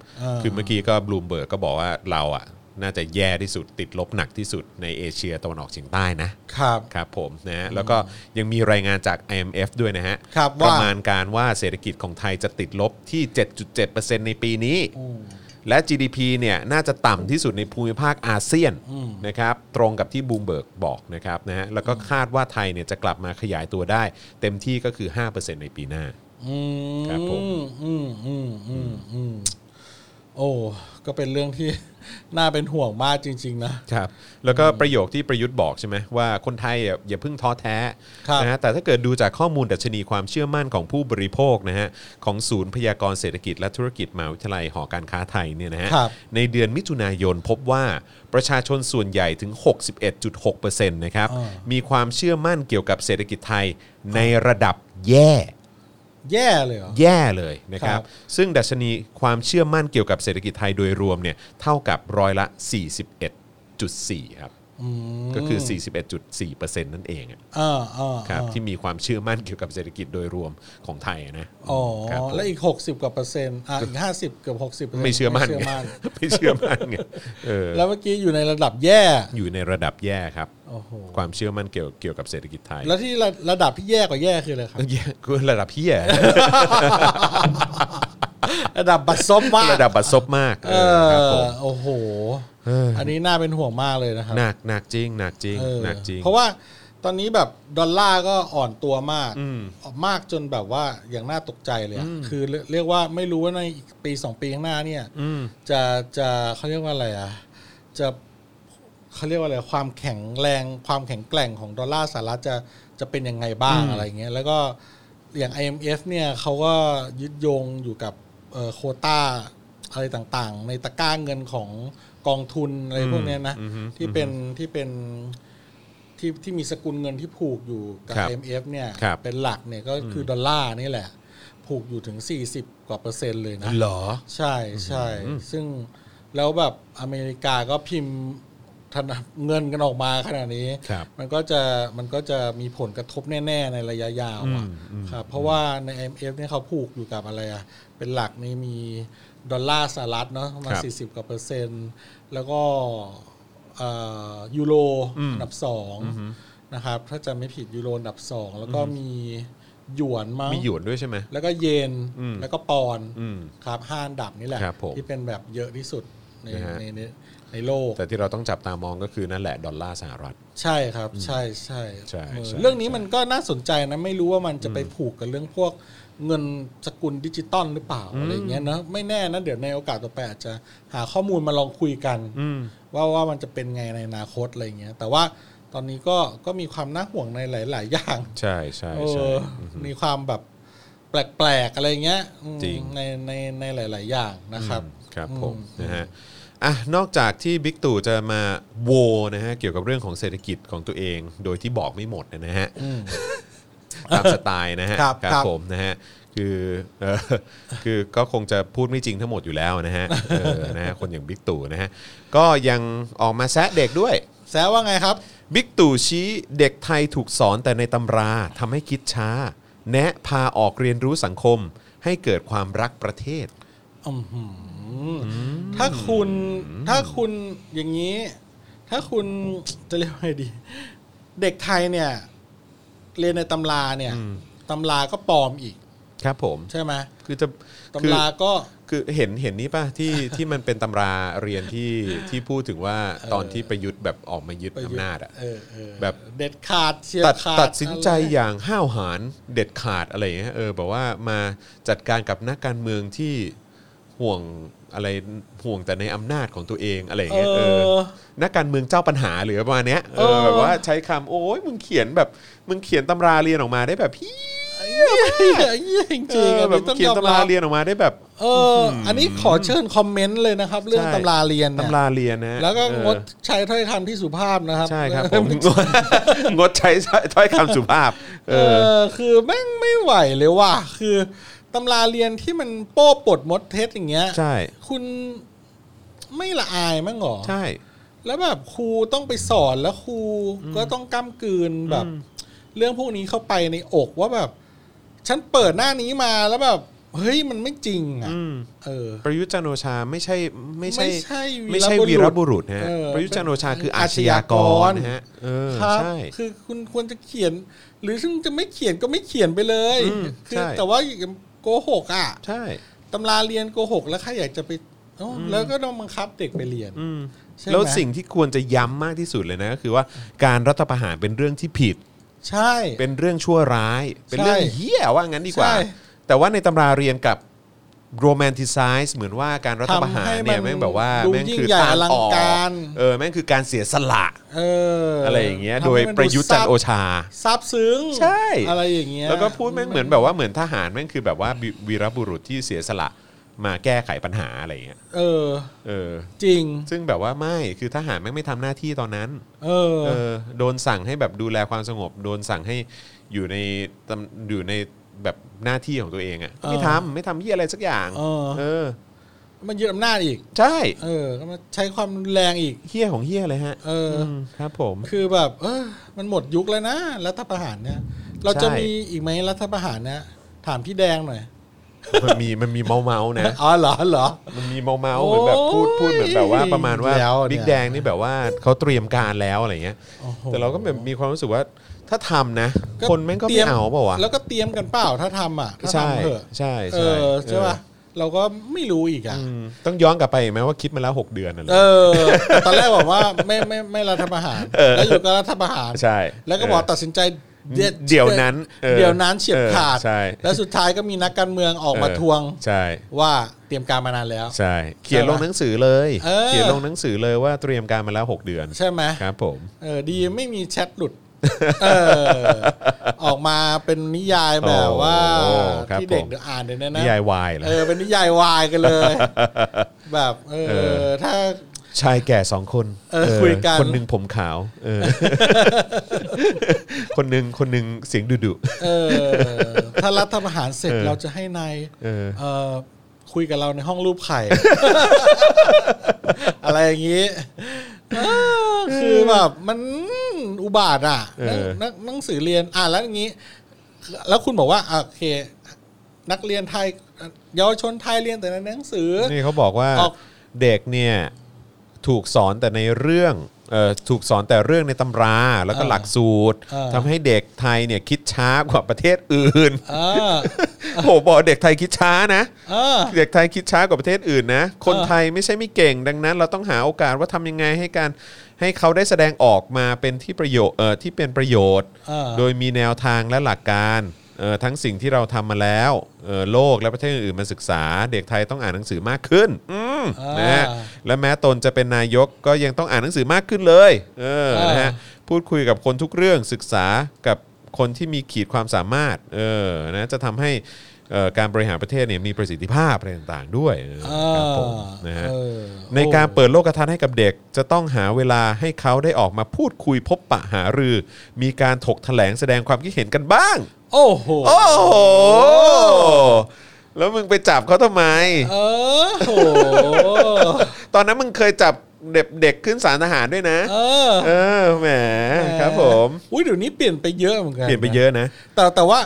[SPEAKER 1] คือเมื่อกี้ก็บลูมเบิร์กก็บอกว่าเราอ่ะน่าจะแย่ที่สุดติดลบหนักที่สุดในเอเชียตะวันออกเฉียงใต้นะครับ ครับผมนะฮะแล้วก็ยังมีรายงานจาก IMF ด้วยนะฮะ
[SPEAKER 2] ครับ
[SPEAKER 1] ป
[SPEAKER 2] ว่า
[SPEAKER 1] ระมาณการว่าเศรษฐกิจของไทยจะติดลบที่ 7.7%ในปีนี้
[SPEAKER 2] อืม
[SPEAKER 1] และ GDP เนี่ยน่าจะต่ำที่สุดในภูมิภาคอาเซียน
[SPEAKER 2] อืม
[SPEAKER 1] นะครับตรงกับที่บูมเบิร์กบอกนะครับนะฮะแล้วก็คาดว่าไทยเนี่ยจะกลับมาขยายตัวได้ เต็มที่ก็คือ 5%ในปีหน้า
[SPEAKER 2] อืม
[SPEAKER 1] ครับผม
[SPEAKER 2] อืมอืมอืมอืมโอ้ก็เป็นเรื่องที่ น่าเป็นห่วงมากจริง ๆ นะ
[SPEAKER 1] ครับแล้วก็ประโยคที่ประยุทธ์บอกใช่ไหมว่าคนไทยอ่ะอย่าเพิ่งท้อแท้
[SPEAKER 2] ครับ
[SPEAKER 1] นะฮะแต่ถ้าเกิดดูจากข้อมูลดัชนีความเชื่อมั่นของผู้บริโภคนะฮะของศูนย์พยากรณ์เศรษฐกิจและธุรกิจมหาวิทยาลัยหอการค้าไทยเนี่ยนะฮะ
[SPEAKER 2] ครับ
[SPEAKER 1] ในเดือนมิถุนายนพบว่าประชาชนส่วนใหญ่ถึง 61.6%นะครับมีความเชื่อมั่นเกี่ยวกับเศรษฐกิจไทยในระดับแย่
[SPEAKER 2] แย่เลยเหรอ
[SPEAKER 1] แย่เลยนะครับ
[SPEAKER 2] ครับ
[SPEAKER 1] ซึ่งดัชนีความเชื่อมั่นเกี่ยวกับเศรษฐกิจไทยโดยรวมเนี่ยเท่ากับร้อยละ 41.4 ครับ
[SPEAKER 2] อืม
[SPEAKER 1] ก็คือ 41.4%นั่นเองอะ
[SPEAKER 2] อ่าอ่า
[SPEAKER 1] ครับ
[SPEAKER 2] อ่า
[SPEAKER 1] ที่มีความเชื่อมั่นเกี่ยวกับเศรษฐกิจโดยรวมของไทยนะ
[SPEAKER 2] อ๋อ
[SPEAKER 1] ครับผม
[SPEAKER 2] แล้วอีก 60กว่าเปอร์เซ็นต์อ่ะอีก 50 เกือบ 60
[SPEAKER 1] ไม่เชื่อมั่นไง ไม่เชื่อมั่นไงเออ
[SPEAKER 2] แล้วเมื่อกี้อยู่ในระดับแย่
[SPEAKER 1] อยู่ในระดับแย่ครับ
[SPEAKER 2] โอ้โห
[SPEAKER 1] ความเชื่อมั่นเกี่ยวเกี่ยวกับเศรษฐกิจไทย
[SPEAKER 2] แล้วที่ระระดับที่แย่กว่าแย่คืออะไรครับ
[SPEAKER 1] แย่คือระดับเพี้ย
[SPEAKER 2] ระดับบัตรซบมาก
[SPEAKER 1] ระดับบัดซบมาก
[SPEAKER 2] เอ
[SPEAKER 1] ครั
[SPEAKER 2] อบ
[SPEAKER 1] ผม
[SPEAKER 2] โอ้โห
[SPEAKER 1] เออ
[SPEAKER 2] อันนี้น่าเป็นห่วงมากเลยนะครับ
[SPEAKER 1] หนักหนักจริงหนักจริง
[SPEAKER 2] เออ
[SPEAKER 1] หนักจริง
[SPEAKER 2] เพราะว่า ตอนนี้แบบดอลลาร์ก็อ่อนตัวมาก
[SPEAKER 1] อืม
[SPEAKER 2] มากจนแบบว่าอย่างน่าตกใจเลยอะคือเรียเรียกว่าไม่รู้ว่าในอีกปีสองปีข้างหน้าเนี่ย
[SPEAKER 1] อืม
[SPEAKER 2] จะจะเขาเรียกว่าอะไรอ่ะ จะเขาเรียกว่าอะไรความแข็งแรงความแข็งแกร่งของดอลลาร์สหรัฐจะจะเป็นยังไงบ้าง
[SPEAKER 1] อืม
[SPEAKER 2] อะไรเงี้ยแล้วก็อย่าง IMF เนี่ยเขาก็ยึดโยงอยู่กับเอ่อโควต้าอะไรต่างๆ ในตะกร้าเงินของกองทุนอะไรพวกเนี้ยนะ
[SPEAKER 1] อืมอืม
[SPEAKER 2] ที่เป็นที่เป็นที่ที่มีสกุลเงินที่ผูกอยู่กับ
[SPEAKER 1] ครับ
[SPEAKER 2] IMF เนี่ย
[SPEAKER 1] ครับ
[SPEAKER 2] เป็นหลักเนี่ยก็คืออดอลลาร์นี่แหละ ผูกอยู่ถึง 40 กว่าเปอร์เซ็นต์เลยนะ
[SPEAKER 1] เหรอ
[SPEAKER 2] ใช่ใช่ซึ่งแล้วแบบอเมริกาก็พิมพ์ธนเงินกันออกมาขนาดนี้
[SPEAKER 1] ครับ
[SPEAKER 2] มันก็จะมันก็จะมีผลกระทบแน่ ๆ ในระยะยาวอะ
[SPEAKER 1] อืมอืม
[SPEAKER 2] ครับเพราะว่าใน IMF เนี่ยเขาผูกอยู่กับอะไรอะเป็นหลักนี่มีดอลลาร์สหรัฐเนาะประมาณ
[SPEAKER 1] ครับ
[SPEAKER 2] สี่สิบกว่าเปอร์เซ็นต์ แล้วก็เอ่อยูโร
[SPEAKER 1] อืม
[SPEAKER 2] อันดับสองนะครับถ้าจะไม่ผิดยูโรอันดับสองแล้วก็มีหยวนมั้ง
[SPEAKER 1] มีหยวนด้วยใช่ไหม
[SPEAKER 2] แล้วก็เยน
[SPEAKER 1] อืม
[SPEAKER 2] แล้วก็ปอนด์
[SPEAKER 1] อืม
[SPEAKER 2] ครับห้าอันดับนี่แหละ
[SPEAKER 1] ครับผม
[SPEAKER 2] ที่เป็นแบบเยอะที่สุดใน
[SPEAKER 1] นะฮะ
[SPEAKER 2] ในในในโลก
[SPEAKER 1] แต่ที่เราต้องจับตามองก็คือนั่นแหละดอลลาร์สหรัฐ
[SPEAKER 2] ใช่ครับ ใช่ใช่
[SPEAKER 1] ใช่
[SPEAKER 2] เออ
[SPEAKER 1] ใช่
[SPEAKER 2] เรื่องนี้
[SPEAKER 1] ใช่
[SPEAKER 2] มันก็น่าสนใจนะไม่รู้ว่ามันจะไปผูกกับเรื่องพวกเงินสกุลดิจิตอลหรือเปล่าอะไรเงี้ยนะไม่แน่นะเดี๋ยวในโอกาสต่อไปอาจจะหาข้อมูลมาลองคุยกัน
[SPEAKER 1] อืม
[SPEAKER 2] ว่าว่ามันจะเป็นไงในอนาคตอะไรเงี้ย แต่ว่าตอนนี้ก็ก็มีความน่าห่วงในหลาย ๆ อย่าง
[SPEAKER 1] ใช่ใช่
[SPEAKER 2] เอ
[SPEAKER 1] ใช่
[SPEAKER 2] อมีความแบบแปลก ๆ อะไรเงี้ยอืม
[SPEAKER 1] จริง
[SPEAKER 2] ในในในหลาย ๆ อย่างนะครับ
[SPEAKER 1] ครับผม
[SPEAKER 2] อืม
[SPEAKER 1] นะฮะอ่ะนอกจากที่บิ๊กตู่จะมาโวนะฮะเกี่ยวกับเรื่องของเศรษฐกิจของตัวเอง โดยที่บอกไม่หมดนะฮะ
[SPEAKER 2] อืม
[SPEAKER 1] ตามสไตล์นะฮะ
[SPEAKER 2] ครับครับ
[SPEAKER 1] ผมนะฮะคือ เอ่อคือก็คงจะพูดไม่จริงทั้งหมดอยู่แล้วนะฮะเออนะฮะคนอย่างบิ๊กตู่นะฮะก็ยังออกมาแซะเด็กด้วย
[SPEAKER 2] แซวว่าไงครับ
[SPEAKER 1] บิ๊กตู่ชี้เด็กไทยถูกสอนแต่ในตำราทำให้คิดช้า แนะพาออกเรียนรู้สังคม ให้เกิดความรักประเทศ
[SPEAKER 2] อื้อหือถ้าคุณถ้าคุณอย่างนี้ ถ้าคุณจะเรียกว่าไงดี เด็กไทยเนี่ย เรียนในตำราเนี่ย
[SPEAKER 1] อืม
[SPEAKER 2] ตำราก็ปลอมอีก
[SPEAKER 1] ครับผม
[SPEAKER 2] ใช่ไหม
[SPEAKER 1] คือจะคือ
[SPEAKER 2] ตำราก็
[SPEAKER 1] คือเห็นเห็นนี่ป่ะที่ ที่มันเป็นตำราเรียน ที่ที่พูดถึงว่าตอนที่ประยุทธ์แบบออกมายึด
[SPEAKER 2] ประยุทธ์
[SPEAKER 1] อำนาจอ่ะ
[SPEAKER 2] เออเออ
[SPEAKER 1] แบบ
[SPEAKER 2] เด็ดขาดเชียบ
[SPEAKER 1] ตัด
[SPEAKER 2] ขาด
[SPEAKER 1] ตัดสินใจ
[SPEAKER 2] อะไร
[SPEAKER 1] อย่างห้าวหาญเด็ดขาดอะไรอย่างเงี้ยเออแบบว่ามาจัดการกับนักการเมืองที่ห่วงอะไรห่วงแต่ในอำนาจของตัวเองอะไรอย่า
[SPEAKER 2] เอง
[SPEAKER 1] เงี้ยเออ
[SPEAKER 2] อ
[SPEAKER 1] นักการเมืองเจ้าปัญหาหรือประมาณเนี้ยเอ
[SPEAKER 2] เอ
[SPEAKER 1] อ
[SPEAKER 2] อ
[SPEAKER 1] แบบว่าใช้คำโอ้ยมึงเขียนแบบมึงเขียนตำราเรียนออกมาได้แบบพี่
[SPEAKER 2] เหี้ ยเหี้ยจริง
[SPEAKER 1] เอ
[SPEAKER 2] จริง
[SPEAKER 1] อแบบเขียนตำราเรียนออกมาได้แบบ
[SPEAKER 2] เออ อันนี้ขอเชิญคอมเมนต์เลยนะครับ เรื่อง
[SPEAKER 1] ใช่
[SPEAKER 2] ตำราเรียน
[SPEAKER 1] ตำ
[SPEAKER 2] เนี่ย
[SPEAKER 1] ราเรียนนะ
[SPEAKER 2] แล้วก็
[SPEAKER 1] เออ
[SPEAKER 2] งดใช้ถ้อยคำที่สุภาพนะครับ
[SPEAKER 1] ใช่ครับผมงด งดใช้ถ้อยคำสุภาพ เอ
[SPEAKER 2] เอ
[SPEAKER 1] อ
[SPEAKER 2] อคือแม่งไม่ไหวเลยว่ะคือตำราเรียนที่มันโป้ปลดมดเท็จอย่างเงี้ย
[SPEAKER 1] ใช่
[SPEAKER 2] คุณไม่ละอายมั้งเหรอ
[SPEAKER 1] ใช่
[SPEAKER 2] แล้วแบบครูต้องไปสอนแล้วครูก็ต้องก้ำกืนแบบ เรื่องพวกนี้เข้าไปในอกว่าแบบ ฉันเปิดหน้านี้มาแล้วแบบ เฮ้ยมันไม่จริงอ่ะ
[SPEAKER 1] อืม
[SPEAKER 2] เออ
[SPEAKER 1] ประยุทธ์จันทร์โอชาไม่ใช่ไม่ใช่
[SPEAKER 2] ไม่ใช่
[SPEAKER 1] ไม่ใช่วี
[SPEAKER 2] วี
[SPEAKER 1] ร
[SPEAKER 2] รบุ
[SPEAKER 1] บุ
[SPEAKER 2] รุ
[SPEAKER 1] รุษ
[SPEAKER 2] ษ
[SPEAKER 1] นะฮะ
[SPEAKER 2] เออ
[SPEAKER 1] ประยุทธ์จันทร์โอชาคืออา
[SPEAKER 2] อา
[SPEAKER 1] ช
[SPEAKER 2] ช
[SPEAKER 1] ญา
[SPEAKER 2] ญากก
[SPEAKER 1] ร
[SPEAKER 2] ร
[SPEAKER 1] นะฮะเออ
[SPEAKER 2] ครับ
[SPEAKER 1] ใช่
[SPEAKER 2] คือคุณควรจะเขียน หรือซึ่งจะไม่เขียนก็ไม่เขียนไปเลย
[SPEAKER 1] อืม
[SPEAKER 2] คื
[SPEAKER 1] ใช่
[SPEAKER 2] อแต่ว่าโกหกอ่ะ
[SPEAKER 1] ใช่
[SPEAKER 2] ตำราเรียนโกหกแล้วใครอยากจะไปเอ้าแล้วก็ต้องบังคับเด็กไปเรียน
[SPEAKER 1] อืม
[SPEAKER 2] ใช่ไหม
[SPEAKER 1] แล้วสิ่งที่ควรจะย้ำมากที่สุดเลยนะก็คือว่าการรัฐประหารเป็นเรื่องที่ผิด
[SPEAKER 2] ใช่
[SPEAKER 1] เป็นเรื่องชั่วร้าย เป็นเรื่องเหี้ยว่างั้นดีกว่า
[SPEAKER 2] ใช่
[SPEAKER 1] แต่ว่าในตำราเรียนกับโรแมนติไซส์เหมือนว่าการรัฐประหารเนี่ย
[SPEAKER 2] ทำให้มัน
[SPEAKER 1] แม่งแบบว่า
[SPEAKER 2] ดู
[SPEAKER 1] แม่ง
[SPEAKER 2] ยิ่ง
[SPEAKER 1] คือ
[SPEAKER 2] ใหญ่
[SPEAKER 1] ตาม
[SPEAKER 2] อลัง
[SPEAKER 1] ออก
[SPEAKER 2] การ
[SPEAKER 1] เออแม่งคือการเสียสละ
[SPEAKER 2] เอออ
[SPEAKER 1] อะไรอย่างเงี้ย
[SPEAKER 2] ทำให้
[SPEAKER 1] โดย
[SPEAKER 2] มัน
[SPEAKER 1] ประยุทธ์จันทร์โอชา
[SPEAKER 2] ซาบซึ้ง
[SPEAKER 1] ใช่
[SPEAKER 2] อะไรอย่างเงี้ย
[SPEAKER 1] แล้วก็พูดแม่งเหมือนแบบว่าเหมือนทหารแม่งคือแบบว่าวีวีรบุรุษที่เสียสละมาแก้ไขปัญหาอะไรอย่างเงี้ย
[SPEAKER 2] เออ
[SPEAKER 1] เออ
[SPEAKER 2] จริง
[SPEAKER 1] ซึ่งแบบว่าไม่คือทหารแม่งไม่ทำหน้าที่ตอนนั้น
[SPEAKER 2] เออ
[SPEAKER 1] เออโดนสั่งให้แบบดูแลความสงบ โดนสั่งให้อยู่ในตำอยู่ในแบบหน้าที่ของตัวเองอะ
[SPEAKER 2] เออ
[SPEAKER 1] ไม่ทำไม่ทำที่อะไรสักอย่าง
[SPEAKER 2] เอ
[SPEAKER 1] อ
[SPEAKER 2] อมันยึดอำนาจอีก
[SPEAKER 1] ใช่
[SPEAKER 2] เออก็มาใช้ความรุนแรงอีก
[SPEAKER 1] เฮี้ยของเฮี้ยเลยฮะ
[SPEAKER 2] เอออ
[SPEAKER 1] มครับผม
[SPEAKER 2] คือแบบ เออ มันหมดยุคแล้วนะรัฐประหารเนี่ย เราจะ
[SPEAKER 1] ใช่
[SPEAKER 2] มีอีกไหมรัฐประหารเนี่ยถามพี่แดงหน่อย
[SPEAKER 1] มันมีมันมีเมาเมา ๆนะ
[SPEAKER 2] อ๋อเหรอเหรอ
[SPEAKER 1] มันมีเมาเมาๆเหมือนแบบพูดพูดเหมือนแบบว่าประมาณว่า
[SPEAKER 2] แล้วเนี่ย
[SPEAKER 1] บิ๊กแดงนี่แบบว่าเขาเตรียมการแล้วอะไรเงี้ย
[SPEAKER 2] โอ้โห
[SPEAKER 1] แต่เราก็แบบมีความรู้สึกว่าถ้าทำนะ
[SPEAKER 2] ก็
[SPEAKER 1] คนแม่งก็
[SPEAKER 2] เตรี
[SPEAKER 1] ไม่
[SPEAKER 2] ยม
[SPEAKER 1] เอาเปล่าวะ
[SPEAKER 2] แล้วก็เตรียมกันเปล่าถ้าทำอ่ะถ้า
[SPEAKER 1] ใช่
[SPEAKER 2] ทำเถอะ
[SPEAKER 1] ใช่
[SPEAKER 2] เอ
[SPEAKER 1] ใช่
[SPEAKER 2] อใช่ป่ะ เราก็ไม่รู้อีกอ่ะ
[SPEAKER 1] อืมต้องย้อนกลับไปอีกไหมว่าคิดมาแล้ว 6 เดือนน่ะเหร
[SPEAKER 2] เอ
[SPEAKER 1] อ
[SPEAKER 2] อ ตอนแรกบอกว่าไม่ ไม่ไม่รัฐประหารแล้วอยู่ก็รัฐประหาร
[SPEAKER 1] ใช่
[SPEAKER 2] แล้วก็บอก
[SPEAKER 1] เ
[SPEAKER 2] ตัดสินใจ
[SPEAKER 1] เดี๋ยวเดี๋ยวนั้นเออ
[SPEAKER 2] เดี๋ยวนั้นเฉียบขาด
[SPEAKER 1] เออใช่
[SPEAKER 2] แล้วสุดท้ายก็มีนักการเมืองออกมาทวง
[SPEAKER 1] ใช่
[SPEAKER 2] ว่าเตรียมการมานานแล้ว
[SPEAKER 1] ใช่ เขียนลงหนังสือเลย
[SPEAKER 2] เออ
[SPEAKER 1] ยนลงหนังสือเลยว่าเตรียมการมาแล้ว 6 เดือน
[SPEAKER 2] ใช่ไหม
[SPEAKER 1] ครับผม
[SPEAKER 2] เออดีไม่มีแชท หลุด เออ ออกมาเป็นนิยายแบบว่า
[SPEAKER 1] โอ้ครับ
[SPEAKER 2] ที่
[SPEAKER 1] ผ
[SPEAKER 2] เด็ก
[SPEAKER 1] ม
[SPEAKER 2] เดี๋ยวอ่านเดี๋ยวนี้
[SPEAKER 1] นิ
[SPEAKER 2] นะ
[SPEAKER 1] ยายวายเหรอ
[SPEAKER 2] เออเป็นนิยายวายกันเลย แบบเออถ้า
[SPEAKER 1] ชายแก่สองคน
[SPEAKER 2] เออคุยกัน
[SPEAKER 1] คนหนึ่งผมขาวเอ อ คนหนึ่งคนหนึ่งเสียงดุดุ
[SPEAKER 2] เออถ้ารัฐประหารเสร็จเราจะให้นาย
[SPEAKER 1] เออ
[SPEAKER 2] เออคุยกับเราในห้องรูป ไข่ อะไรอย่างนี้เออคือแบบมันอุบาทอ่ะหนังหนังหนังสือเรียนอ่านแล้วอย่างนี้ แล้วคุณบอกว่าอ่ะโอเค นักเรียนไทยเยาวชนไทยเรียนแต่ในหนังสือ
[SPEAKER 1] นี่เขาบอกว่า
[SPEAKER 2] ออก
[SPEAKER 1] เด็กเนี่ยถูกสอนแต่ในเรื่องเอ่อถูกสอนแต่เรื่องในตำราแล้วก็หลักสูตร
[SPEAKER 2] เออ
[SPEAKER 1] ทำให้เด็กไทยเนี่ยคิดช้ากว่าประเทศอื่น
[SPEAKER 2] เออ
[SPEAKER 1] โอ้โหบอกเด็กไทยคิดช้านะ
[SPEAKER 2] เออ
[SPEAKER 1] เด็กไทยคิดช้ากว่าประเทศอื่นนะ คน
[SPEAKER 2] เออ
[SPEAKER 1] ไทยไม่ใช่ไม่เก่งดังนั้น เราต้องหาโอกาสว่าทำยังไงให้การให้เขาได้แสดงออกมาเป็นที่ประโยชน์เอ่อที่เป็นประโยชน์
[SPEAKER 2] เออ
[SPEAKER 1] โดยมีแนวทางและหลักการเอ่อทั้งสิ่งที่เราทำมาแล้วเอ่อโลกและประเทศอื่นๆมาศึกษา เด็กไทยต้องอ่านหนังสือมากขึ้นอืม
[SPEAKER 2] อ่าน
[SPEAKER 1] นะฮะและแม้ตนจะเป็นนายกก็ยังต้องอ่านหนังสือมากขึ้นเลยเออ
[SPEAKER 2] เออ
[SPEAKER 1] นะฮะพูดคุยกับคนทุกเรื่องศึกษากับคนที่มีขีดความสามารถเออนะจะทำให้เอ่อการบริหารประเทศเนี่ยมีประสิทธิภาพอะไรต่างๆ ด้วยเออ
[SPEAKER 2] เอ
[SPEAKER 1] ครับ
[SPEAKER 2] อ
[SPEAKER 1] ผมนะฮะ
[SPEAKER 2] เออ
[SPEAKER 1] ในการเปิดโลกทัศน์ให้กับเด็ก จะต้องหาเวลาให้เขาได้ออกมาพูดคุยพบปะหารือ มีการถกแถลงแสดงความคิดเห็นกันบ้าง
[SPEAKER 2] โอ้โห
[SPEAKER 1] โอ้โห แล้วมึงไปจับเขาทำไม
[SPEAKER 2] เออโห
[SPEAKER 1] ตอนนั้นมึงเคยจับเด็กเด็กขึ้นสารทหารด้วยนะ
[SPEAKER 2] เออ
[SPEAKER 1] เออแหมครับผม
[SPEAKER 2] อุ้ยเดี๋ยวนี้เปลี่ยนไปเยอะเหมือนกัน
[SPEAKER 1] เปลี่ยนไปเยอะนะ
[SPEAKER 2] แต่แต่ว่า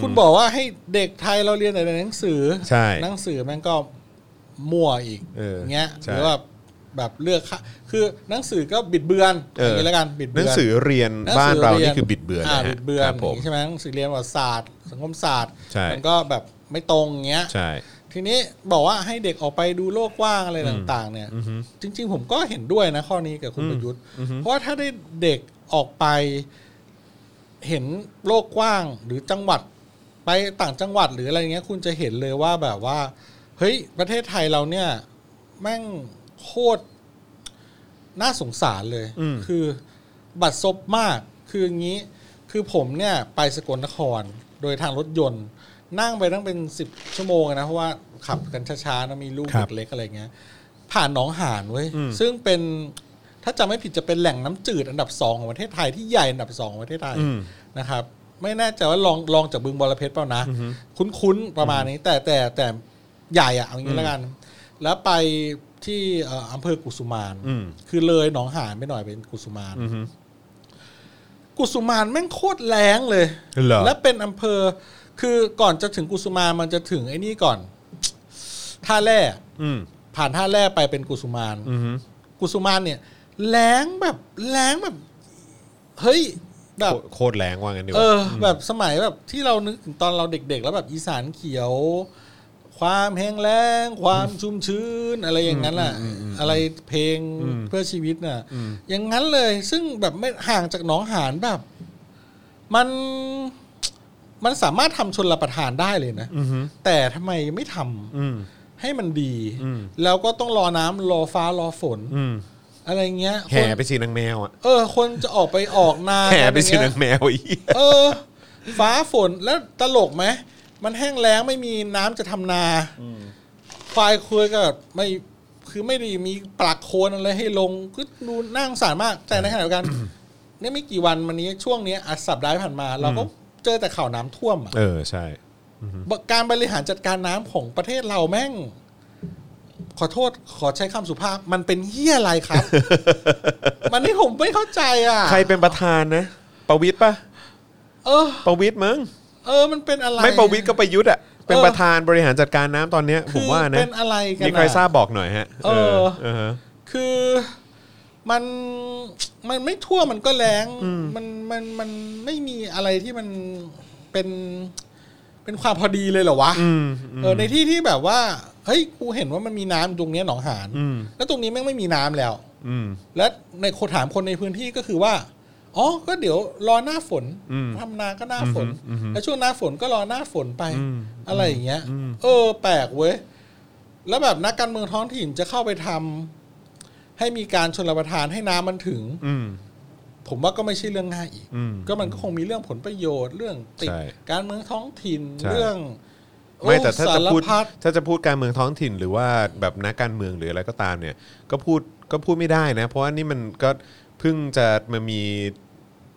[SPEAKER 2] คุณบอกว่าให้เด็กไทยเราเรียนแต่ในหนังสือ
[SPEAKER 1] ใช่
[SPEAKER 2] หนังสือแม่งก็มั่วอีก
[SPEAKER 1] เออ
[SPEAKER 2] เงี้ย
[SPEAKER 1] ใช่
[SPEAKER 2] หรือว่าแบบเลือกค่ะคือหนังสือก็บิดเบือนอย่างนี้แล้วกันบิด
[SPEAKER 1] ห
[SPEAKER 2] เบื
[SPEAKER 1] นั
[SPEAKER 2] น
[SPEAKER 1] งสือเรียน
[SPEAKER 2] หง
[SPEAKER 1] บ้าน
[SPEAKER 2] สื
[SPEAKER 1] เรานี่คือบิดเบือนนะฮะ
[SPEAKER 2] บิดเบือน
[SPEAKER 1] ครับผม
[SPEAKER 2] ใช่ไหมหนังสือเรียนประวัติศาสตร์ สังคมศาสตร์
[SPEAKER 1] ใช่
[SPEAKER 2] มันก็แบบไม่ตรงเงี้ย
[SPEAKER 1] ใช่
[SPEAKER 2] ทีนี้บอกว่าให้เด็กออกไปดูโลกกว้างอะไรต่าง ๆ เนี่ย จริง ๆ ผมก็เห็นด้วยนะข้อนี้กับคุณประยุทธ์ เพราะว่าถ้าได้เด็กออกไป เห็นโลกกว้างหรือจังหวัด ไปต่างจังหวัดหรืออะไรเงี้ย คุณจะเห็นเลยว่าแบบว่า เฮ้ย ประเทศไทยเราเนี่ย แม่งโคตรน่าสงสารเลย
[SPEAKER 1] อืม
[SPEAKER 2] คือบัตรซบมาก คืออย่างนี้ คือผมเนี่ย ไปสกลนครโดยทางรถยนต์ นั่งไปตั้งเป็นสิบชั่วโมงอะนะ เพราะว่าขับกันช้าๆนะมีลูก
[SPEAKER 1] ครับ
[SPEAKER 2] เล็กๆอะไรเงี้ย ผ่านหนองหานเว้ย
[SPEAKER 1] อืม
[SPEAKER 2] ซึ่งเป็น ถ้าจำไม่ผิดจะเป็นแหล่งน้ำจืดอันดับสองของประเทศไทยที่ใหญ่อันดับสองของประเทศไทย
[SPEAKER 1] อืม
[SPEAKER 2] นะครับไม่แน่ใจว่าลองลองจากบึงบอระเพ็ดเปล่านะ คุ้นๆ ประมาณนี้ แต่แต่แต่ใหญ่อะเอางี้แล้วกัน แล้วไปที่เอ่ออำเภอกุสุมาน
[SPEAKER 1] อืม
[SPEAKER 2] คือเลยหนองหานไปหน่อยเป็นกุสุมาน
[SPEAKER 1] อือฮึ
[SPEAKER 2] กุสุมานแม่งโคตรแรงเลย
[SPEAKER 1] เหรอ
[SPEAKER 2] และเป็นอำเภอ คือก่อนจะถึงกุสุมานมันจะถึงไอ้นี่ก่อน ท่าแร่
[SPEAKER 1] อืม
[SPEAKER 2] ผ่านท่าแร่ไปเป็นกุสุมาน
[SPEAKER 1] อือฮึ
[SPEAKER 2] กุสุมานเนี่ยแรงแบบแรงแบบ เฮ้ยแบบ
[SPEAKER 1] โคโคตรแรงว่างั้นดีก
[SPEAKER 2] เอ
[SPEAKER 1] ว่า
[SPEAKER 2] อแบบสมัยแบบที่เรานึกถึงตอนเราเด็กๆ แล้วแบบอีสานเขียว ความแห้งแล้ง ความชุ่มชื้น อะไรอย่างนั้นน่ะ อะไรเพลงเพื่อชีวิตน่ะ อย่างนั้นเลย ซึ่งแบบไม่ห่างจากหนองหานแบบ มันมันสามารถทำชนรับประทานได้เลยนะ
[SPEAKER 1] อือฮึ
[SPEAKER 2] แต่ทำไมไม่ทำ
[SPEAKER 1] อืม
[SPEAKER 2] ให้มันดี
[SPEAKER 1] อืม
[SPEAKER 2] แล้วก็ต้องรอน้ำรอฟ้ารอฝน
[SPEAKER 1] อืม
[SPEAKER 2] อะไรเงี้ยคน
[SPEAKER 1] แห่ไปสีนางแมวอ่ะ
[SPEAKER 2] เออ คนจะออกไปออกนา
[SPEAKER 1] แห่ไป
[SPEAKER 2] กัน
[SPEAKER 1] สี
[SPEAKER 2] อ
[SPEAKER 1] นา
[SPEAKER 2] ย่างเงี้ย
[SPEAKER 1] งแมวอีก
[SPEAKER 2] เออ ฟ้าฝนแล้วตลกไหมมันแห้งแล้งไม่มีน้ำจะทำนาควายคุยก็ไม่คือไม่ไดีมีปลักโคลนอะไรให้ลงก็ดูน่าสงสารมาก แต่ในขณะเดียวกัน เนี่ยไม่กี่วันมานี้ช่วงเนี้ยอาสัปดาห์ที่ผ่านมา เราก็เจอแต่ข่าวน้ำท่วมอะ
[SPEAKER 1] เออใช่
[SPEAKER 2] การบริหารจัดการน้ำของประเทศเราแม่ง ขอโทษขอใช้คำสุภาพ มันเป็นเหี้ยอะไรครับ มันนี่ผมไม่เข้าใจอ่ะ
[SPEAKER 1] ใครเป็นประธานนะประวิทย์ปะ
[SPEAKER 2] เออ
[SPEAKER 1] ประวิทย์มั้ง
[SPEAKER 2] เออ มันเป็นอะไร
[SPEAKER 1] ไม่ประวิทย์ก็ประยุทธ์อ่ะเป็น
[SPEAKER 2] เออ
[SPEAKER 1] ประธานบริหารจัดการน้ำตอนเนี้ย ผ
[SPEAKER 2] คื
[SPEAKER 1] ม
[SPEAKER 2] อ
[SPEAKER 1] ว่านะ
[SPEAKER 2] เป็นอะไรกัน
[SPEAKER 1] มีใคร
[SPEAKER 2] อะ
[SPEAKER 1] ทราบบอกหน่อยฮะ
[SPEAKER 2] เออ
[SPEAKER 1] เออฮะ
[SPEAKER 2] คือมันมันไม่ทั่วมันก็แรงมันมันมันไม่มีอะไรที่มันเป็น เป็น เป็นความพอดีเลยเหรอวะ
[SPEAKER 1] อืมม
[SPEAKER 2] เออในที่ที่แบบว่าเฮ้ยกูเห็นว่ามันมีน้ำอยู่ตรงเนี้ยหนองหาน
[SPEAKER 1] อืม
[SPEAKER 2] แล้วตรงนี้แม่งไม่มีน้ำแล้ว
[SPEAKER 1] อืม
[SPEAKER 2] และในคนถามคนในพื้นที่ก็คือว่า อ๋อ ก็เดี๋ยวรอหน้าฝน
[SPEAKER 1] อืม
[SPEAKER 2] ทำนาก็หน้าฝน
[SPEAKER 1] อืมอืม
[SPEAKER 2] แล้วช่วงหน้าฝนก็รอหน้าฝนไป
[SPEAKER 1] อืม
[SPEAKER 2] อะไรอย่างเงี้ย
[SPEAKER 1] อืม
[SPEAKER 2] เออ แปลกเว้ย แล้วแบบนักการเมืองท้องถิ่นจะเข้าไปทำให้มีการชนระทานให้น้ำมันถึง
[SPEAKER 1] อืม
[SPEAKER 2] ผมว่าก็ไม่ใช่เรื่องง่ายอีก
[SPEAKER 1] อืม
[SPEAKER 2] ก็มันก็คงมีเรื่องผลประโยชน์ เรื่องติด
[SPEAKER 1] ใช่
[SPEAKER 2] การเมืองท้องถิ่น
[SPEAKER 1] ใช่
[SPEAKER 2] เรื่อง
[SPEAKER 1] ไม่แต่ถ้า
[SPEAKER 2] โอ้
[SPEAKER 1] จะพูด
[SPEAKER 2] สารพัด
[SPEAKER 1] ถ้าจะพูดการเมืองท้องถิ่นหรือว่าแบบนักการเมืองหรืออะไรก็ตามเนี่ย ก็พูดก็พูดไม่ได้นะ เพราะว่านี่มันก็เพิ่งจะมามี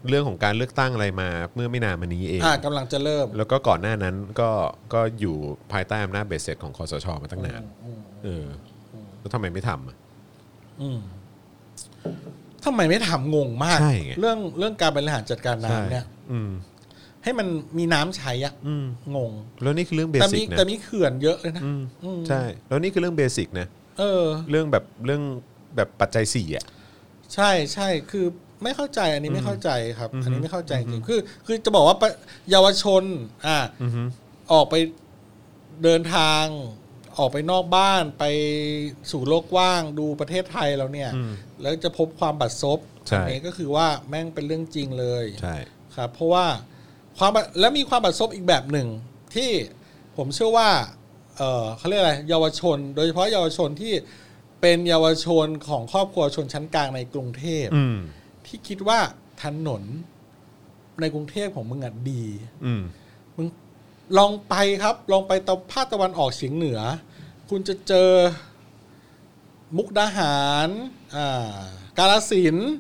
[SPEAKER 1] เรื่องของการเลือกตั้งอะไรมา เมื่อไม่นานมานี้เอง
[SPEAKER 2] อ่ากำลังจะเริ่ม
[SPEAKER 1] แล้วก็ก่อนหน้านั้นก็ก็อยู่ภายใต้อำนาจเบสเสร็จของคอสชมาตั้งนานเออแล้วทำไมไม่ทำอะ
[SPEAKER 2] อืมทำไมไม่ทำงงมาก
[SPEAKER 1] ใช่ไง
[SPEAKER 2] เรื่องเรื่องการบริหารจัดการน้ำเนี่ย
[SPEAKER 1] ใช่อืม
[SPEAKER 2] ให้มันมีน้ำใช้อะ
[SPEAKER 1] อืม
[SPEAKER 2] งง
[SPEAKER 1] แล้วนี่คือเรื่องเบ
[SPEAKER 2] แต่
[SPEAKER 1] สิ
[SPEAKER 2] มี
[SPEAKER 1] กนะ
[SPEAKER 2] แต่มีเขื่อนเยอะเลยนะ
[SPEAKER 1] อืม
[SPEAKER 2] อืม
[SPEAKER 1] ใช่ แล้วนี่คือเรื่องเบสิกนะ
[SPEAKER 2] เออ
[SPEAKER 1] เรื่องแบบเรื่องแบบปัจจัยสี่อ่ะ
[SPEAKER 2] ใช่ใช่คือไม่เข้าใจอันนี้ไม่เข้าใจครับ อันนี้ไม่เข้าใจจริงๆคือ คือจะบอกว่าประเยาวชน อ่า
[SPEAKER 1] อือฮึ
[SPEAKER 2] ออกไปเดินทาง ออกไปนอกบ้านไปสู่โลกกว้างดูประเทศไทยแล้วเนี่ย
[SPEAKER 1] อืม
[SPEAKER 2] แล้วจะพบความบัดซบ
[SPEAKER 1] ใช่
[SPEAKER 2] อันนี้ก็คือว่าแม่งเป็นเรื่องจริงเลย
[SPEAKER 1] ใช่
[SPEAKER 2] ครับเพราะว่าความบัดและมีความบัดซบอีกแบบหนึ่งที่ผมเชื่อว่าเอ่อเขาเรียกอะไรเยาวชน โดยเฉพาะเยาวชนที่เป็นเยาวชนของครอบครัวชนชั้นกลางในกรุงเทพ
[SPEAKER 1] อืม
[SPEAKER 2] ที่คิดว่าถนนในกรุงเทพของมึงอะดี
[SPEAKER 1] อืม
[SPEAKER 2] มึงลองไปครับลองไปตะภาคตะวันออกเฉียงเหนือ คุณจะเจอมุกดาหารอ่ากาลสินธุ์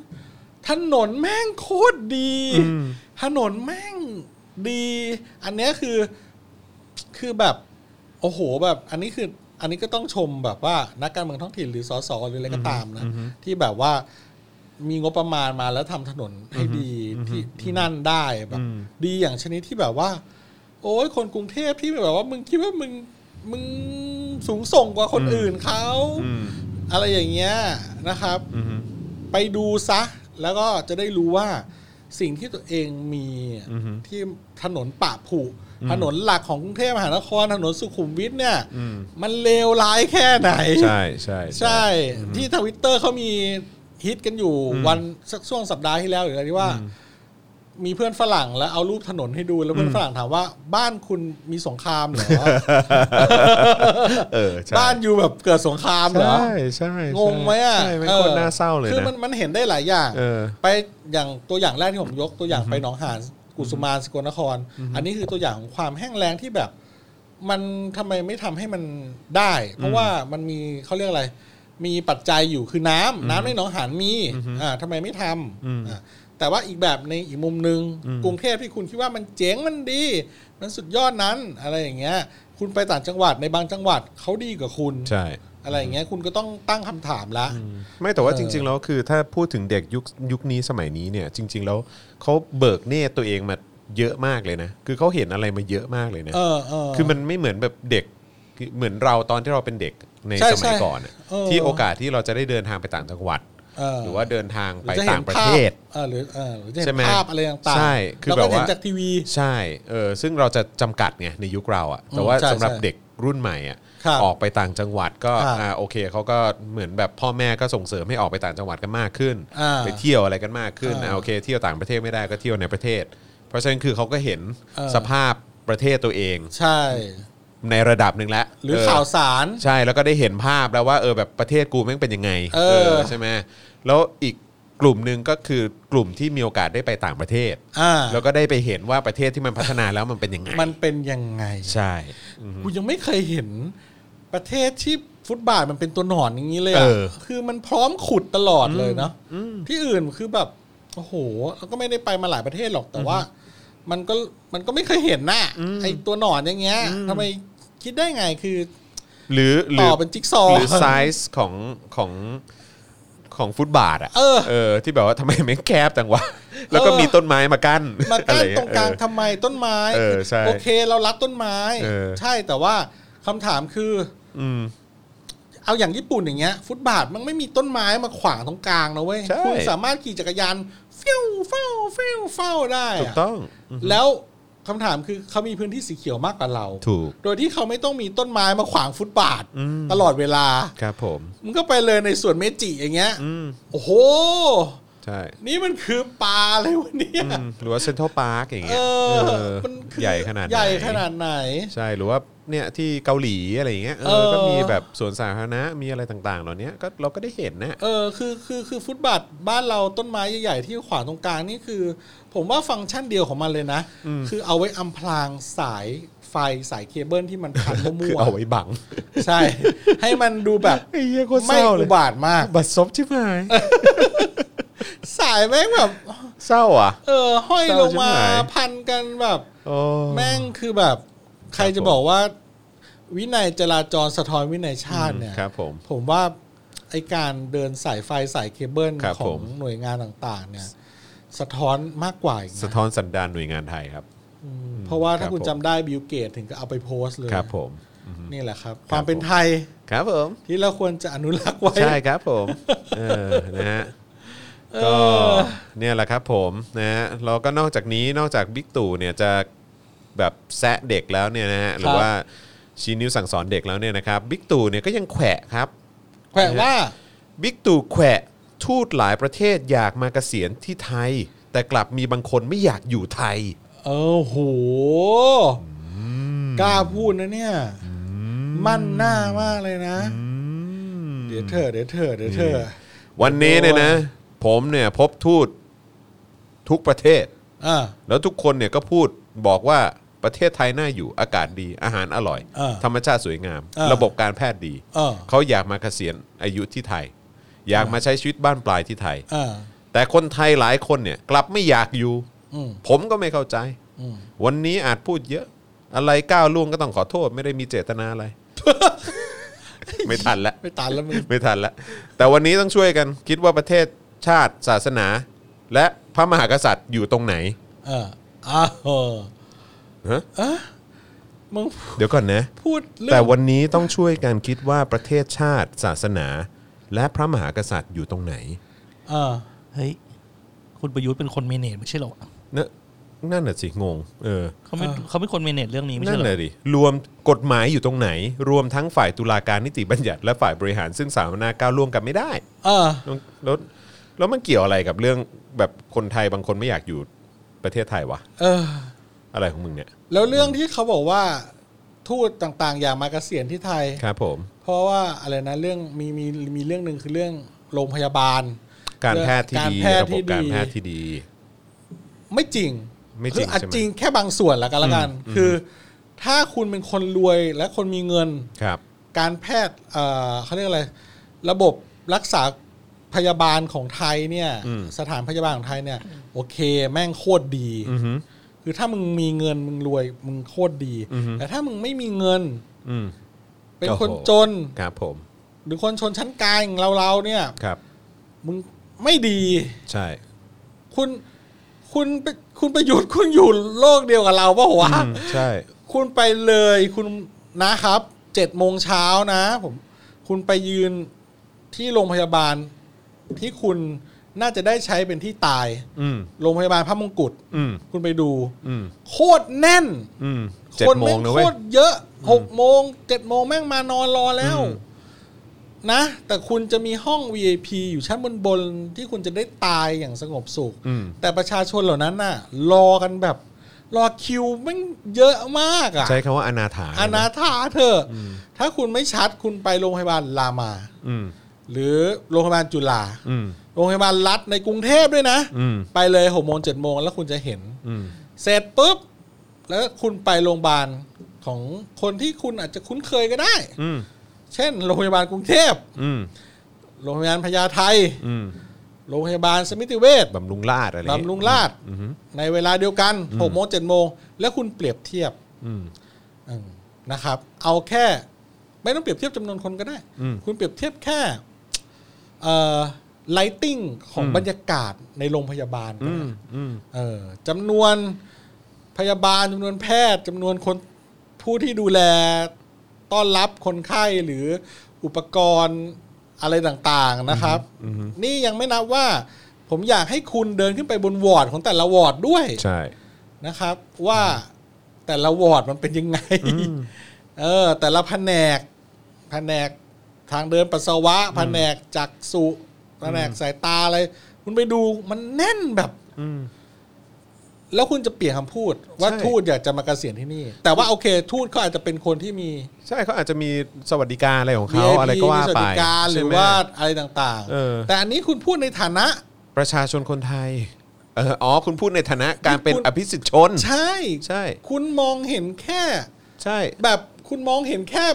[SPEAKER 2] ถนนแม่งโคตรดี
[SPEAKER 1] อืม
[SPEAKER 2] ถนนแม่งดี อันเนี้ยคือคือแบบโอ้โหแบบอันนี้คืออันนี้ก็ต้องชมแบบว่านักการเมืองท้องถิ่นหรือสสหรืออะไรก็ตามนะ ที่แบบว่ามีงบประมาณมาแล้วทำถนนให้ดีที่ที่นั่นได้แบบ
[SPEAKER 1] อืม
[SPEAKER 2] ดีอย่างชนิดที่แบบว่า โอ้ยคนกรุงเทพที่แบบว่ามึงคิดว่ามึงมึงสูงส่งกว่าคนอื่นเขา
[SPEAKER 1] อืม
[SPEAKER 2] อะไรอย่างเงี้ยนะครับ
[SPEAKER 1] อืม
[SPEAKER 2] ไปดูซะ แล้วก็จะได้รู้ว่าสิ่งที่ตัวเองมี
[SPEAKER 1] อือฮึ
[SPEAKER 2] ที่ถนนปะผุ ถนนหลักของกรุงเทพมหานครถนนสุขุมวิทเนี่ย
[SPEAKER 1] อืม
[SPEAKER 2] มันเลวร้ายแค่ไหน
[SPEAKER 1] ใช่ใช่
[SPEAKER 2] ใช่ ที่ทวิตเตอร์เขามีฮิตกันอยู่วันสักช่วงสัปดาห์ที่แล้วหรืออะไรที่ว่า มีเพื่อนฝรั่งแล้วเอารูปถนนให้ดูแล้วเพื่อนฝรั่งถามว่า บ้านคุณมีสงครามเหรอ
[SPEAKER 1] เออ ใช่
[SPEAKER 2] บ้านอยู่แบบเกิดสงครามเหรอ
[SPEAKER 1] ใช่ใช่
[SPEAKER 2] งงไหมอ่ะ
[SPEAKER 1] ใช่มัน
[SPEAKER 2] เอ
[SPEAKER 1] โค
[SPEAKER 2] อ
[SPEAKER 1] ตรน่าเศร้าเลย
[SPEAKER 2] คือ
[SPEAKER 1] นะ
[SPEAKER 2] มันมันเห็นได้หลายอย่าง
[SPEAKER 1] เออ
[SPEAKER 2] ไปอย่างตัวอย่างแรกที่ผมยกตัวอย่างไปหนองหานกุสุมานสกลนคร อันนี้คือตัวอย่างของความแห้งแล้งที่แบบ มันทำไมไม่ทำให้มันได้ เพราะว่ามันมีเขาเรียกอะไร มีปัจจัยอยู่คือน้ำน้ำในหนองหานมีอ่าทำไมไม่ท
[SPEAKER 1] อืม
[SPEAKER 2] ำอ่าแต่ว่าอีกแบบในอีกมุมหนึ่ง
[SPEAKER 1] อืม
[SPEAKER 2] กรุงเทพที่คุณคิดว่ามันเจ๋งมันดี มันสุดยอดนั้นอะไรอย่างเงี้ย คุณไปต่างจังหวัดในบางจังหวัดเขาดีกว่าคุณ
[SPEAKER 1] ใช่
[SPEAKER 2] อะไรอย่างเงี้ยคุณก็ต้องตั้งคำถามละ
[SPEAKER 1] ไม่แต่ว่า
[SPEAKER 2] เออ
[SPEAKER 1] จริง ๆ แล้วคือถ้าพูดถึงเด็กยุคยุคนี้สมัยนี้เนี่ย จริง ๆ แล้วเขาเบิกเนตรตัวเองมาเยอะมากเลยนะ คือเขาเห็นอะไรมาเยอะมากเลยนะ
[SPEAKER 2] เออเออ
[SPEAKER 1] คือมันไม่เหมือนแบบเด็กคือเหมือนเราตอนที่เราเป็นเด็กใน
[SPEAKER 2] ใช่
[SPEAKER 1] สมัย
[SPEAKER 2] ใช่
[SPEAKER 1] ก่อนอะ
[SPEAKER 2] เออ
[SPEAKER 1] ที่โอกาสที่เราจะได้เดินทางไปต่างจังหวัด
[SPEAKER 2] เห
[SPEAKER 1] รือว่าเดินทางไป
[SPEAKER 2] จห็
[SPEAKER 1] ต่านงประเทศ
[SPEAKER 2] ภาพเออหรือเออหรือจะ
[SPEAKER 1] ใช่
[SPEAKER 2] เห็น
[SPEAKER 1] ไหม
[SPEAKER 2] ภาพอะไรต่างๆ
[SPEAKER 1] ใช่คือ
[SPEAKER 2] เรา
[SPEAKER 1] แบ
[SPEAKER 2] ก็
[SPEAKER 1] บ
[SPEAKER 2] เห็น
[SPEAKER 1] ว่า
[SPEAKER 2] จากทีวี
[SPEAKER 1] ใช่เออซึ่งเราจะจำกัดไงในยุคเราอะแต่ว่า
[SPEAKER 2] อืมใช่
[SPEAKER 1] สำหรับ
[SPEAKER 2] ใช่
[SPEAKER 1] เด็กรุ่นใหม่อะ
[SPEAKER 2] ครับ
[SPEAKER 1] ออกไปต่างจังหวัดก็
[SPEAKER 2] ครับ
[SPEAKER 1] อ่าโอเคเขาก็เหมือนแบบพ่อแม่ก็ส่งเสริมให้ออกไปต่างจังหวัดกันมากขึ้น
[SPEAKER 2] อ่า
[SPEAKER 1] ไปเที่ยวอะไรกันมากขึ้น
[SPEAKER 2] อ่า
[SPEAKER 1] อ่าโอเคเที่ยวต่างประเทศไม่ได้ก็เที่ยวในประเทศ เพราะฉะนั้นคือเขาก็เห็น
[SPEAKER 2] เออ
[SPEAKER 1] สภาพประเทศตัวเอง
[SPEAKER 2] ใช่
[SPEAKER 1] ในระดับหนึ่งแล้ว
[SPEAKER 2] หรือ
[SPEAKER 1] เ
[SPEAKER 2] ข่าวสาร
[SPEAKER 1] ใช่แล้วก็ได้เห็นภาพแล้วว่าเออแบบประเทศกูแม่งเป็นยังไง
[SPEAKER 2] เออ
[SPEAKER 1] ใช่ไหมแล้วอีกกลุ่มหนึ่งก็คือกลุ่มที่มีโอกาสได้ไปต่างประเทศ
[SPEAKER 2] อ่า
[SPEAKER 1] แล้วก็ได้ไปเห็นว่าประเทศที่มันพัฒนาแล้วมันเป็นยังไง
[SPEAKER 2] มันเป็นยังไง
[SPEAKER 1] ใช่
[SPEAKER 2] กูยังไม่เคยเห็นประเทศที่ฟุตบาทมันเป็นตัวหนอนอย่างนี้เลย
[SPEAKER 1] เอ
[SPEAKER 2] อะ
[SPEAKER 1] อ
[SPEAKER 2] คือมันพร้อมขุดตลอดเลยเนาะที่อื่นคือแบบโอ้โหเราก็ไม่ได้ไปมาหลายประเทศหรอกแต่ว่า มันก็มันก็ไม่เคยเห็นน่ะไอตัวหนอนอย่างเงี้ยทำไมคิดได้ไงคือ
[SPEAKER 1] หรือหรื
[SPEAKER 2] ต่
[SPEAKER 1] อ
[SPEAKER 2] อเป็นจิ๊กซอว์
[SPEAKER 1] หรือไซส์ของของของฟุตบาทอ่ะ
[SPEAKER 2] เออ
[SPEAKER 1] ที่แบบว่าทำไมแม่งแคบจังวะ แล้วก็มีต้นไม้มากั้น
[SPEAKER 2] มากั้น
[SPEAKER 1] อะไอย่
[SPEAKER 2] ตรงกลาง
[SPEAKER 1] เออ
[SPEAKER 2] ทำไมต้นไม้
[SPEAKER 1] เออใช่
[SPEAKER 2] โอเคเรารักต้นไม้
[SPEAKER 1] เออ
[SPEAKER 2] ใช่แต่ว่าคำถามคือ
[SPEAKER 1] อืม
[SPEAKER 2] เอาอย่างญี่ปุ่นอย่างเงี้ย ฟุตบาทมันไม่มีต้นไม้มาขวางตรงกลางนะเว้ย
[SPEAKER 1] ใช่
[SPEAKER 2] คุณสามารถขี่จักรยานเฟี้ยวเฝ้าเฟี้ยวเฝ้าได้อะ
[SPEAKER 1] ถูกต้อง
[SPEAKER 2] แล้ว คำถามคือเขามีพื้นที่สีเขียวมากกว่าเรา
[SPEAKER 1] ถูก
[SPEAKER 2] โดยที่เขาไม่ต้องมีต้นไม้มาขวางฟุตบาท ตลอดเวลา
[SPEAKER 1] ครับผม
[SPEAKER 2] มึงก็ไปเลยในสวนเมจิอย่างเงี้ย
[SPEAKER 1] อืม
[SPEAKER 2] โอ้โห
[SPEAKER 1] ใช่
[SPEAKER 2] นี่มันคือปลาอะไรวะเนี่ย
[SPEAKER 1] อืมหรือว่าเซ็นทรัลพาร์คอย่าง
[SPEAKER 2] เอ
[SPEAKER 1] เงี้ย
[SPEAKER 2] อ
[SPEAKER 1] เออ
[SPEAKER 2] มันคือ
[SPEAKER 1] ใหญ่ขนาดไน
[SPEAKER 2] ใหญ่ขนาดไหน
[SPEAKER 1] ใช่หรือว่าเนี่ยที่เกาหลีอะไรอย่างเงี้ยเอ
[SPEAKER 2] เอ
[SPEAKER 1] อ
[SPEAKER 2] อ
[SPEAKER 1] ก็มีแบบสวนสาธารณะมีอะไรต่างๆ เหล่านี้ก็เราก็ได้เห็นนะ
[SPEAKER 2] เออคือคือคือฟุตบาทบ้านเราต้นไม้ใหญ่ๆที่ขวางตรงกลางนี่คือ ผมว่าฟังก์ชันเดียวของมันเลยนะ คือเอาไว้อำพรางสายไฟสายเคเบิลที่มัน พัน
[SPEAKER 1] คื
[SPEAKER 2] มั่
[SPEAKER 1] อ
[SPEAKER 2] ว
[SPEAKER 1] เอาไว้บัง
[SPEAKER 2] ๆใช่ ให้มันดูแบบ
[SPEAKER 1] ไอ้เหี้ยโคตรเศ
[SPEAKER 2] ไม่
[SPEAKER 1] ร้าเล
[SPEAKER 2] อุ
[SPEAKER 1] ย
[SPEAKER 2] บาทมาก
[SPEAKER 1] บัตรซบชิบหาย
[SPEAKER 2] สายแม่งแบบ
[SPEAKER 1] เศร้าอ่ะ
[SPEAKER 2] เออห้อย
[SPEAKER 1] เศร้า
[SPEAKER 2] ลงมา
[SPEAKER 1] ชิบหาย
[SPEAKER 2] พันกันแบบ
[SPEAKER 1] โอ้
[SPEAKER 2] แม่งคือแบบใคร
[SPEAKER 1] ครับ
[SPEAKER 2] จะ
[SPEAKER 1] ผม
[SPEAKER 2] บอกว่า วินัยจราจรสะท้อนวินัยชาติเนี่ย
[SPEAKER 1] ครับผม
[SPEAKER 2] ผมว่าไอการเดินสายไฟสายเคเบิล
[SPEAKER 1] ครับ
[SPEAKER 2] ขอ
[SPEAKER 1] ผ
[SPEAKER 2] ง
[SPEAKER 1] ม
[SPEAKER 2] หน่วยงานต่างๆ เนี่ย สะท้อนมากกว่าอีกนะ
[SPEAKER 1] สะท้อนสันดานหน่วยงานไทยครับ
[SPEAKER 2] เพราะว่าถ้า
[SPEAKER 1] ครับ
[SPEAKER 2] คุณ
[SPEAKER 1] ผม
[SPEAKER 2] จำได้บิลเกตถึงก็เอาไปโพสต์เลย
[SPEAKER 1] ครับผม
[SPEAKER 2] นี่แหละครับ
[SPEAKER 1] ครับ
[SPEAKER 2] ความเป็นไทย
[SPEAKER 1] ครับผม
[SPEAKER 2] ที่เราควรจะอนุรักษ์ไว้
[SPEAKER 1] ใช่ครับ ผมเออนะฮะก็เนี่ยแหละครับผมนะฮะแล้วก็นอกจากนี้นอกจากบิ๊กตู่เนี่ยจะแบบแซะเด็กแล้วเนี่ยนะฮะหรือว่าชี้นิ้วสั่งสอนเด็กแล้วเนี่ยนะครับบิ๊กตู่เนี่ยก็ยังแขวะครับ
[SPEAKER 2] แขวะว่า
[SPEAKER 1] บิ๊กตู่แขวะทูตหลายประเทศอยากมาเกษียณที่ไทย แต่กลับมีบางคนไม่อยากอยู่ไทย
[SPEAKER 2] เออโหกล้าพูดนะเนี่ย มั่นหน้ามากเลยนะ เดี๋ยวเธอะเดี๋ยวเธอะเดี๋ยวเธ
[SPEAKER 1] นี่
[SPEAKER 2] อะ
[SPEAKER 1] วันนี้เนี่ยนะ ผมเนี่ยพบทูตทุกประเทศ
[SPEAKER 2] อ่า
[SPEAKER 1] แล้วทุกคนเนี่ยก็พูดบอกว่าประเทศไทยน่าอยู่อากาศดีอาหารอร่อย
[SPEAKER 2] เออ
[SPEAKER 1] ธรรมชาติสวยงาม
[SPEAKER 2] เออ
[SPEAKER 1] ระบบการแพทย์ดี
[SPEAKER 2] เออ
[SPEAKER 1] เขาอยากมาเกษียณอายุที่ไทย อยากมาใช้ชีวิตบ้านปลายที่ไทย
[SPEAKER 2] อ่า
[SPEAKER 1] แต่คนไทยหลายคนเนี่ยกลับไม่อยากอยู่
[SPEAKER 2] อืม
[SPEAKER 1] ผมก็ไม่เข้าใจ
[SPEAKER 2] อืม
[SPEAKER 1] วันนี้อาจพูดเยอะ อะไรก้าวล่วงก็ต้องขอโทษ ไม่ได้มีเจตนา อะไร ไม่ทันละ
[SPEAKER 2] ไม่ตันแล้วมึง
[SPEAKER 1] ไม่ทันละ แต่วันนี้ต้องช่วยกันคิดว่าประเทศชาติศาสนา และพระมหากษัตริย์อยู่ตรงไหน
[SPEAKER 2] เอออ้าวเออ
[SPEAKER 1] ฮะ
[SPEAKER 2] มึง
[SPEAKER 1] เดี๋ยวก่อนนะ
[SPEAKER 2] พูดเรื่
[SPEAKER 1] แต่
[SPEAKER 2] อง
[SPEAKER 1] วันนี้ต้องช่วยกันคิดว่าประเทศชาติศาสนา และพระมหากษัตริย์อยู่ตรงไหน
[SPEAKER 2] เออ
[SPEAKER 3] เฮ้ย คุณประยุทธ์เป็นคนเมเนจไม่ใช่เหรอวะ
[SPEAKER 1] เนอะนั่นน่ะสิงงเออ
[SPEAKER 3] เขาไม่เขาเป็นคนเมเนจเรื่องนี้ไม่
[SPEAKER 1] นั่น
[SPEAKER 3] ใช่เหรอ
[SPEAKER 1] น่ะดิรวมกฎหมายอยู่ตรงไหน รวมทั้งฝ่ายตุลาการนิติบัญญัติและฝ่ายบริหารซึ่งสามารถก้าวล่วงกันไม่ได้
[SPEAKER 2] เออ
[SPEAKER 1] แล้วแล้วแล้วมันเกี่ยวอะไรกับเรื่องแบบคนไทยบางคนไม่อยากอยู่ประเทศไทยวะ
[SPEAKER 2] เออ
[SPEAKER 1] อะไรของมึงเนี่ย
[SPEAKER 2] แล้วเรื่องที่เขาบอกว่า ทูตต่างๆ อย่ามาเกษียณที่ไทย
[SPEAKER 1] ครับผม
[SPEAKER 2] เพราะว่าอะไรนะเรื่องมีมีมีเรื่องหนึ่งคือเรื่องโรงพยาบาล
[SPEAKER 1] การแพทย์ที่
[SPEAKER 2] การ
[SPEAKER 1] ดี
[SPEAKER 2] แพทย์
[SPEAKER 1] ระบ
[SPEAKER 2] ที่
[SPEAKER 1] บ
[SPEAKER 2] ดี
[SPEAKER 1] การแพทย์ที่ดี
[SPEAKER 2] ไม่จริง
[SPEAKER 1] ไม่จริง
[SPEAKER 2] คืออาจ
[SPEAKER 1] ใช่ไหม
[SPEAKER 2] จริงแค่บางส่วนละกันละกัน คือ ถ้าคุณเป็นคนรวยและคนมีเงิน
[SPEAKER 1] ครับ
[SPEAKER 2] การแพทย์เอ่อเขาเรียกอะไร ระบบรักษาพยาบาลของไทยเนี่ย
[SPEAKER 1] อืม
[SPEAKER 2] สถานพยาบาลของไทยเนี่ย โอเค แม่งโคตรดี
[SPEAKER 1] อือหือ
[SPEAKER 2] คือถ้ามึงมีเงินมึงรวยมึงโคตรดี
[SPEAKER 1] อือฮึ
[SPEAKER 2] แต่ถ้ามึงไม่มีเงิน
[SPEAKER 1] อืม
[SPEAKER 2] เป็น
[SPEAKER 1] โอ้โห
[SPEAKER 2] คนจน
[SPEAKER 1] ครับผม
[SPEAKER 2] หรือคนชนชั้นกลางอย่างเราๆเนี่ย
[SPEAKER 1] ครับ
[SPEAKER 2] มึงไม่ดี
[SPEAKER 1] ใช่
[SPEAKER 2] คุณคุณไปคุณประยุทธ์คุณอยู่โลกเดียวกับเราปะวะ
[SPEAKER 1] อืมใช่
[SPEAKER 2] คุณไปเลยคุณนะครับเจ็ดโมงเช้านะ ผม คุณไปยืนที่โรงพยาบาลที่คุณน่าจะได้ใช้เป็นที่ตาย
[SPEAKER 1] อืม
[SPEAKER 2] โรงพยาบาลพระมงกุฎ
[SPEAKER 1] อืม
[SPEAKER 2] คุณไปดู
[SPEAKER 1] อืม
[SPEAKER 2] โคตรแน่น
[SPEAKER 1] อืมเจ็ด
[SPEAKER 2] คน
[SPEAKER 1] โม
[SPEAKER 2] แม่
[SPEAKER 1] ง
[SPEAKER 2] ง
[SPEAKER 1] นะ
[SPEAKER 2] โค
[SPEAKER 1] เว้ย
[SPEAKER 2] ตรเยอะหกโมงเจ็ดโมงแม่งมานอนรอแล้ว
[SPEAKER 1] อืม
[SPEAKER 2] นะ แต่คุณจะมีห้อง VIP อยู่ชั้นบนบนๆที่คุณจะได้ตายอย่างสงบสุข
[SPEAKER 1] อืม
[SPEAKER 2] แต่ประชาชนเหล่านั้นน่ะ รอกันแบบ รอคิวแม่งเยอะมากอะ
[SPEAKER 1] ใช้คำว่าอนาถา
[SPEAKER 2] อนา
[SPEAKER 1] ะ
[SPEAKER 2] ถาเธอะถ้าคุณไม่ชัดคุณไปโรงพยาบาลรามา
[SPEAKER 1] อืม
[SPEAKER 2] หรือโรงพยาบาลจุฬา
[SPEAKER 1] อืม
[SPEAKER 2] โรงพยาบาลรัฐในกรุงเทพด้วยนะ
[SPEAKER 1] อืม
[SPEAKER 2] ไปเลยหกโมงเจ็ดโมงแล้วคุณจะเห็น
[SPEAKER 1] อืม
[SPEAKER 2] เสร็จปุ๊บ แล้วคุณไปโรงพยาบาลของคนที่คุณอาจจะคุ้นเคยก็ได้
[SPEAKER 1] อืม
[SPEAKER 2] เช่น โรงพยาบาลกรุงเทพ
[SPEAKER 1] อืม
[SPEAKER 2] โรงพยาบาลพญาไท
[SPEAKER 1] อืม
[SPEAKER 2] โรงพยาบาลสมิติเวช
[SPEAKER 1] บำรุงราชอะไร
[SPEAKER 2] บำรุงราช
[SPEAKER 1] อืม
[SPEAKER 2] ในเวลาเดียวกันหกโมงเจ็ดโมง แล้วคุณเปรียบเทียบ
[SPEAKER 1] อืม
[SPEAKER 2] อืมนะครับ เอาแค่ ไม่ต้องเปรียบเทียบจำนวนคนก็ได้
[SPEAKER 1] อืม
[SPEAKER 2] คุณเปรียบเทียบแค่เอ่อไลติ้งของ
[SPEAKER 1] อืม
[SPEAKER 2] บรรยากาศในโรงพยาบาลก็
[SPEAKER 1] อื
[SPEAKER 2] ได้
[SPEAKER 1] มอืม
[SPEAKER 2] เออจำนวนพยาบาลจำนวนแพทย์จำนวนคนผู้ที่ดูแลต้อนรับคนไข้หรืออุปกรณ์อะไรต่างๆนะครับ
[SPEAKER 1] อือฮึ
[SPEAKER 2] นี่ยังไม่นับว่า ผมอยากให้คุณเดินขึ้นไปบนวอร์ดของแต่ละวอร์ดด้วย
[SPEAKER 1] ใช่
[SPEAKER 2] นะครับ ว่า แต่ละวอร์ดมันเป็นยังไง เออ แต่ละแผนก แผนกทางเดินปัสสาวะ แผนกจักษุแผนกสายตาอะไร คุณไปดูมันแน่นแบบ
[SPEAKER 1] อืม
[SPEAKER 2] แล้วคุณจะเปลี่ยนคำพูด ว่า
[SPEAKER 1] ใช่
[SPEAKER 2] ทูตอยากจะมาเกษียณที่นี่ แต่ว่าโอเค ทูตเขาอาจจะเป็นคนที่มี
[SPEAKER 1] ใช่เขาอาจจะมีสวัสดิการอะไรของเขา
[SPEAKER 2] VIP
[SPEAKER 1] อะไรก็ว่า
[SPEAKER 2] มีสวั
[SPEAKER 1] ไป
[SPEAKER 2] สดิการห
[SPEAKER 1] ใช่
[SPEAKER 2] รือ
[SPEAKER 1] ไม
[SPEAKER 2] ว่าอะไรต่าง
[SPEAKER 1] เออ
[SPEAKER 2] ๆ แต่อันนี้คุณพูดในฐานะ
[SPEAKER 1] ประชาชนคนไทยเอออ๋อ คุณพูดในฐานะการเป็น
[SPEAKER 2] คุณ
[SPEAKER 1] อภิสิทธิชน
[SPEAKER 2] ใช่
[SPEAKER 1] ใช่
[SPEAKER 2] คุณมองเห็นแค่
[SPEAKER 1] ใช่
[SPEAKER 2] แบบคุณมองเห็นแค่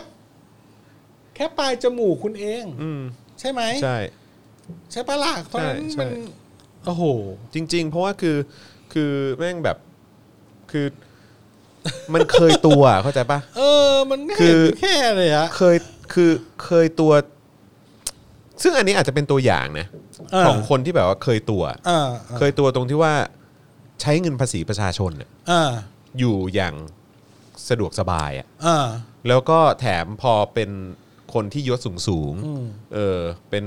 [SPEAKER 2] แค่ปลายจมูกคุณเอง
[SPEAKER 1] อืม
[SPEAKER 2] ใช่ไหม
[SPEAKER 1] ใช่
[SPEAKER 2] ใช่ปะล่ะเพราะฉะนั้น
[SPEAKER 1] ใช่
[SPEAKER 2] มัน
[SPEAKER 1] ใช่
[SPEAKER 2] โอ้โห
[SPEAKER 1] จริง ๆ เพราะว่าคือคือแม่งแบบคือ มันเคยตัวอะเข้าใจปะ
[SPEAKER 2] เออ มันไม่
[SPEAKER 1] คื
[SPEAKER 2] เห็น
[SPEAKER 1] อ
[SPEAKER 2] แค่เลยอะ
[SPEAKER 1] เคยคือเคยตัว ซึ่งอันนี้อาจจะเป็นตัวอย่างนะ
[SPEAKER 2] เออ
[SPEAKER 1] ของคนที่แบบว่าเคยตัว
[SPEAKER 2] อ่า
[SPEAKER 1] เคยตัวตรงที่ว่าใช้เงินภาษีประชาชนน่ะ
[SPEAKER 2] อ่า
[SPEAKER 1] อยู่อย่างสะดวกสบายอ่ะ
[SPEAKER 2] อ่า
[SPEAKER 1] แล้วก็แถมพอเป็นคนที่ยศสูงสูงๆ
[SPEAKER 2] อืม
[SPEAKER 1] เออเป็น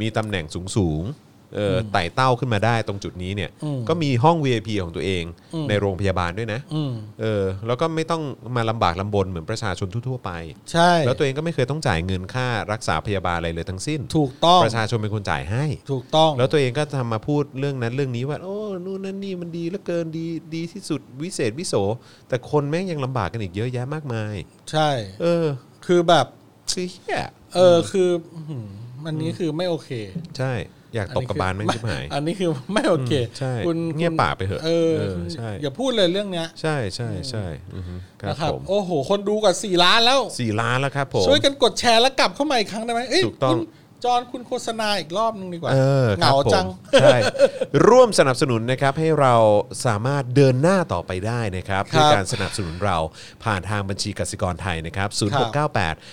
[SPEAKER 1] มีตำแหน่งสูงสูงๆเอออไต่เต้าขึ้นมาได้ตรงจุดนี้เนี่ย ก็มีห้อง VIP ของตัวเองในโรงพยาบาลด้วยนะ
[SPEAKER 2] อืม
[SPEAKER 1] เออแล้วก็ไม่ต้องมาลำบากลำบนเหมือนประชาชนทั่วๆไป
[SPEAKER 2] ใช่
[SPEAKER 1] แล้วตัวเองก็ไม่เคยต้องจ่ายเงินค่ารักษาพยาบาลอะไรเลยทั้งสิ้น
[SPEAKER 2] ถูกต้อง
[SPEAKER 1] ประชาชนเป็นคนจ่ายให้
[SPEAKER 2] ถูกต้อง
[SPEAKER 1] แล้วตัวเองก็ทำมาพูดเรื่องนั้นเรื่องนี้ว่า โอ้นู่นนั่นนี่มันดีเหลือเกินดีดีที่สุดวิเศษวิโส แต่คนแม่งยังลำบากกันอีกเยอะแยะมากมาย
[SPEAKER 2] ใช่
[SPEAKER 1] เออ
[SPEAKER 2] คือแบบ
[SPEAKER 1] คือเหี้ย
[SPEAKER 2] เอออคืออื้อหืออันนี้คือไม่โอเค
[SPEAKER 1] ใช่ อยากตบกับบานแม่งชิบหาย
[SPEAKER 2] อันนี้คือไม่โอเค
[SPEAKER 1] ใช่
[SPEAKER 2] คุณ
[SPEAKER 1] เงียบปากไปเถอะ
[SPEAKER 2] เออ
[SPEAKER 1] เออใช่
[SPEAKER 2] อย่าพูดเลยเรื่องเนี้ย
[SPEAKER 1] ใช่ใช่ใช่อือฮึครับ
[SPEAKER 2] นะครับ
[SPEAKER 1] ผม
[SPEAKER 2] โอ้โห คนดูกว่าสี่ล้านแล้ว
[SPEAKER 1] สี่ล้านแล้วครับผม
[SPEAKER 2] ช่วยกันกดแชร์แล้วกลับเข้ามาอีกครั้งได้ไหมเย
[SPEAKER 1] ถูกต้อง
[SPEAKER 2] คุณจอนคุณโฆษณาอีกรอบนึงดีกว่า
[SPEAKER 1] เออ
[SPEAKER 2] เห
[SPEAKER 1] ครับ
[SPEAKER 2] งา
[SPEAKER 1] ผม
[SPEAKER 2] จัง
[SPEAKER 1] ใช่ ร่วมสนับสนุนนะครับให้เราสามารถเดินหน้าต่อไปได้นะครับ
[SPEAKER 2] ครับ
[SPEAKER 1] ด้วยการสนับสนุนเราผ่านทางบัญชีกสิกรไทยนะครับ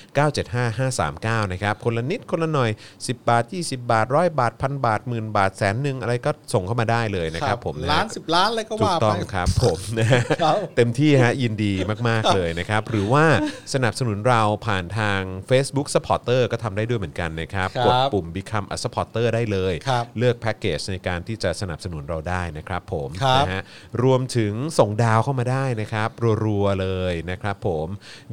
[SPEAKER 1] 0698 975 539นะครับคนละนิดคนละหน่อย 10 บาท 20 บาทร้อยบาทพันบาทหมื่นบาทแสนหนึ่งอะไรก็ส่งเข้ามาได้เลยนะครับผมะฮะ
[SPEAKER 2] ล้านสิบล้านอะไรก็
[SPEAKER 1] ถูก
[SPEAKER 2] ว่า
[SPEAKER 1] ต้
[SPEAKER 2] ไป
[SPEAKER 1] องครับผมนะฮะ
[SPEAKER 2] ครับ
[SPEAKER 1] เต็มที่ฮะยินดีมาก ๆ เลยนะครับ หรือว่าสนับสนุนเราผ่านทาง Facebook Supporter ก็ทำได้ด้วยเหมือนกันนะครับ
[SPEAKER 2] ครับ
[SPEAKER 1] กดปุ่ม Become a Supporter ได้เลย
[SPEAKER 2] ครับ
[SPEAKER 1] เลือกแพ็กเกจในการที่จะสนับสนุนเราได้นะครับผม
[SPEAKER 2] ครับ
[SPEAKER 1] นะฮะรวมถึงส่งดาวเข้ามาได้นะครับ รัว ๆ เลยนะครับผม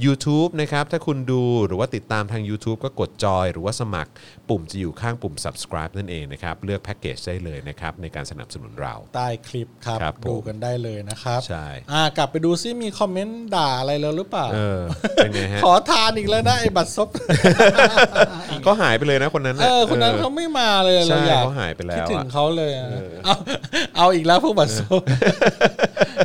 [SPEAKER 1] YouTube นะครับ ถ้าคุณดูหรือว่าติดตามทาง YouTube ก็กดจอยหรือว่าสมัครปุ่มจะอยู่ข้างปุ่ม subscribe นั่นเองนะครับเลือกแพ็กเกจได้เลยนะครับในการสนับสนุนเรา
[SPEAKER 2] ใต้คลิปครับ
[SPEAKER 1] ครับผม
[SPEAKER 2] ดูกันได้เลยนะครับ
[SPEAKER 1] ใช่
[SPEAKER 2] อ่ากลับไปดูซิมีคอมเมนต์ด่าอะไรแล้วหรือเปล่า
[SPEAKER 1] เออเป็นไงฮะ
[SPEAKER 2] ขอทานอีกแล้วนะไอ้บัตรซบ
[SPEAKER 1] ก็หายไปเลยนะคนนั้น
[SPEAKER 2] เอ
[SPEAKER 1] น่ะ
[SPEAKER 2] อคนนั้น
[SPEAKER 1] ออ
[SPEAKER 2] เขาไม่มาเลย
[SPEAKER 1] ใช่
[SPEAKER 2] เราอยาก
[SPEAKER 1] เขาหายไปแล้ว
[SPEAKER 2] คิดถึง
[SPEAKER 1] อะ
[SPEAKER 2] เขาเลยอะเอาเอาอีกแล้วพวกบัตรซบ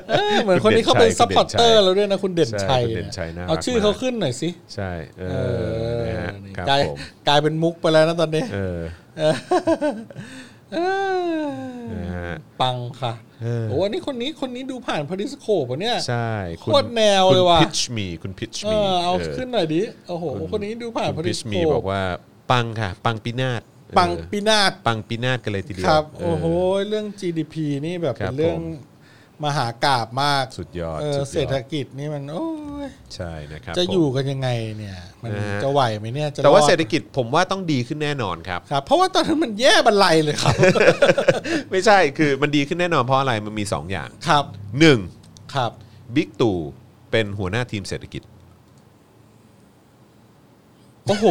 [SPEAKER 2] เออเหมือนคนนี้เขาเป็นซัพพอร์ตเตอร์เราด้วยนะคุณเด่นชัย
[SPEAKER 1] ใช่คุณเด่นชัยน่ารัก
[SPEAKER 2] เอาชื่อเขาขึ้นหน่อยสิ
[SPEAKER 1] ใช่ เอ
[SPEAKER 2] เอ
[SPEAKER 1] อ
[SPEAKER 2] อ
[SPEAKER 1] นะฮะ
[SPEAKER 2] นี่
[SPEAKER 1] ครับ
[SPEAKER 2] กลาย
[SPEAKER 1] ผม
[SPEAKER 2] กลายเป็นมุกไปแล้วนะตอนนี้
[SPEAKER 1] เออ
[SPEAKER 2] เออ
[SPEAKER 1] นะฮะ
[SPEAKER 2] ปังค่ะ
[SPEAKER 1] เออ
[SPEAKER 2] โอ้อันนี้คนนี้คนนี้ดูผ่านพาริสโคปะเนี่ย
[SPEAKER 1] ใช่ณ
[SPEAKER 2] โคตรแนวเลยว่ะ
[SPEAKER 1] คุณ pitch me คุณ pitch
[SPEAKER 2] เอ
[SPEAKER 1] me
[SPEAKER 2] อเอาขึ้นหน่อยดิ โอ้โห คนนี้ดูผ่าน
[SPEAKER 1] คุณ
[SPEAKER 2] พาริส
[SPEAKER 1] pitch
[SPEAKER 2] โค
[SPEAKER 1] me บอกว่า ปังค่ะ ปังปีนาศ
[SPEAKER 2] ปัง
[SPEAKER 1] เออ
[SPEAKER 2] ปีนาศ
[SPEAKER 1] ปังปีนาศกันเลยทีเดีย
[SPEAKER 2] คว รับ
[SPEAKER 1] เ
[SPEAKER 2] โอ้โห เรื่อง GDP นี่แบบ
[SPEAKER 1] ครับ
[SPEAKER 2] เป็นเรื่อ
[SPEAKER 1] ผ
[SPEAKER 2] ง
[SPEAKER 1] ม
[SPEAKER 2] มหากาบมาก
[SPEAKER 1] สุดยอด
[SPEAKER 2] เ
[SPEAKER 1] สุดยอด
[SPEAKER 2] เศรษฐกิจนี่มัน โอ้ย
[SPEAKER 1] ใช่นะครับ
[SPEAKER 2] จะ
[SPEAKER 1] ผม
[SPEAKER 2] อยู่กันยังไงเนี่ย มัน
[SPEAKER 1] นะฮะ
[SPEAKER 2] จะไหวไหมเนี่ยจะ
[SPEAKER 1] แต่ว่า
[SPEAKER 2] อด
[SPEAKER 1] เศรษฐกิจผมว่าต้องดีขึ้นแน่นอนครับ
[SPEAKER 2] ครับ เพราะว่าตอนนั้นมันแย่บรรลัยเลยครับ
[SPEAKER 1] ไม่ใช่คือมันดีขึ้นแน่นอนเพราะอะไรมันมีสองอย่าง
[SPEAKER 2] ครับ
[SPEAKER 1] หนึ่ง
[SPEAKER 2] ครับ
[SPEAKER 1] บิ๊กตู่เป็นหัวหน้าทีมเศรษฐกิจ
[SPEAKER 2] โอ้โห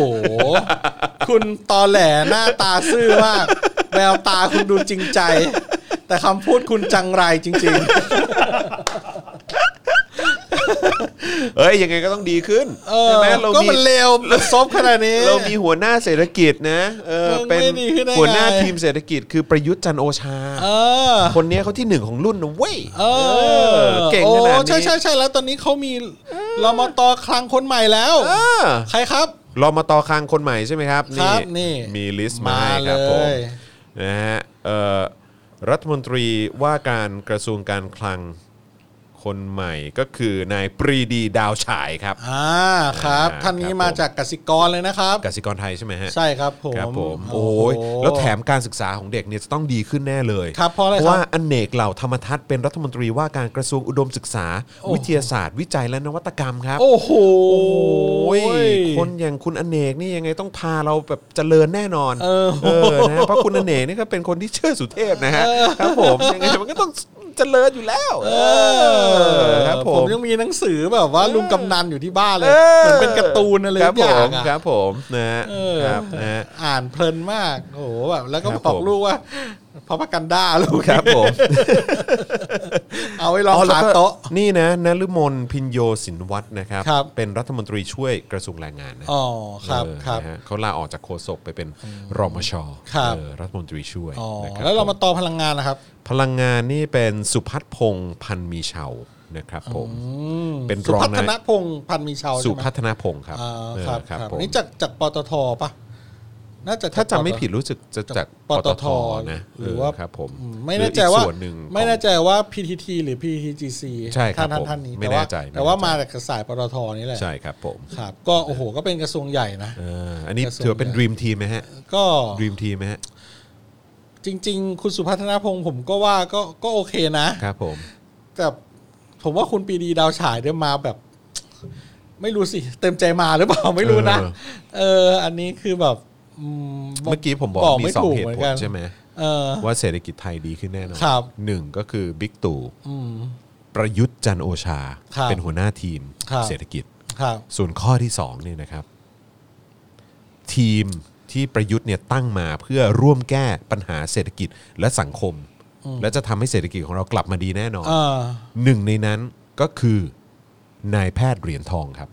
[SPEAKER 2] คุณตอแหลหน้าตาซื่อมาก แววตาคุณดูจริงใจ แต่คำพูดคุณจังไรจริง
[SPEAKER 1] เอ้ยยังไงก็ต้องดีขึ้น
[SPEAKER 2] ๆ เออ
[SPEAKER 1] ใช่ไหมเรา
[SPEAKER 2] ก็
[SPEAKER 1] มี
[SPEAKER 2] มันเลวมันซบขนาดนี้
[SPEAKER 1] เรามีหัวหน้าเศรษฐกิจนะเออ
[SPEAKER 2] มึงไม่
[SPEAKER 1] เป็น
[SPEAKER 2] ดีขึ้นได้ไง
[SPEAKER 1] หัวหน้าทีมเศรษฐกิจคือประยุทธ์จันทร์โอชา
[SPEAKER 2] เออ
[SPEAKER 1] คนเนี้ยเขาที่หนึ่งของรุ่นนะเว้ย
[SPEAKER 2] เอ
[SPEAKER 1] เอ
[SPEAKER 2] อ
[SPEAKER 1] อเก่งขนาด
[SPEAKER 2] โอ้ใช่
[SPEAKER 1] นี้
[SPEAKER 2] ใช่ใช่แล้วตอนนี้เขามีรมตคลังคนใหม่แล้ว
[SPEAKER 1] เออ
[SPEAKER 2] ใครครับ
[SPEAKER 1] รอมาต่อคางคนใหม่ใช่ไหมครับ
[SPEAKER 2] ครับนี่
[SPEAKER 1] มีลิสต์มาให้ครับ
[SPEAKER 2] มา
[SPEAKER 1] ผ
[SPEAKER 2] เลย
[SPEAKER 1] มนะฮะเอ่อรัฐมนตรีว่าการกระทรวงการคลังคนใหม่ก็คือนายปรีดีดาวฉายครับ
[SPEAKER 2] อ่าครับ
[SPEAKER 1] อ่า
[SPEAKER 2] ท่านนี้
[SPEAKER 1] ครับผม
[SPEAKER 2] มาจากกสิกรเลยนะครับ
[SPEAKER 1] กสิกรไทยใช่ไหมฮะ
[SPEAKER 2] ใช่ครับผม
[SPEAKER 1] ครับผมโอ้ยแล้วแถมการศึกษาของเด็กเนี่ยจะต้องดีขึ้นแน่เลย
[SPEAKER 2] ครับเพราะอะไรครับ
[SPEAKER 1] ว่าอนเนกเหล่าธรรมทัศน์เป็นรัฐมนตรีว่าการกระทรวงอุดมศึกษา
[SPEAKER 2] โอ้โห
[SPEAKER 1] วิทยาศาสตร์ วิจัยและนวัตกรรมครับ
[SPEAKER 2] โอ้โห
[SPEAKER 1] ยคนอย่างคุณอนเนกนี่ยังไงต้องพาเราแบบเจริญแน่นอน
[SPEAKER 2] เออ
[SPEAKER 1] นะเพราะคุณอนเนกนี่ก็เป็นคนที่เชื่อสุเทพนะฮะครับผมยังไงมันก็ต้อง เจริญอยู่แล้วเออครับผม
[SPEAKER 2] ยังมีหนังสือแบบว่าลุงกำนันอยู่ที่บ้านเลย เหมือนเป็นการ์ตูนอะไร
[SPEAKER 1] ค
[SPEAKER 2] สั
[SPEAKER 1] รับ
[SPEAKER 2] กอ
[SPEAKER 1] ผ
[SPEAKER 2] ย่าง
[SPEAKER 1] ม
[SPEAKER 2] อะ
[SPEAKER 1] ครับผมนะฮะ
[SPEAKER 2] เออ
[SPEAKER 1] ครับนะฮะ
[SPEAKER 2] อ่านเพลินมากโอ้โหแบบแล้วก็
[SPEAKER 1] ครับ
[SPEAKER 2] บอ
[SPEAKER 1] ผ
[SPEAKER 2] ก
[SPEAKER 1] ม
[SPEAKER 2] ลูกว่าพระพักันด้าลูก
[SPEAKER 1] ครับผม
[SPEAKER 2] เอาไว้รอง
[SPEAKER 1] อ๋อแล้ว
[SPEAKER 2] ขา
[SPEAKER 1] ก็
[SPEAKER 2] โต๊ะ
[SPEAKER 1] นี่นะนฤมลพินโยสินวัฒน์นะครับ
[SPEAKER 2] ครับ
[SPEAKER 1] เป็นรัฐมนตรีช่วยกระทรวงแรงงานนะ
[SPEAKER 2] อ๋อครับ
[SPEAKER 1] เออ
[SPEAKER 2] ครับ
[SPEAKER 1] นะฮะเขาลาออกจากโฆษกไปเป็นรมช
[SPEAKER 2] ครับ
[SPEAKER 1] เออรัฐมนตรีช่วย
[SPEAKER 2] อ๋อ
[SPEAKER 1] นะคบ
[SPEAKER 2] แล้วเรามา
[SPEAKER 1] ผ
[SPEAKER 2] ต่อพลังงานนะครับ
[SPEAKER 1] พลังงานนี่เป็นสุพัฒน์พงษ์พันธ์มีเชาวนะครับผม
[SPEAKER 2] อืม
[SPEAKER 1] เป็น
[SPEAKER 2] สุ
[SPEAKER 1] รอง
[SPEAKER 2] พัฒ
[SPEAKER 1] นาย
[SPEAKER 2] นพงษ์พันธ์มีเชาว
[SPEAKER 1] สุ
[SPEAKER 2] ใช่ไหม
[SPEAKER 1] พัฒนพงษ์ครับ
[SPEAKER 2] อ่า
[SPEAKER 1] เออ
[SPEAKER 2] ครับ
[SPEAKER 1] ครับ
[SPEAKER 2] ครับ
[SPEAKER 1] ผม
[SPEAKER 2] นี่จากจากปตทปะน่าจะ
[SPEAKER 1] ถ้าจำไม่
[SPEAKER 2] ปต
[SPEAKER 1] ผิดรู้สึกจะจากป
[SPEAKER 2] ป
[SPEAKER 1] ต
[SPEAKER 2] ต
[SPEAKER 1] ท
[SPEAKER 2] ท
[SPEAKER 1] นะ
[SPEAKER 2] หรือว่า
[SPEAKER 1] เครับผม
[SPEAKER 2] อืมไม่แน่ใจว่า
[SPEAKER 1] หรืออีกส่วนหนึ่ง
[SPEAKER 2] ไม่
[SPEAKER 1] ของ
[SPEAKER 2] แน่ใจว่า PTT หรือ PTGC
[SPEAKER 1] ใช่ครับ
[SPEAKER 2] ท่าน
[SPEAKER 1] ผม
[SPEAKER 2] ท่านท่านนี้
[SPEAKER 1] ไม่
[SPEAKER 2] ต่ว่า
[SPEAKER 1] แน่ใจไม่
[SPEAKER 2] แต่ว่า
[SPEAKER 1] แน่ใจ
[SPEAKER 2] มาจากสายปตทนี่แหละ
[SPEAKER 1] ใช่ครับผม
[SPEAKER 2] ครับ ก็โอ้โหก็เป็นกระทรวงใหญ่นะ
[SPEAKER 1] เอ่ออันนี้
[SPEAKER 2] กระทรวง
[SPEAKER 1] ถือว่าเป็นดีมทีมไหมฮะ
[SPEAKER 2] ก็
[SPEAKER 1] ดีมทีมไหมฮะ
[SPEAKER 2] จริง ๆ คุณสุพัฒนพงษ์ผมก็ว่าก็ก็โอเคนะ
[SPEAKER 1] ครับผม
[SPEAKER 2] แต่ผมว่าคุณปรีดีดาวฉายเนี่ยมาแบบ ไม่รู้สิ เต็มใจมาหรือเปล่า ไม่รู้นะ
[SPEAKER 1] เออ
[SPEAKER 2] เออ อันนี้คือแบบอืม
[SPEAKER 1] เมื่อกี้ผมบอกมีสอง
[SPEAKER 2] ไถู
[SPEAKER 1] เหตุ
[SPEAKER 2] มืน
[SPEAKER 1] ผล
[SPEAKER 2] กัน
[SPEAKER 1] ใช่ไหม
[SPEAKER 2] เออ
[SPEAKER 1] ว่าเศรษฐกิจไทยดีขึ้นแน่นอน
[SPEAKER 2] ครับ
[SPEAKER 1] หนึ่งก็คือบิ๊กตู่
[SPEAKER 2] อืม
[SPEAKER 1] ประยุทธ์จันทร์โอชา
[SPEAKER 2] ครับ
[SPEAKER 1] เป็นหัวหน้าทีม
[SPEAKER 2] ครับ
[SPEAKER 1] เศรษฐกิจ
[SPEAKER 2] ครับ
[SPEAKER 1] ส่วนข้อที่สองเนี่ยนะครับ ทีมที่ประยุทธ์เนี่ยตั้งมาเพื่อร่วมแก้ปัญหาเศรษฐกิจและสังคม และจะทำให้เศรษฐกิจของเรากลับมาดีแน่นอน
[SPEAKER 2] เออ
[SPEAKER 1] หนึ่งในนั้นก็คือนายแพทย์เหรียญทองครับ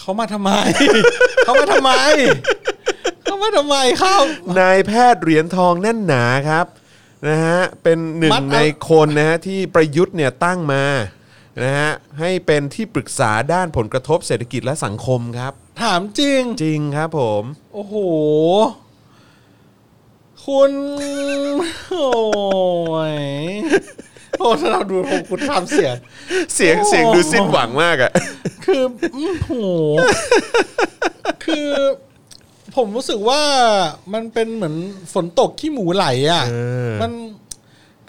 [SPEAKER 2] เขามาทำไม เขามาทำไม เขามาทำไมครับ
[SPEAKER 1] นายแพทย์เหรียญทองแน่นหนาครับนะฮะเป็นหนึ่ง
[SPEAKER 2] มัดเอา
[SPEAKER 1] ในคนนะฮะที่ประยุทธ์เนี่ยตั้งมานะฮะให้เป็นที่ปรึกษาด้านผลกระทบเศรษฐกิจและสังคมครับ
[SPEAKER 2] ถามจริง
[SPEAKER 1] จริงครับผม
[SPEAKER 2] โอ้โห คุณ โอ้ยโอ้ถ้าเราดูผมคุณทำเสียง
[SPEAKER 1] เสียงเสียงดูสิ้นหวังมากอะ
[SPEAKER 2] คืออื้อโห คือผมรู้สึกว่ามันเป็นเหมือนฝนตกขี้หมูไหลอ่ะ
[SPEAKER 1] เออ
[SPEAKER 2] มัน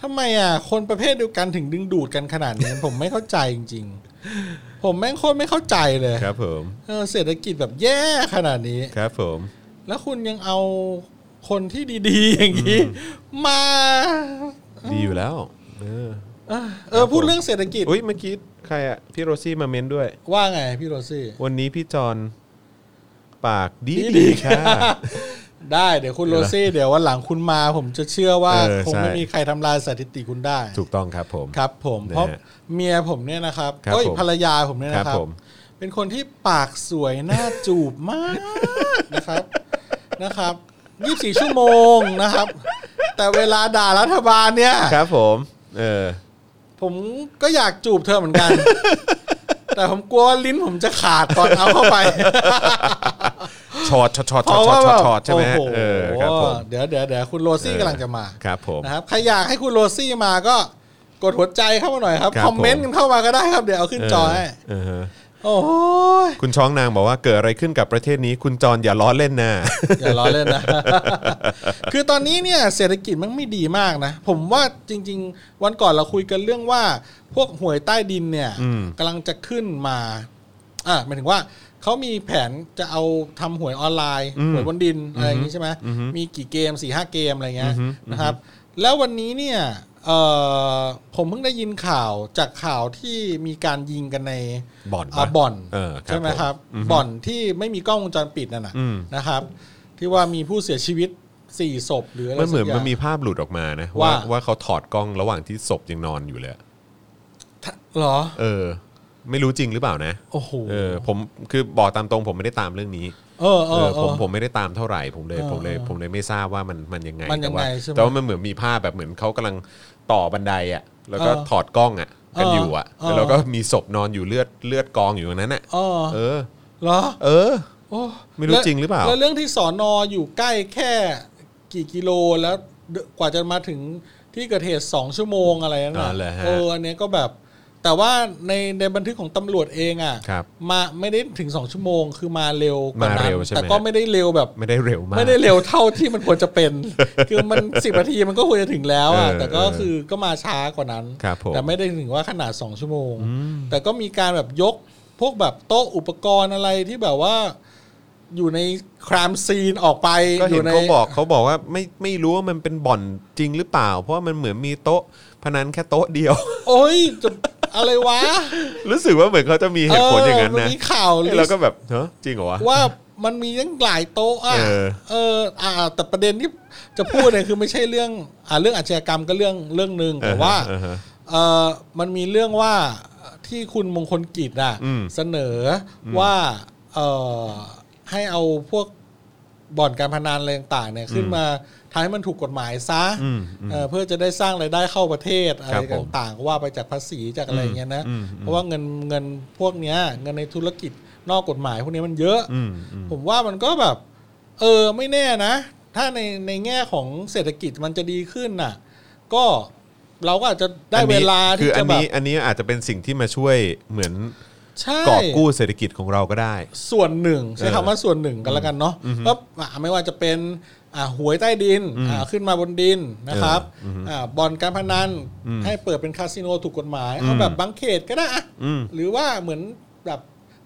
[SPEAKER 2] ทำไมอ่ะ คนประเภทเดียวกันถึงดึงดูดกันขนาดนี้ ผมไม่เข้าใจจริง ๆ ผมแม่งโคตรไม่เข้าใจเลย
[SPEAKER 1] ครับผม
[SPEAKER 2] เออเศรษฐกิจแบบแย่ขนาดนี้
[SPEAKER 1] ครับผม
[SPEAKER 2] แล้วคุณยังเอาคนที่ดีๆ อย่างนี้ มา
[SPEAKER 1] ดีอยู่แล้วเออ
[SPEAKER 2] เออพูดเรื่องเศรษฐกิจ
[SPEAKER 1] อุ้ยเมื่อกี้ใครอะพี่โรซี่มาเม้นด้วย
[SPEAKER 2] ว่าไงพี่โรซี่
[SPEAKER 1] วันนี้พี่จอนปากดี
[SPEAKER 2] ดี
[SPEAKER 1] ดี
[SPEAKER 2] ๆ
[SPEAKER 1] ค่ะ
[SPEAKER 2] ได้เดี๋ยวคุณโรซี่เดี๋ยววันหลังคุณมา ผมจะเชื่อว่า
[SPEAKER 1] เออ
[SPEAKER 2] คง
[SPEAKER 1] ใช่
[SPEAKER 2] ไม่มีใครทำลายสถิติคุณได้
[SPEAKER 1] ถูกต้องครับผม
[SPEAKER 2] ครับ ผม
[SPEAKER 1] นะฮะ
[SPEAKER 2] เพราะเมียผมเนี่ยนะครับ
[SPEAKER 1] ครับ
[SPEAKER 2] เอ้ย
[SPEAKER 1] ผม
[SPEAKER 2] ภรรยาผมเนี่ยนะ
[SPEAKER 1] ค
[SPEAKER 2] ค
[SPEAKER 1] รั
[SPEAKER 2] รั
[SPEAKER 1] บบ ผม
[SPEAKER 2] เป็นคนที่ปากสวยหน้าจูบมากนะครับ นะครับยี่สี่ชั่วโมงนะครับ แต่เวลาด่ารัฐบาลเนี่ย
[SPEAKER 1] ครับผม เออ
[SPEAKER 2] ผมก็อยากจูบเธอเหมือนกัน แต่ผมกลัวว่าลิ้นผมจะขาดตอนเอาเข้าไป
[SPEAKER 1] ชอดชอดชอด
[SPEAKER 2] เพ
[SPEAKER 1] ชอด
[SPEAKER 2] ราะ
[SPEAKER 1] ชอ
[SPEAKER 2] ว่า
[SPEAKER 1] ด
[SPEAKER 2] แบ
[SPEAKER 1] ชอด
[SPEAKER 2] บ
[SPEAKER 1] ชอดใช่ไหมฮะ
[SPEAKER 2] โอ้โห
[SPEAKER 1] เออครับผม
[SPEAKER 2] เดี๋ยวเดี๋ยวเดี๋ยวคุณโร
[SPEAKER 1] เออก
[SPEAKER 2] ซี่ำลังจะมา
[SPEAKER 1] ครับผม
[SPEAKER 2] นะครับใครอยากให้คุณโรซี่มาก็กดหัวใจเข้ามาหน่อยครับ
[SPEAKER 1] ครับ
[SPEAKER 2] คอมเมนต์กันเข้ามาก็ได้ครับเดี๋ยวเอาขึ้นจอให้
[SPEAKER 1] เออเออ
[SPEAKER 2] โอ้ย
[SPEAKER 1] คุณช้องนางบอกว่าเกิดอะไรขึ้นกับประเทศนี้คุณจอนอย่าล้อเล่นนะ
[SPEAKER 2] อย่าล้อเล่นนะ คือตอนนี้เนี่ยเศรษฐกิจมันไม่ดีมากนะ ผมว่าจริง ๆ วันก่อนเราคุยกันเรื่องว่า พวกหวยใต้ดินเนี่ย
[SPEAKER 1] อืม
[SPEAKER 2] กำลังจะขึ้นมาอ่ะหมายถึงว่าเขามีแผนจะเอาทำหวยออนไลน์หวยบนดินอะไรอย่างนี้ใช่ไหมมีกี่เกมสี่ห้าเกมอะไรเงี้ยนะครับ แล้ววันนี้เนี่ยเอ่อผมเพิ่งได้ยินข่าวจากข่าวที่มีการยิงกันใน
[SPEAKER 1] บ่อนปะ
[SPEAKER 2] อ่าบ่อน
[SPEAKER 1] เออ
[SPEAKER 2] ใช่ไหมครับ
[SPEAKER 1] ผ
[SPEAKER 2] บ่อนที่ไม่มีกล้องวงจรปิดนั่นนะ
[SPEAKER 1] อืม
[SPEAKER 2] นะครับ ที่ว่ามีผู้เสียชีวิตสี่ศพหรืออะไร
[SPEAKER 1] มันเหมือน
[SPEAKER 2] สักย่าง
[SPEAKER 1] มันมีภาพหลุดออกมานะ
[SPEAKER 2] ว่า
[SPEAKER 1] ว่าว่าเขาถอดกล้องระหว่างที่ศพยังนอนอยู่เลย
[SPEAKER 2] เหรอ
[SPEAKER 1] เออ ไม่รู้จริงหรือเปล่านะ
[SPEAKER 2] โอ้โห
[SPEAKER 1] เออผมคือบอกตามตรงผมไม่ได้ตามเรื่องนี้
[SPEAKER 2] เออเอ
[SPEAKER 1] เอ
[SPEAKER 2] อ
[SPEAKER 1] อ
[SPEAKER 2] เอ
[SPEAKER 1] ผม
[SPEAKER 2] อ
[SPEAKER 1] ผมไม่ได้ตามเท่าไหร่ผมเลย
[SPEAKER 2] เออ
[SPEAKER 1] ผมเลยผมเลยไม่ทราบว่ามันมันยังไง
[SPEAKER 2] มันยังไง
[SPEAKER 1] ว่า
[SPEAKER 2] ใช่ไหม
[SPEAKER 1] แต่ว่ามันเหมือนมีภาพแบบเหมือนเขากำลังต่อบันไดอ่ะแล้วก็
[SPEAKER 2] เออ
[SPEAKER 1] ถอดกล้องอ่ะกันอยู่อ่ะ
[SPEAKER 2] เออเออ
[SPEAKER 1] แล้วก็มีศพนอนอยู่เลือดเลือดกองอยู่ตรงนั้นอ่ะ
[SPEAKER 2] เออ
[SPEAKER 1] เออ
[SPEAKER 2] เหรอ
[SPEAKER 1] เออ
[SPEAKER 2] โอ้
[SPEAKER 1] ไม่รู้จริงหรือเปล่า
[SPEAKER 2] แล้วเรื่องที่สอนออยู่ใกล้แค่กี่กิโลแล้วกว่าจะมาถึงที่เกิดเหตุสองชั่วโมงอะไรนั่น
[SPEAKER 1] อ๋
[SPEAKER 2] นะ
[SPEAKER 1] อเหรอฮะ
[SPEAKER 2] เอออันเนี้ยก็แบบ แต่ว่าในในบันทึกของตำรวจเองอ่ะ
[SPEAKER 1] ครับ
[SPEAKER 2] มาไม่ได้ถึงสองชั่วโมงคือมาเร็วกว่า
[SPEAKER 1] มา
[SPEAKER 2] นั้
[SPEAKER 1] เร็
[SPEAKER 2] น
[SPEAKER 1] วใช่ไหม
[SPEAKER 2] แต่ก็ไม่ได้เร็วแบบ
[SPEAKER 1] ไม่ได้เร็วมาก
[SPEAKER 2] ไม่ได้เร็วเท่าที่มันควรจะเป็น คือมันสิบนาทีมันก็ควรจะถึงแล้วอ่ะ
[SPEAKER 1] เออ
[SPEAKER 2] แต่ก็
[SPEAKER 1] เออ
[SPEAKER 2] คือก็มาช้ากว่านั้น
[SPEAKER 1] ครับผม
[SPEAKER 2] แต่ไม่ได้ถึงว่าขนาดสองชั่วโมง แต่ก็มีการแบบยกพวกแบบโต๊ะอุปกรณ์อะไรที่แบบว่า อยู่ในครามซีนออกไป
[SPEAKER 1] ก็
[SPEAKER 2] อ
[SPEAKER 1] เห็น
[SPEAKER 2] ยู่ใน
[SPEAKER 1] เขาบอกเขาบอกว่าไม่ไม่รู้ว่ามันเป็นบ่อนจริงหรือเปล่า เพราะว่ามันเหมือนมีโต๊ะพนันแค่โต๊ะเดียว
[SPEAKER 2] โอ้ยจะอะไรวะ
[SPEAKER 1] รู้สึกว่าเหมือนเขาจะมีเหตุผลอย่างนั้น
[SPEAKER 2] เมั
[SPEAKER 1] นะ
[SPEAKER 2] มีข่าว
[SPEAKER 1] แล้วก็แบบเฮ้ยจริงเหรอวะ
[SPEAKER 2] ว่ามันมีตั้งหลายโต๊ะอ่ะ
[SPEAKER 1] เออ
[SPEAKER 2] เอออ่า แต่ประเด็นที่จะพูดเนี่ยคือไม่ใช่เรื่องอ่าเรื่องอาชญากรรมก็เรื่องเรื่องหนึ่งแต่ว่า
[SPEAKER 1] เออฮะ
[SPEAKER 2] เออมันมีเรื่องว่าที่คุณมงคลกิจอ่ะ
[SPEAKER 1] อืม
[SPEAKER 2] เสนออว่าเออให้เอาพวกบ่อนการพนันอะไรต่างๆเนี่ยขึ้นมาทำให้มันถูกกฎหมายซะ
[SPEAKER 1] อืมอืม
[SPEAKER 2] เอ่อเพื่อจะได้สร้างรายได้เข้าประเทศอะไร
[SPEAKER 1] ครับผม
[SPEAKER 2] ต่างๆก็ว่าไปจากภาษีจากอะไรอย่างเงี้ยนะ
[SPEAKER 1] อืมอืม
[SPEAKER 2] เพราะว่าเงินเงินพวกเนี้ยเงินในธุรกิจนอกกฎหมายพวกเนี้ยมันเยอะ
[SPEAKER 1] อืมอืม
[SPEAKER 2] ผมว่ามันก็แบบ เออไม่แน่นะ ถ้าในในแง่ของเศรษฐกิจมันจะดีขึ้นน่ะ ก็เราก็อาจจะได้
[SPEAKER 1] อัน
[SPEAKER 2] เว
[SPEAKER 1] นี้
[SPEAKER 2] ลา
[SPEAKER 1] คื
[SPEAKER 2] ที่
[SPEAKER 1] ออั
[SPEAKER 2] จะ
[SPEAKER 1] น
[SPEAKER 2] แบบ
[SPEAKER 1] นี้อันนี้อาจจะเป็นสิ่งที่มาช่วยเหมือน
[SPEAKER 2] ใช่
[SPEAKER 1] กอบกู้เศรษฐกิจของเราก็ได้
[SPEAKER 2] ส่วนหนึ่งใช้
[SPEAKER 1] เออ
[SPEAKER 2] คำว่าส่วนหนึ่งกันแล้วกันเนาะก็อ่ะไม่ว่าจะเป็นอ่ะหวยใต้ดินอ่ะขึ้นมาบนดินนะครับอ่ะบอลการพนันให้เปิดเป็นคาสิโนถูกกฎหมายเอาแบบบางเขตก็ได้อ่ะ
[SPEAKER 1] อืม
[SPEAKER 2] หรือว่าเหมือนแบบ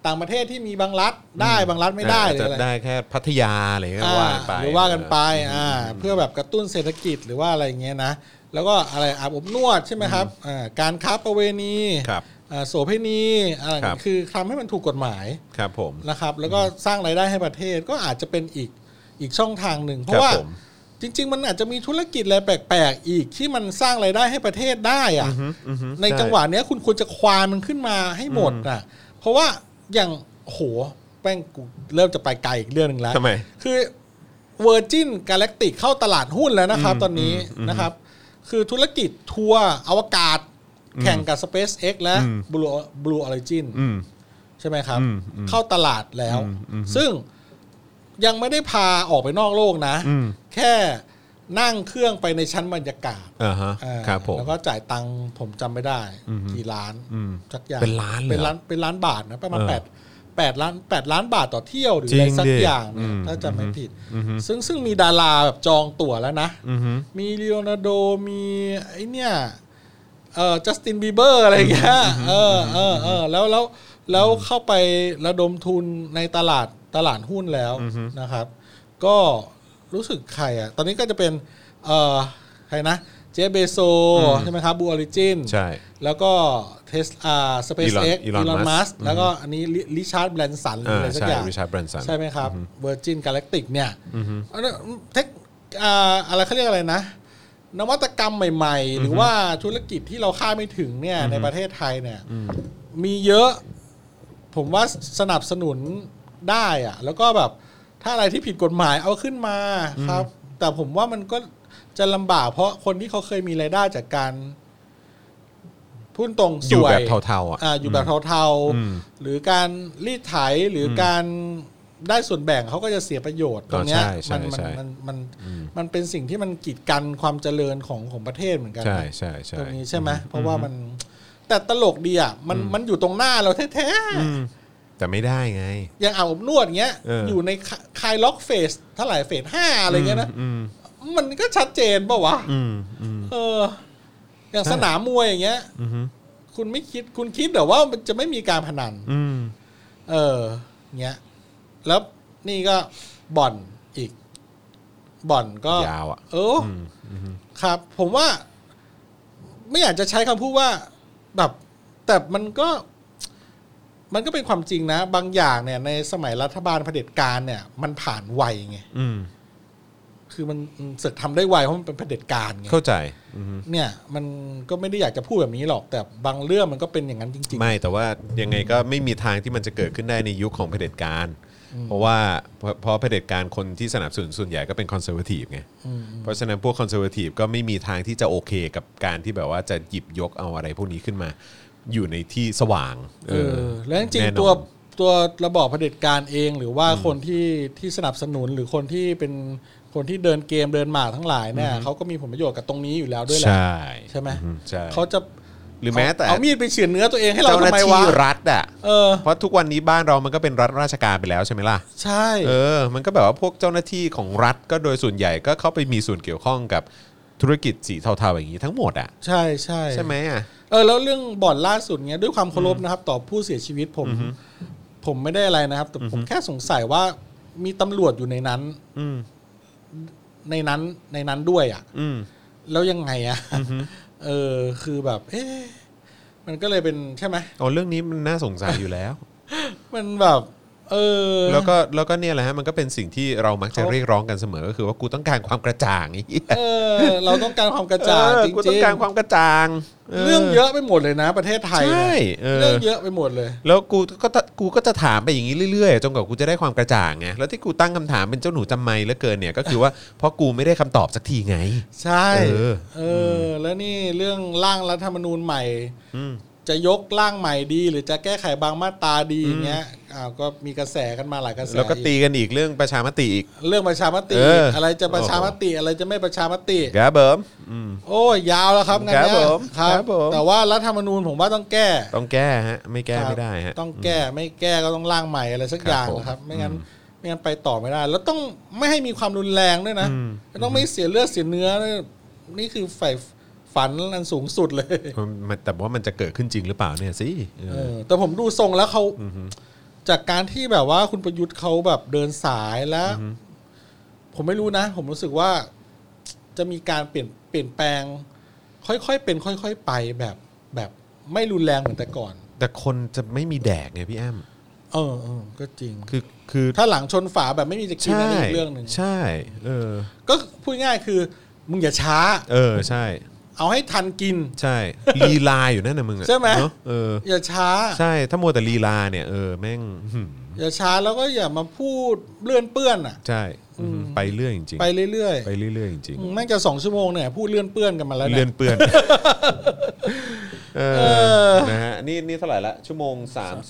[SPEAKER 2] ต่างประเทศที่มีบางรัฐได้บางรัฐไม่ได้
[SPEAKER 1] อา
[SPEAKER 2] ห
[SPEAKER 1] จ
[SPEAKER 2] รือ
[SPEAKER 1] จะ
[SPEAKER 2] อะไร
[SPEAKER 1] ได้แค่พัทยาอะไรก็
[SPEAKER 2] อ่
[SPEAKER 1] ว่าไป
[SPEAKER 2] หรือว่ากันไปอ่าเพื่อแบบกระตุ้นเศรษฐกิจหรือว่าอะไรอย่างเงี้ยนะ แล้วก็อะไรอาบอบนวดใช่ไหมครับอ่าการค้าประเวณี
[SPEAKER 1] ครับ
[SPEAKER 2] อ่าโสเภณีอะไรอย่างเงี้
[SPEAKER 1] ค
[SPEAKER 2] ย
[SPEAKER 1] รับ
[SPEAKER 2] คือทำให้มันถูกกฎหมาย
[SPEAKER 1] ครับผม
[SPEAKER 2] นะครับ แล้วก็สร้างรายได้ให้ประเทศก็อาจจะเป็นอีกอีกช่องทางหนึ่ง เพ
[SPEAKER 1] ครั
[SPEAKER 2] ราะว่า
[SPEAKER 1] ผม
[SPEAKER 2] จริง ๆ มันอาจจะมีธุรกิจอะไรแปลกๆ อีกที่มันสร้างรายได้ให้ประเทศได้
[SPEAKER 1] อ
[SPEAKER 2] อะ
[SPEAKER 1] ือฮึ
[SPEAKER 2] ในจังหวะเนี้ยคุณควรจะควานมันขึ้นมาให้หมดนะเพราะว่าอย่างโอ้โหแป้งกูเริ่มจะไปไกลอีกเรื่องหนึ่งแล้ว
[SPEAKER 1] ทำไม
[SPEAKER 2] คือเวอร์จินกาแล็กติกเข้าตลาดหุ้นแล้วนะครับ ตอนนี้นะครับ คือธุรกิจทัวร์อวกาศแข่งกับ SpaceX และ
[SPEAKER 1] อืม
[SPEAKER 2] Blue Blue Origin
[SPEAKER 1] อืม
[SPEAKER 2] ใช่ไหมครับ
[SPEAKER 1] อืมอืม
[SPEAKER 2] เข้าตลาดแล้ว
[SPEAKER 1] อืมอืม
[SPEAKER 2] ซึ่งยังไม่ได้พาออกไปนอกโลกนะ
[SPEAKER 1] อืม
[SPEAKER 2] แค่นั่งเครื่องไปในชั้นบรรยากาศ
[SPEAKER 1] อ่าฮะ
[SPEAKER 2] อ่า
[SPEAKER 1] ครับผม
[SPEAKER 2] แล้วก็จ่ายตังค์ผมจำไม่ได้ กี่ล้าน
[SPEAKER 1] อืม
[SPEAKER 2] สักอย่าง
[SPEAKER 1] เป็นล้านเลย
[SPEAKER 2] เป็น
[SPEAKER 1] เหรอ
[SPEAKER 2] ล้านเป็นล้านบาทนะประมาณ
[SPEAKER 1] เออ
[SPEAKER 2] แปดแปดล้านแปดล้านบาทต่อเที่ยวหรือ
[SPEAKER 1] จริ
[SPEAKER 2] อะไร
[SPEAKER 1] ง
[SPEAKER 2] สัก
[SPEAKER 1] ดิ
[SPEAKER 2] อย่างเนี่ย
[SPEAKER 1] อืม
[SPEAKER 2] ถ้าจำไม่ผิด ซึ่งซึ่งมีดาราแบบจองตั๋วแล้วนะ
[SPEAKER 1] อือฮึ
[SPEAKER 2] มีเลโอนาร์โดมีไอเนี่ยเอ่อจัสตินบีเบอร์อะไรอย่างเงี้ยเออเออเออแล้วแล้วแล้วเข้าไประดมทุนในตลาดตลาดหุ้นแล้วนะครับ ก็รู้สึกใครอ่ะ ตอนนี้ก็จะเป็นเอ่อใครนะเจฟเบโซใช่ไหมครับบูออริจิน
[SPEAKER 1] ใช่
[SPEAKER 2] แล้วก็เทสอ่าสเปซเอ็
[SPEAKER 1] Elon-
[SPEAKER 2] กซ์
[SPEAKER 1] Elon
[SPEAKER 2] อีลอนมัส
[SPEAKER 1] Musk
[SPEAKER 2] แล้วก็อันนี้ริชาร์ดแบรนสันหรือ
[SPEAKER 1] อ่า
[SPEAKER 2] อะไรสัก
[SPEAKER 1] ใช่
[SPEAKER 2] อย่าง
[SPEAKER 1] ริชาร์ดแบรนสัน
[SPEAKER 2] ใช่ไหมครับเวอร์จินกาแล็กติกเนี่ยอันนั้นเทคอ่าอะไรเขาเรียกอะไรนะ นวัตกรรมใหม่ ๆ หรือว่าธุรกิจที่เราคาดไม่ถึงเนี่ยในประเทศไทยเนี่ยมีเยอะ ผมว่าสนับสนุนได้อะแล้วก็แบบถ้าอะไรที่ผิดกฎหมายเอาขึ้นมาครับ แต่ผมว่ามันก็จะลำบากเพราะคนที่เขาเคยมีรายได้จากการพูดตรงๆสวย
[SPEAKER 1] อยู่แบบเทาๆอ่ะ
[SPEAKER 2] อ่าอยู่แบบเทา
[SPEAKER 1] อืม
[SPEAKER 2] ๆ หรือการรีดไถหรืออการได้ส่วนแบ่งเขาก็จะเสียประโยชน์ตรงเนี้ย
[SPEAKER 1] อ๋อใช่
[SPEAKER 2] มัน
[SPEAKER 1] ใช่ใช่
[SPEAKER 2] มันมันมันมันเป็นสิ่งที่มันกีดกันความเจริญของของประเทศเหมือนกัน
[SPEAKER 1] ใช่ใช่ใช่
[SPEAKER 2] ตรงนี้ใช่ไหมเพราะว่ามันแต่ตลกดีอ่ะมันมันอยู่ตรงหน้าเราแท้
[SPEAKER 1] อืมแต่ไม่ได้ไง
[SPEAKER 2] ๆอย่างอาบอบนวดเงี้ย
[SPEAKER 1] เอออ
[SPEAKER 2] ยู่ในคคลายล็อกเฟสเท่าไหร่เฟสห้าอะไรเงี้ยนะ
[SPEAKER 1] อืม
[SPEAKER 2] มันก็ชัดเจนป่าวะ
[SPEAKER 1] อืมอืม
[SPEAKER 2] เออ อย่างสนามมวยอย่างเงี้ย
[SPEAKER 1] อืม
[SPEAKER 2] คุณไม่คิดคุณคิดเหรอว่ามันจะไม่มีการพนัน
[SPEAKER 1] อืม
[SPEAKER 2] เออเงี้ย แล้วนี่ก็บ่อนอีก บ่อนก็
[SPEAKER 1] ยาวอ่ะ
[SPEAKER 2] เอออครับ ผมว่า ไม่อยากจะใช้คำพูดว่า แบบ แต่มันก็ มันก็เป็นความจริงนะ บางอย่างเนี่ย ในสมัยรัฐบาลเผด็จการเนี่ย มันผ่านไวไง
[SPEAKER 1] อืม
[SPEAKER 2] คือมันเสึกทำได้ไวเพราะมันเป็นเผด็จการไง
[SPEAKER 1] เข้าใจอืม
[SPEAKER 2] เนี่ย มันก็ไม่ได้อยากจะพูดแบบนี้หรอก แต่บางเรื่องมันก็เป็นอย่างนั้นจริง
[SPEAKER 1] ไม่แต่ว่ายังไงก็ไม่มีทางที่มันจะเกิดขึ้นได้ในยุคของเผด็จการ เพราะว่าเพราะเพราะเผด็จการคนที่สนับสนุนส่วนใหญ่ก็เป็นคอนเซอร์วทีฟไง
[SPEAKER 2] อืม
[SPEAKER 1] เพราะฉะนั้นพวกคอนเซอร์วทีฟก็ไม่มีทางที่จะโอเคกับการที่แบบว่าจะหยิบยกเอาอะไรพวกนี้ขึ้นมา อยู่ในที่สว่าง
[SPEAKER 2] เออแล้วจริง
[SPEAKER 1] แน่นอน
[SPEAKER 2] ๆตัวตัวระบอบเผด็จการเองหรือว่าคนที่ที่สนับสนุนหรือคนที่เป็นคนที่เดินเกมเดินหมากทั้งหลายเนี่ยเขาก็มีผลประโยชน์กับตรงนี้อยู่แล้วด้วยแหละ
[SPEAKER 1] ใช่
[SPEAKER 2] ใช่ไหม
[SPEAKER 1] อืใช่
[SPEAKER 2] เขาจะ
[SPEAKER 1] หรือแม้แต่
[SPEAKER 2] เอามีดไปเฉือนเนื้อตัวเองให้เรา
[SPEAKER 1] เจ้าหน้า
[SPEAKER 2] ทำไมวะ
[SPEAKER 1] ที่รัฐอ่ะ
[SPEAKER 2] เออ
[SPEAKER 1] เพราะทุกวันนี้บ้านเรามันก็เป็นรัฐราชการไปแล้วใช่ไหมล่ะ
[SPEAKER 2] ใช่
[SPEAKER 1] เออ มันก็แบบว่าพวกเจ้าหน้าที่ของรัฐก็โดยส่วนใหญ่ก็เข้าไปมีส่วนเกี่ยวข้องกับธุรกิจสีเทาๆอย่างนี้ทั้งหมดอ่ะ
[SPEAKER 2] ใช่ใช่
[SPEAKER 1] ใช่ไหมอ่ะ
[SPEAKER 2] เออแล้วเรื่องบ่อนล่าสุดเนี้ยด้วยความเคารพนะครับ ต่อผู้เสียชีวิตผม ผมไม่ได้อะไรนะครับ แต่ผมแค่สงสัยว่า มีตำรวจอยู่ในนั้น
[SPEAKER 1] อืม
[SPEAKER 2] ในนั้นในนั้นด้วยอ่ะ
[SPEAKER 1] อืม
[SPEAKER 2] แล้วยังไงอ่ะเออ คือแบบ เอ๊ะมันก็เลยเป็นใช่ไหม
[SPEAKER 1] อ๋อเรื่องนี้มันน่าสงสัยอยู่แล้ว
[SPEAKER 2] มันแบบ เออ
[SPEAKER 1] แล้วก็แล้วก็เนี่ยแหละฮะมันก็เป็นสิ่งที่เรามักจะเรียกร้องกันเสมอก็คือว่ากูต้องการความกระจ่างไอ้เหี้ย
[SPEAKER 2] เออ เราต้องการความกระจ่าง
[SPEAKER 1] เออ
[SPEAKER 2] จริง
[SPEAKER 1] กูต้องการความกระจ่าง
[SPEAKER 2] ๆเรื่องเยอะไปหมดเลยนะ ประเทศไทย
[SPEAKER 1] ใช่
[SPEAKER 2] เนี่ย
[SPEAKER 1] เออ
[SPEAKER 2] เรื่องเยอะไปหมดเลย
[SPEAKER 1] แล้วกูก็ตกูก็จะถามไปอย่างนี้เรื่อยๆจนกว่ากูจะได้ความกระจ่างไงแล้วที่กูตั้งคำถามเป็นเจ้าหนูจำไม่เหลือเกินเนี่ยก็คือว่า เพราะกูไม่ได้คำตอบสักทีไง
[SPEAKER 2] ใช่
[SPEAKER 1] เออ
[SPEAKER 2] เออ แล้วนี่เรื่องร่างรัฐธรรมนูญใหม่
[SPEAKER 1] อืม
[SPEAKER 2] จะยกร่างใหม่ดี หรือจะแก้ไขบางมาตราดีอย่างเงี้ยอ้าวก็มีกระแสกันมาหลายกระแส
[SPEAKER 1] แล้วก็ตี
[SPEAKER 2] อี
[SPEAKER 1] กันอีกเรื่องประชามติอีก
[SPEAKER 2] เรื่องประชามติ
[SPEAKER 1] เอออ
[SPEAKER 2] อะไรจะประชามติ อะไรจะไม่ประชามติ
[SPEAKER 1] ครับเบิร์มอืม
[SPEAKER 2] โอ้ยยาวแล้วครับงาน
[SPEAKER 1] ครับ
[SPEAKER 2] เนี้ย
[SPEAKER 1] ผมครับผม
[SPEAKER 2] แต่ว่ารัฐธรรมนูญผมว่าต้องแก้
[SPEAKER 1] ต้องแก้ฮะ ไม่แก้ไม่ได้ฮะ
[SPEAKER 2] ต้องแก้ไม่แก้ก็ต้องร่างใหม่อะไรสัก
[SPEAKER 1] ครับ
[SPEAKER 2] อย่าง
[SPEAKER 1] ผม
[SPEAKER 2] นะครับ ไม่งั้นไม่งั้นไปต่อไม่ได้ แล้วต้องไม่ให้มีความรุนแรงด้วยนะ
[SPEAKER 1] อืม
[SPEAKER 2] ต้องไม่เสียเลือดเสียเนื้อด้วยนี่คือใฝ่ฝันอันสูงสุดเลย
[SPEAKER 1] มันแต่ว่ามันจะเกิดขึ้นจริงหรือเปล่าเนี่ยสิเออ
[SPEAKER 2] เออแต่ผมดูทรงแล้วเขาจากการที่แบบว่าคุณประยุทธ์เขาแบบเดินสายแล้ว ผมไม่รู้นะ ผมรู้สึกว่าจะมีการเปลี่ยนเปลี่ยนแปลง ค่อยๆเป็น ค่อย ๆ ไปแบบแบบไม่รุนแรงเหมือนแต่ก่อน
[SPEAKER 1] แต่คนจะไม่มีแดกไงพี่แอม
[SPEAKER 2] เออเออก็จริง
[SPEAKER 1] คือคือ
[SPEAKER 2] ถ้าหลังชนฝาแบบไม่มีจะกิน
[SPEAKER 1] ใช่
[SPEAKER 2] นั่นอีกเรื่องหนึ่ง
[SPEAKER 1] ใช่เออ
[SPEAKER 2] ก็พูดง่ายคือมึงอย่าช้า
[SPEAKER 1] เออใช่
[SPEAKER 2] เอาให้ทันกิน
[SPEAKER 1] ใช่ ลีลาอยู่นั่นนะมึงอะ
[SPEAKER 2] ใช่ไหม
[SPEAKER 1] เนอะเออ
[SPEAKER 2] อย่าช้า
[SPEAKER 1] ใช่ถ้ามัวแต่ลีลาเนี่ยเออแม่งหืม
[SPEAKER 2] อย่าช้าแล้วก็อย่ามาพูดเลื่อนเปื้อนอ่ะ
[SPEAKER 1] ใช่อืมไปเรื่อยจริงๆ
[SPEAKER 2] ไปเรื่อย
[SPEAKER 1] ไป
[SPEAKER 2] ๆ
[SPEAKER 1] เรื่อยๆจริง
[SPEAKER 2] อืมแม่งจะสองชั่วโมงเนี่ยพูดเลื่อนเปื้อนกันมาแล้
[SPEAKER 1] ๆ
[SPEAKER 2] วเนี่ย
[SPEAKER 1] เลื่อนเปื่อน เออ
[SPEAKER 2] อ
[SPEAKER 1] นะฮะนี่นี่เท่าไหร่ละชั่วโมง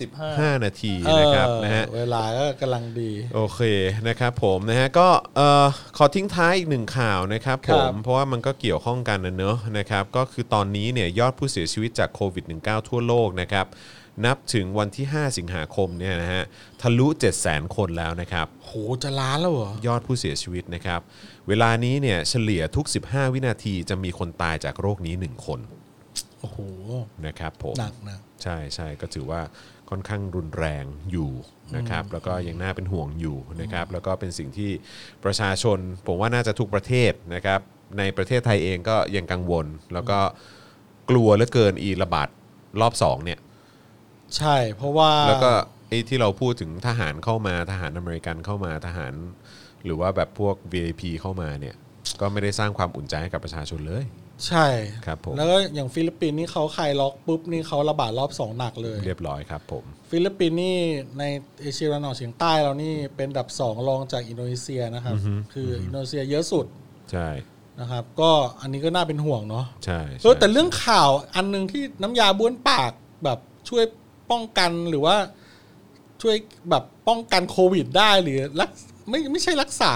[SPEAKER 1] 35 นาทีนะครับ
[SPEAKER 2] เออ
[SPEAKER 1] นะฮะ
[SPEAKER 2] เวลาก็กำลังดี
[SPEAKER 1] โอเคนะครับผมนะฮะก็เอ่อขอทิ้งท้ายอีกหนึ่งข่าวนะครับ
[SPEAKER 2] ค
[SPEAKER 1] ผ
[SPEAKER 2] รับ
[SPEAKER 1] มเพราะว่ามันก็เกี่ยวข้องกันนะเนอะนะครับก็คือตอนนี้เนี่ยยอดผู้เสียชีวิตจากโควิด -19 ทั่วโลกนะครับนับถึงวันที่ 5 สิงหาคมเนี่ยนะฮะทะลุ 7 0 0 0 0 คนแล้วนะครับ
[SPEAKER 2] โหจะล้านแล้วเหรอ
[SPEAKER 1] ยอดผู้เสียชีวิตนะครับ เวลานี้เนี่ยเฉลี่ยทุก 15 วินาทีจะมีคนตายจากโรคนี้ 1 คน
[SPEAKER 2] โอ้โห
[SPEAKER 1] นะครับผม
[SPEAKER 2] หนักนะ
[SPEAKER 1] ใช่ใช่ก็ถือว่าค่อนข้างรุนแรงอยู่นะครับ แล้วก็ยังน่าเป็นห่วงอยู่นะครับ แล้วก็เป็นสิ่งที่ประชาชน ผมว่าน่าจะทุกประเทศนะครับ ในประเทศไทยเองก็ยังกังวล แล้วก็กลัวเหลือเกินอีระบาดรอบสองเนี่ย
[SPEAKER 2] ใช่เพราะว่า
[SPEAKER 1] แล้วก็ไอ้ที่เราพูดถึงทหารเข้ามาทหารอเมริกันเข้ามาทหาร หรือว่าแบบพวก VIP เข้ามาเนี่ย ก็ไม่ได้สร้างความอุ่นใจให้กับประชาชนเลย
[SPEAKER 2] ใช่
[SPEAKER 1] ครับผม
[SPEAKER 2] แล้วก็อย่างฟิลิปปินส์นี่เขาคลายล็อกปุ๊บนี่เขาระบาดรอบสองหนักเลย
[SPEAKER 1] เรียบร้อยครับผม
[SPEAKER 2] ฟิลิปปินส์นี่ในเอเชียตะวันออกเฉียงใต้เรานี่เป็นอันดับสองรองจากอินโดนีเซียนะครับ คืออินโดนีเซียเยอะสุด
[SPEAKER 1] ใช่
[SPEAKER 2] นะครับ ก็อันนี้ก็น่าเป็นห่วงเนาะ
[SPEAKER 1] ใช่
[SPEAKER 2] เออแต่เรื่องข่าวอันหนึ่งที่น้ำยาบ้วนปากแบบช่วยป้องกันหรือว่าช่วยแบบป้องกันโควิดได้หรือรักไม่ไม่ใช่รักษา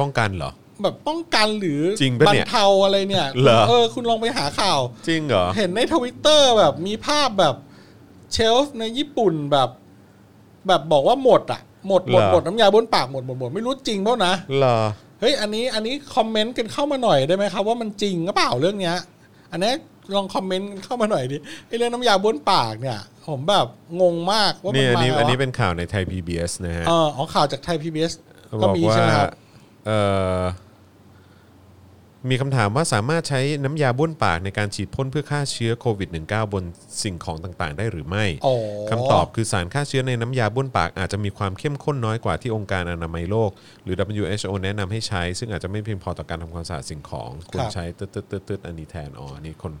[SPEAKER 1] ป้องกันเหรอ
[SPEAKER 2] แบบป้องกันหรือ
[SPEAKER 1] จริงปะ
[SPEAKER 2] บร
[SPEAKER 1] เนี่
[SPEAKER 2] ร
[SPEAKER 1] ย
[SPEAKER 2] เทาอะไรเนี่ย
[SPEAKER 1] เหรอ
[SPEAKER 2] เออคุณลองไปหาข่าว
[SPEAKER 1] จริงเหรอ
[SPEAKER 2] เห็นในทวิตเตอร์แบบมีภาพแบบเชลฟ์ในญี่ปุ่นแบบ แบบบอกว่าหมดอ่ะ หมดหมด
[SPEAKER 1] เหรอ
[SPEAKER 2] หมดน้ำยาบ้วนปากหมดหมดหมดไม่รู้จริงเปล่านะ
[SPEAKER 1] เหรอ
[SPEAKER 2] เฮ้ยอันนี้อันนี้คอมเมนต์กันเข้ามาหน่อยได้ไหมครับ ว่ามันจริงหรือเปล่าเรื่องเนี้ย อันนี้ลองคอมเมนต์กันเข้ามาหน่อยดิไอเรื่องน้ำยาบ้วนปากเนี่ย ผมแบบงงมากว่ามั
[SPEAKER 1] นี่
[SPEAKER 2] น
[SPEAKER 1] อัน
[SPEAKER 2] มา
[SPEAKER 1] นี้อันนี้
[SPEAKER 2] วะ
[SPEAKER 1] เป็นข่าวในไทย PBS นะฮะ
[SPEAKER 2] เออของข่าวจากไทยพีบีเอส
[SPEAKER 1] บ
[SPEAKER 2] ก็
[SPEAKER 1] อก
[SPEAKER 2] มี
[SPEAKER 1] ว่า
[SPEAKER 2] ใช่ไหมครับ
[SPEAKER 1] เอ่อมีคำถามว่าสามารถใช้น้ำยาบ้วนปากในการฉีดพ่นเพื่อฆ่าเชื้อโควิด -19 บนสิ่งของต่างๆ ได้หรือไม่
[SPEAKER 2] อ๋อ
[SPEAKER 1] คำตอบคือสารฆ่าเชื้อในน้ำยาบ้วนปาก อาจจะมีความเข้มข้นน้อยกว่าที่องค์การอนามัยโลก หรือ WHO แนะนำให้ใช้ ซึ่งอาจจะไม่เพียงพอต่อการทำความสะอาดสิ่งของควรใช้ตึ๊ดตึ๊ดตึ๊ดตึ๊ดอันนี้แทนอ๋ออันนี่คน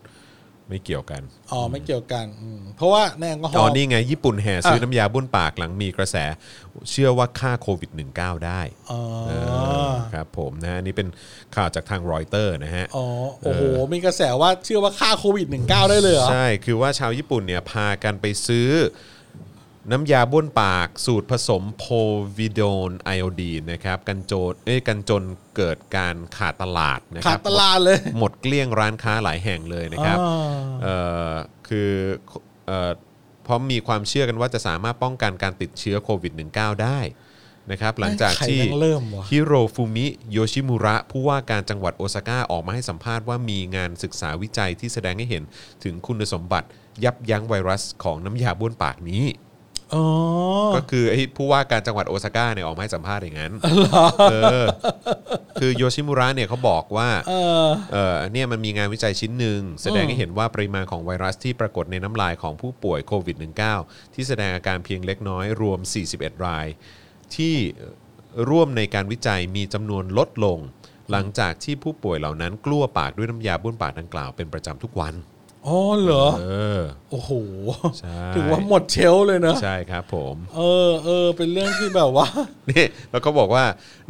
[SPEAKER 1] ไม่เกี่ยวกัน
[SPEAKER 2] อ๋อไม่เกี่ยวกันอืมเพราะว่าในแอลกอฮอ
[SPEAKER 1] อ๋อ
[SPEAKER 2] ล์
[SPEAKER 1] นี่ไง ญี่ปุ่นแห่ซื้อ
[SPEAKER 2] อ่ะ
[SPEAKER 1] น้ำยาบ้วนปากหลังมีกระแส เชื่อว่าฆ่าโควิด -19 ได้
[SPEAKER 2] อ๋อ
[SPEAKER 1] เออครับผมนะฮะนี่เป็นข่าวจากทางรอยเตอร์นะฮะ
[SPEAKER 2] อ๋อ โอ้โห
[SPEAKER 1] เออ
[SPEAKER 2] มีกระแสว่าเชื่อว่าฆ่าโควิด -19 ได้เลยเหรอ
[SPEAKER 1] ใช่ คือว่าชาวญี่ปุ่นเนี่ย พากันไปซื้อ น้ำยาบ้วนปากสูตรผสมโพวิโดนไอโอดีนนะครับกันโจนเอ้ยกันจนเกิดการขาดตลาดนะค
[SPEAKER 2] ขา
[SPEAKER 1] รั
[SPEAKER 2] ด
[SPEAKER 1] บ
[SPEAKER 2] ตลาดเลย
[SPEAKER 1] หมดเกลี้ยงร้านค้าหลายแห่งเลยนะครับ
[SPEAKER 2] อ่า
[SPEAKER 1] เอ่อ คือเอ่อเพราะมีความเชื่อกันว่าจะสามารถป้องกันการติดเชื้อโควิด -19 ได้นะครับ หลังจาก
[SPEAKER 2] ใคร
[SPEAKER 1] ที่
[SPEAKER 2] แม่งเริ่มวะ
[SPEAKER 1] ฮิโรฟูมิโยชิมูระผู้ว่าการจังหวัดโอซาก้าออกมาให้สัมภาษณ์ว่ามีงานศึกษาวิจัยที่แสดงให้เห็นถึงคุณสมบัติยับยั้งไวรัสของน้ำยาบ้วนปากนี้
[SPEAKER 2] อ๋ อ
[SPEAKER 1] ก็คือไอ้ผู้ว่าการจังหวัดโอซาก้าเนี่ยออกมาให้สัมภาษณ์อย่างนั้นเออคือโยชิมุระเนี่ยเขาบอกว่า
[SPEAKER 2] เออ
[SPEAKER 1] เอ่อเนี่ยมันมีงานวิจัยชิ้นหนึ่ง แสดงให้เห็นว่าปริมาณของไวรัสที่ปรากฏในน้ำลายของผู้ป่วยโควิด -19 ที่แสดงอาการเพียงเล็กน้อยรวม 41 ราย ที่ร่วมในการวิจัยมีจำนวนลดลง หลังจากที่ผู้ป่วยเหล่านั้นกลั้วปากด้วยน้ำยาบ้วนปากดังกล่าวเป็นประจำทุกวัน
[SPEAKER 2] อ๋อเหรอ
[SPEAKER 1] เออ
[SPEAKER 2] โอ้โห
[SPEAKER 1] ใช่
[SPEAKER 2] ถือว่าหมดเชลฟ์เลยเนอะ
[SPEAKER 1] ใช่ครับผม
[SPEAKER 2] เออเออ เป็นเรื่องที่แบบว่า
[SPEAKER 1] นี่ แล้วก็บอกว่า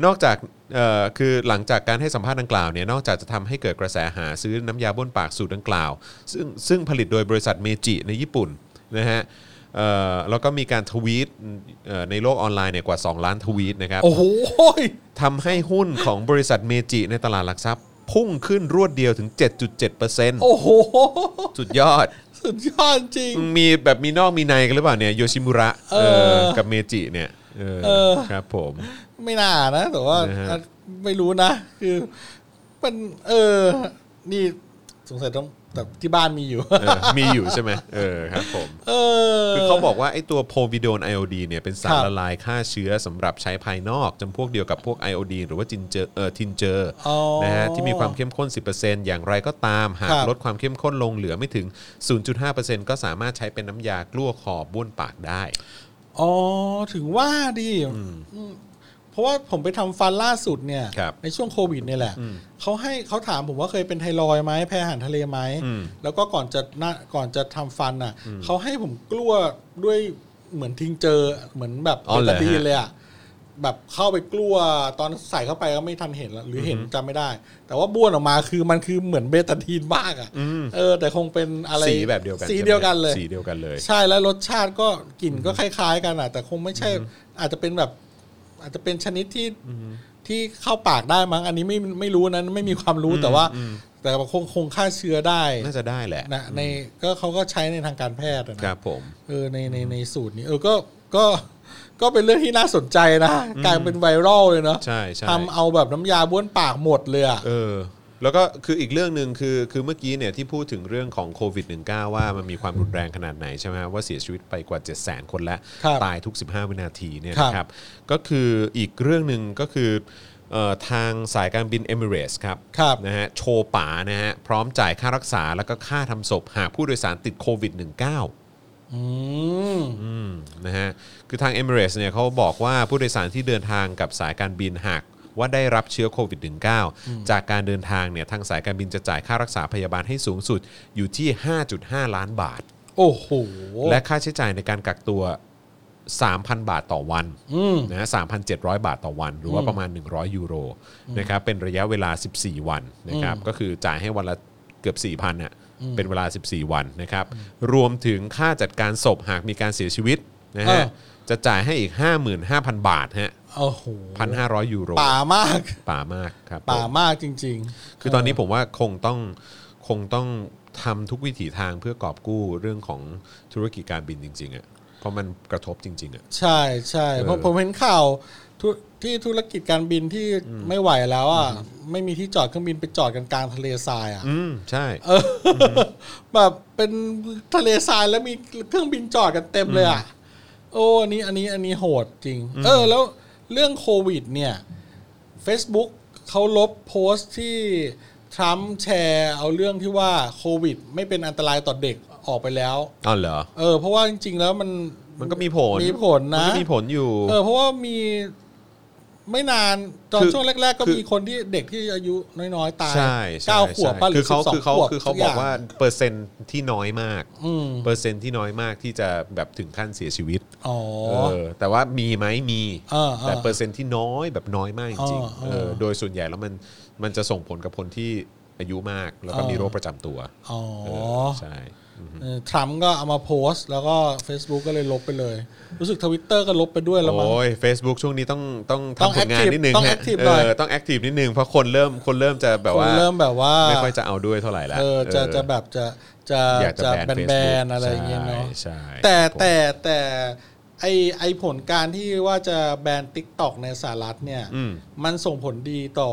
[SPEAKER 1] นอกจากเอ่อคือหลังจากการให้สัมภาษณ์ดังกล่าวเนี่ยนอกจากจะทำให้เกิดกระแสหาซื้อน้ำยาบ้วนปากสูตรดังกล่าว ซึ่งซึ่งผลิตโดยบริษัทเมจิในญี่ปุ่นนะฮะเอ่อแล้วก็มีการทวีตเอ่อในโลกออนไลน์เนี่ยกว่า 2 ล้านทวีตนะครับ
[SPEAKER 2] โอ้โห
[SPEAKER 1] ทำให้หุ้นของบริษัทเมจิในตลาดหลักทรัพย์ พุ่งขึ้นรวดเดียวถึง 7.7%
[SPEAKER 2] โอ้โห
[SPEAKER 1] สุดยอด
[SPEAKER 2] สุดยอดจริง
[SPEAKER 1] มีแบบมีนอกมีในกันหรือเปล่าเนี่ยโยชิมุระ
[SPEAKER 2] เออ
[SPEAKER 1] เออกับเมจิเนี่ยเออ
[SPEAKER 2] เออ
[SPEAKER 1] ครับผม
[SPEAKER 2] ไม่น่านะ แต่ว่า
[SPEAKER 1] นะฮะ
[SPEAKER 2] อ่ะไม่รู้นะ คือมันเออ นี่สงสัยต้องแต่ที่บ้านมีอยู่
[SPEAKER 1] เออมีอยู่ใช่ไหมเออครับผม
[SPEAKER 2] เออ
[SPEAKER 1] คือเขาบอกว่าไอ้ตัวโพวิโดนไอโอดีเนี่ยเป็นสา
[SPEAKER 2] ค
[SPEAKER 1] ร
[SPEAKER 2] รับ
[SPEAKER 1] ละลายฆ่าเชื้อสำหรับใช้ภายนอกจำพวกเดียวกับพวกไอโอดีหรือว่าจินเจอเออทินเจอ
[SPEAKER 2] อ๋อ
[SPEAKER 1] นะฮะที่มีความเข้มข้น 10%อย่างไรก็ตาม หา
[SPEAKER 2] ค
[SPEAKER 1] ก
[SPEAKER 2] รับ
[SPEAKER 1] ลดความเข้มข้นลงเหลือไม่ถึง 0.5%ก็สามารถใช้เป็นน้ำยากลั้วคอบ้วนปากได้
[SPEAKER 2] อ๋อ ถึงว่าดิอืมเพราะว่าผมไปทำฟันล่าสุดเนี่ย
[SPEAKER 1] ครับ
[SPEAKER 2] ในช่วงโควิดเนี่ยแหละ เขาให้เขาถามผมว่าเคยเป็นไทรอยด์ไหมแพ้อาหารทะเลไหม
[SPEAKER 1] อืม
[SPEAKER 2] แล้วก็ก่อนจะน่าก่อนจะทำฟันอ่ะ เขาให้ผมกลัวด้วยเหมือนทิ้งเจอเหมือนแบบ
[SPEAKER 1] อ๋อเหรอฮะ
[SPEAKER 2] ปกติเลยอ่ะ แบบเข้าไปกลัวตอนใส่เข้าไปก็ไม่ทันเห็นละหรือเห็นจำไม่ได้ แต่ว่าบ้วนออกมาคือมันคือเหมือนเบตาดีนมากอ่ะ เออ แต่คงเป็นอะไร
[SPEAKER 1] สีแบบเดียวกัน
[SPEAKER 2] สี
[SPEAKER 1] ใช่ไหม
[SPEAKER 2] เดียวกันเลย
[SPEAKER 1] สีเดียวกันเลย
[SPEAKER 2] ใช่แล้วรสชาติก็กลิ่นก็คล้ายๆ กันอ่ะ แต่คงไม่ใช่ อาจจะเป็นแบบ อาจจะเป็นชนิดที่ที่เข้าปากได้มั้ง อันนี้ไม่ไม่รู้นะไม่มีความรู้แต่ว่า แต่ว่าคงคงฆ่าเชื้อได้
[SPEAKER 1] น่าจะได้แหละ
[SPEAKER 2] นะในก็เขาก็ใช้ในทางการแพทย์อะ
[SPEAKER 1] ค
[SPEAKER 2] นะ
[SPEAKER 1] รับผม
[SPEAKER 2] เออในในในสูตรนี้ เออก็ก็ก็เป็นเรื่องที่น่าสนใจนะกลายเป็นไวรัลเลยเนาะ
[SPEAKER 1] ใช่ใช่
[SPEAKER 2] ทำเอาแบบน้ำยาบ้วนปากหมดเลยอ่ะ
[SPEAKER 1] เออแล้วก็คืออีกเรื่องหนึ่งคือคือเมื่อกี้เนี่ยที่พูดถึงเรื่องของโควิด -19 ว่ามันมีความรุนแรงขนาดไหนใช่ไหมว่าเสียชีวิตไปกว่า 7 0 0 0 0 คนแล้ว
[SPEAKER 2] ครับ
[SPEAKER 1] ตายทุก 15 วินาทีเนี่ย
[SPEAKER 2] ครับ
[SPEAKER 1] นะครับก็คืออีกเรื่องหนึ่งก็คือเอ่อทางสายการบินเอมิเรสครับ
[SPEAKER 2] ครับ
[SPEAKER 1] นะฮะโชว์ป๋านะฮะพร้อมจ่ายค่ารักษาแล้วก็ค่าทำศพหากผู้โดยสารติดโควิด -19
[SPEAKER 2] อืม
[SPEAKER 1] อืมนะฮะคือทาง e m i r a t e s เนี่ยเขาบอกว่าผู้โดยสารที่เดินทางกับสายการบินหากว่าได้รับเชื้อโควิด -19 จากการเดินทางเนี่ยทางสายการบินจะจ่ายค่ารักษาพยาบาลให้สูงสุดอยู่ที่ 5.5 ล้านบาท
[SPEAKER 2] โอ้โห
[SPEAKER 1] และค่าใช้จ่ายในการกักตัว 3,000 บาทต่อวัน
[SPEAKER 2] อืม
[SPEAKER 1] นะฮะ3,700 บาทต่อวัน หรือว่าประมาณ 100 ยูโรนะครับเป็นระยะเวลา 14 วันนะครับก็คือจ่ายให้วันละเกือบ 4,000น่ะเป็นเวลา 14 วันนะครับรวมถึงค่าจัดการศพหากมีการเสียชีวิตนะ
[SPEAKER 2] เอ
[SPEAKER 1] ฮะ
[SPEAKER 2] อ
[SPEAKER 1] จะจ่ายให้อีก 55,000 บาทฮะ
[SPEAKER 2] โอ้โห
[SPEAKER 1] 1,500 ยูโร
[SPEAKER 2] ป่ามาก
[SPEAKER 1] ป่ามากครับ
[SPEAKER 2] ป่า
[SPEAKER 1] ผม
[SPEAKER 2] มากจริง ๆ
[SPEAKER 1] คือตอนนี้ผมว่าคงต้องคงต้องทำทุกวิถีทางเพื่อกอบกู้เรื่องของธุรกิจการบินจริงๆอ่ะเพราะมันกระทบจริงๆอ่ะ
[SPEAKER 2] ใช่ใช่เพราะ
[SPEAKER 1] เออ
[SPEAKER 2] ผมเห็นข่าวธุที่ธุรกิจการบินที่ไม่ไหวแล้วอ่ะไม่มีที่จอดเครื่องบินไปจอดกันกลางทะเลทรายอ่ะ
[SPEAKER 1] อืมใช่
[SPEAKER 2] เออแบบเป็นทะเลทรายแล้วมีเครื่องบินจอดกันเต็มเลยอ่ะโอ้อันนี้อันนี้อันนี้โหดจริง เออ แล้วเรื่องโควิด เนี่ย Facebook เขาลบโพสต์ที่ทรัมป์แชร์เอาเรื่องที่ว่าโควิด ไม่เป็นอันตรายต่อเด็กออกไปแล้ว
[SPEAKER 1] อ๋อเหรอ
[SPEAKER 2] เออ เพราะว่าจริง ๆ แล้วมัน
[SPEAKER 1] มันก็มีผล
[SPEAKER 2] มีผลนะ
[SPEAKER 1] มัก็มีผลอยู่
[SPEAKER 2] เออเพราะว่ามีไม่นานตอน
[SPEAKER 1] คือ
[SPEAKER 2] ช่วงแรก ๆ ก็
[SPEAKER 1] คือ
[SPEAKER 2] มีคนที่เด็กที่อายุน้อย ๆ ตาย
[SPEAKER 1] ใช่ใช่
[SPEAKER 2] เก้าขวบ
[SPEAKER 1] ใช่
[SPEAKER 2] ป่ะหรื
[SPEAKER 1] คือ อ
[SPEAKER 2] สิ
[SPEAKER 1] เขา
[SPEAKER 2] บสอง
[SPEAKER 1] คือเขา
[SPEAKER 2] ขวบ
[SPEAKER 1] คือเขาบ
[SPEAKER 2] สัย่
[SPEAKER 1] อก
[SPEAKER 2] ง
[SPEAKER 1] ว่าเปอร์เซ็นต์ที่น้อยมาก
[SPEAKER 2] อืม
[SPEAKER 1] เปอร์เซ็นต์ที่น้อยมากที่จะแบบถึงขั้นเสียชีวิต
[SPEAKER 2] อ๋อ
[SPEAKER 1] เออแต่ว่ามีไหมมี
[SPEAKER 2] เออเออ
[SPEAKER 1] แต่เปอร์เซ็นต์ที่น้อยแบบน้อยมากจริงๆ
[SPEAKER 2] เออเออ
[SPEAKER 1] เออโดยส่วนใหญ่แล้วมันมันจะส่งผลกับคนที่อายุมากแล้วก็
[SPEAKER 2] เออ
[SPEAKER 1] มีโรคประจำตัว
[SPEAKER 2] อ๋อ
[SPEAKER 1] เออใช่
[SPEAKER 2] เออทรัมป์ก็เอามาโพสต์ แล้วก็ Facebook ก็เลยลบไปเลย รู้สึกทวิตเตอร์ก็ลบไปด้วยแล้วมั้ง
[SPEAKER 1] โอ้ย Facebook ช่วงนี้ต้องต้อง
[SPEAKER 2] ต้อง
[SPEAKER 1] ทำผลงาน
[SPEAKER 2] active
[SPEAKER 1] นิดนึง
[SPEAKER 2] ต้อง
[SPEAKER 1] ฮะ
[SPEAKER 2] active
[SPEAKER 1] เอ
[SPEAKER 2] หน่อย
[SPEAKER 1] อต้องแอคทีฟนิดนึงเพราะคนเริ่มคนเริ่มจะแบบ
[SPEAKER 2] ค
[SPEAKER 1] ว่าน
[SPEAKER 2] เริ่มแบบว่า
[SPEAKER 1] ไม่ค่อยจะเอาด้วยเท่าไหร่แล้ว
[SPEAKER 2] เออจะ
[SPEAKER 1] เออ
[SPEAKER 2] จะแบบจะจะ
[SPEAKER 1] อยากจะ
[SPEAKER 2] จะ
[SPEAKER 1] แบน
[SPEAKER 2] แบ
[SPEAKER 1] Facebook
[SPEAKER 2] นๆอะไรอย่างเงี้ยเนาะ
[SPEAKER 1] ใช่ใช่
[SPEAKER 2] แต่
[SPEAKER 1] ครับผม
[SPEAKER 2] แต่แต่ไอไอผลการที่ว่าจะแบน t ิ k t o k ในสหรัฐเนี่ย
[SPEAKER 1] อืม
[SPEAKER 2] มันส่งผลดีต่อ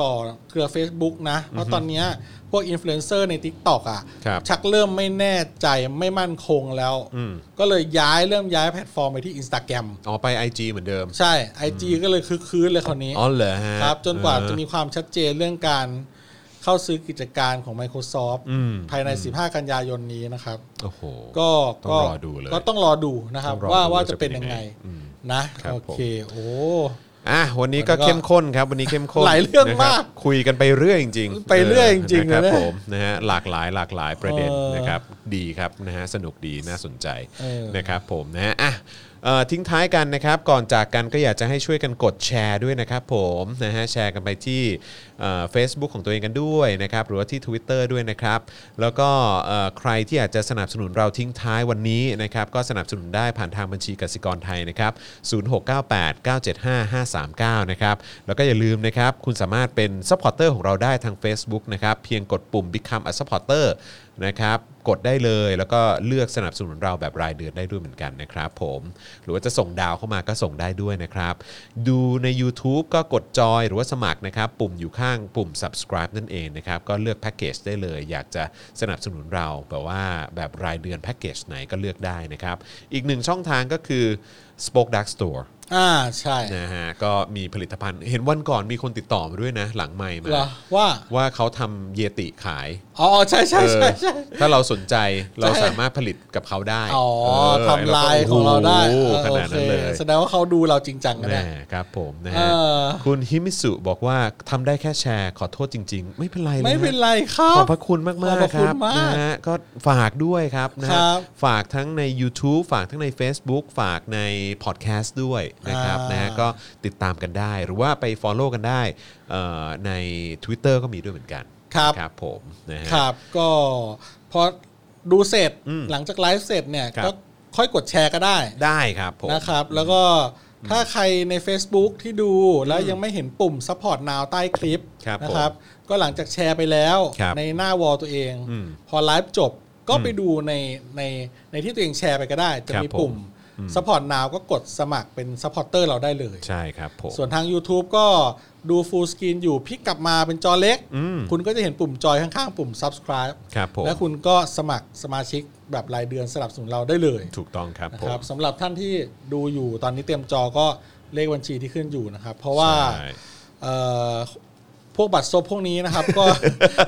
[SPEAKER 2] ต่อเครือ Facebook นะ เพราะตอนเนี้ยพวกอินฟลูเอนเซอร์ใน t ิ k t o k อ่ะ
[SPEAKER 1] ครับ
[SPEAKER 2] ชักเริ่มไม่แน่ใจไม่มั่นคงแล้ว
[SPEAKER 1] อืม
[SPEAKER 2] ก็เลยย้ายเริ่มย้ายแพลตฟอร์มไปที่ Instagram
[SPEAKER 1] อ๋อไป IG เหมือนเดิม
[SPEAKER 2] ใช่ IG ก็เลยคึกคืนเลยคราวนี้
[SPEAKER 1] อ๋อเหรอฮะ
[SPEAKER 2] ครับ จนกว่า
[SPEAKER 1] เออ
[SPEAKER 2] จะมีความชัดเจนเรื่องการเข้าซื้อกิจการของ Microsoft
[SPEAKER 1] อืม
[SPEAKER 2] ภายใน 15 กันยายนนี้นะครับ
[SPEAKER 1] โอ้โห
[SPEAKER 2] ก็
[SPEAKER 1] ต้อง
[SPEAKER 2] ก็
[SPEAKER 1] รอดูเลย
[SPEAKER 2] ก็ต้องรอดูนะครับ
[SPEAKER 1] ต้องรอดู
[SPEAKER 2] ว่าว่า
[SPEAKER 1] ว่าจะ
[SPEAKER 2] จะเป็นยังไง
[SPEAKER 1] เป็นยังไงอืม
[SPEAKER 2] นะครับ โอเคโอ้
[SPEAKER 1] อ่ะวันนี้ก็
[SPEAKER 2] วันนี้ก็
[SPEAKER 1] เข้มข้นครับ วันนี้เข้มข้น
[SPEAKER 2] หลายเรื่อง
[SPEAKER 1] นะครับ
[SPEAKER 2] มาก
[SPEAKER 1] คุยกันไปเรื่อยจริง
[SPEAKER 2] ไปเรื่อยจริงๆ
[SPEAKER 1] นะครั
[SPEAKER 2] เลยนะ
[SPEAKER 1] ผมนะฮะหลากหลายหลากหลายประเด็น
[SPEAKER 2] เออ
[SPEAKER 1] นะครับดีครับนะฮะสนุกดีน่าสนใจ
[SPEAKER 2] เออ
[SPEAKER 1] นะครับผมนะฮะอ่ะเอ่อทิ้งท้ายกันนะครับก่อนจากกันก็อยากจะให้ช่วยกันกดแชร์ด้วยนะครับผมนะฮะแชร์กันไปที่เฟซบุ๊กของตัวเองกันด้วยนะครับหรือว่าที่ Twitter ด้วยนะครับแล้วก็เอ่อใครที่อยากจะสนับสนุนเราทิ้งท้ายวันนี้นะครับก็สนับสนุนได้ผ่านทางบัญชีกสิกรไทยนะครับ 0698 975 539 นะครับ แล้วก็อย่าลืมนะครับ คุณสามารถเป็นซัพพอร์เตอร์ของเราได้ทาง Facebook นะครับ เพียงกดปุ่ม Become a supporter นะครับ กดได้เลย แล้วก็เลือกสนับสนุนเราแบบรายเดือนได้ด้วยเหมือนกันนะครับผม หรือว่าจะส่งดาวเข้ามาก็ส่งได้ด้วยนะครับ ดูใน YouTube ก็กดจอยหรือว่าสมัครนะครับ ปุ่มอยู่ข้างปุ่ม subscribe นั่นเองนะครับ ก็เลือกแพ็กเกจได้เลย อยากจะสนับสนุนเราแบบว่าแบบรายเดือนแพ็กเกจไหนก็เลือกได้นะครับ อีกหนึ่งช่องทางก็คือ Spoke Dark Store
[SPEAKER 2] อ่าใช่
[SPEAKER 1] นะฮะก็มีผลิตภัณฑ์เห็นวันก่อนมีคนติดต่อมาด้วยนะ หลังไม่มา
[SPEAKER 2] เหรอว่า
[SPEAKER 1] ว่าเขาทำเยติขาย
[SPEAKER 2] อ๋อใช่ใช่ใช่ใช่
[SPEAKER 1] เออถ้าเราสนใจเราสามารถผลิตกับเขาได้
[SPEAKER 2] อ๋อ
[SPEAKER 1] เออ
[SPEAKER 2] ทำลายของเราได้
[SPEAKER 1] โอ้โห
[SPEAKER 2] เออ
[SPEAKER 1] ข
[SPEAKER 2] โอ
[SPEAKER 1] นาด
[SPEAKER 2] เค
[SPEAKER 1] นั้นเลย
[SPEAKER 2] แสดงว่าเขาดูเราจริงจังกัน
[SPEAKER 1] แน่
[SPEAKER 2] นะ
[SPEAKER 1] ครับผมนะ
[SPEAKER 2] เอ
[SPEAKER 1] ฮะ
[SPEAKER 2] อ
[SPEAKER 1] คุณฮิมิสุบอกว่าทำได้แค่แชร์ขอโทษจริง ๆ ไม่เป็นไรลย
[SPEAKER 2] ไม่
[SPEAKER 1] ฮะ
[SPEAKER 2] เป็นไรครั
[SPEAKER 1] ขอบ บพระคุณมากมา
[SPEAKER 2] ข
[SPEAKER 1] ก
[SPEAKER 2] อบพระ
[SPEAKER 1] ค
[SPEAKER 2] คุณ
[SPEAKER 1] รับ
[SPEAKER 2] มาก
[SPEAKER 1] นะฮะก็ฝากด้วยครับนะฮะ
[SPEAKER 2] ครับ
[SPEAKER 1] ฝากทั้งใน YouTube ฝากทั้งใน Facebook ฝากในพอดแคสต์ด้วยนะครับ
[SPEAKER 2] อ่าน
[SPEAKER 1] นะฮะก็ติดตามกันได้หรือว่าไป Follow กันได้เอ่อใน Twitter ก็มีด้วยเหมือนกัน
[SPEAKER 2] ครับ
[SPEAKER 1] ครับผมนะฮะ
[SPEAKER 2] ครับก็พอดูเสร็จ
[SPEAKER 1] อืม
[SPEAKER 2] หลังจากไลฟ์เสร็จเนี่ย
[SPEAKER 1] ครับ
[SPEAKER 2] ก็ค่อยกดแชร์ก็ได้
[SPEAKER 1] ได้ครับผม
[SPEAKER 2] นะครับ แล้วก็ถ้าใครใน Facebook ที่ดูแล้วยังไม่เห็นปุ่ม Support Now ใต้คลิป
[SPEAKER 1] ครับ
[SPEAKER 2] นะครับ ก็หลังจากแชร์ไปแล้ว
[SPEAKER 1] ครับ
[SPEAKER 2] ในหน้าวอลตัวเอง
[SPEAKER 1] อืม
[SPEAKER 2] พอไลฟ์จบก็ไปดูในในในที่ตัวเองแชร์ไปก็ได้ จะ
[SPEAKER 1] ครับ
[SPEAKER 2] มี
[SPEAKER 1] ผม
[SPEAKER 2] ปุ่ม Support Now ก็กดสมัครเป็น Supporter เราได้เลย
[SPEAKER 1] ใช่ครับผม
[SPEAKER 2] ส่วนทาง YouTube ก็ดูฟูลสกรีนอยู่พลิกกลับมาเป็นจอเล็ก
[SPEAKER 1] อืม
[SPEAKER 2] คุณก็จะเห็นปุ่มจอยข้างๆ ปุ่ม subscribe
[SPEAKER 1] ครับผม
[SPEAKER 2] และคุณก็สมัครสมาชิกแบบรายเดือนสนับสนุนเราได้เลย
[SPEAKER 1] ถูกต้องครับ
[SPEAKER 2] นะ
[SPEAKER 1] ผ
[SPEAKER 2] ครั
[SPEAKER 1] ม
[SPEAKER 2] บสำหรับท่านที่ดูอยู่ตอนนี้เตรียมจอก็เลขบัญชีที่ขึ้นอยู่นะครับ เพราะว่า
[SPEAKER 1] ใช่
[SPEAKER 2] เอ่อพวกบัตรซบพวกนี้นะครับ ก็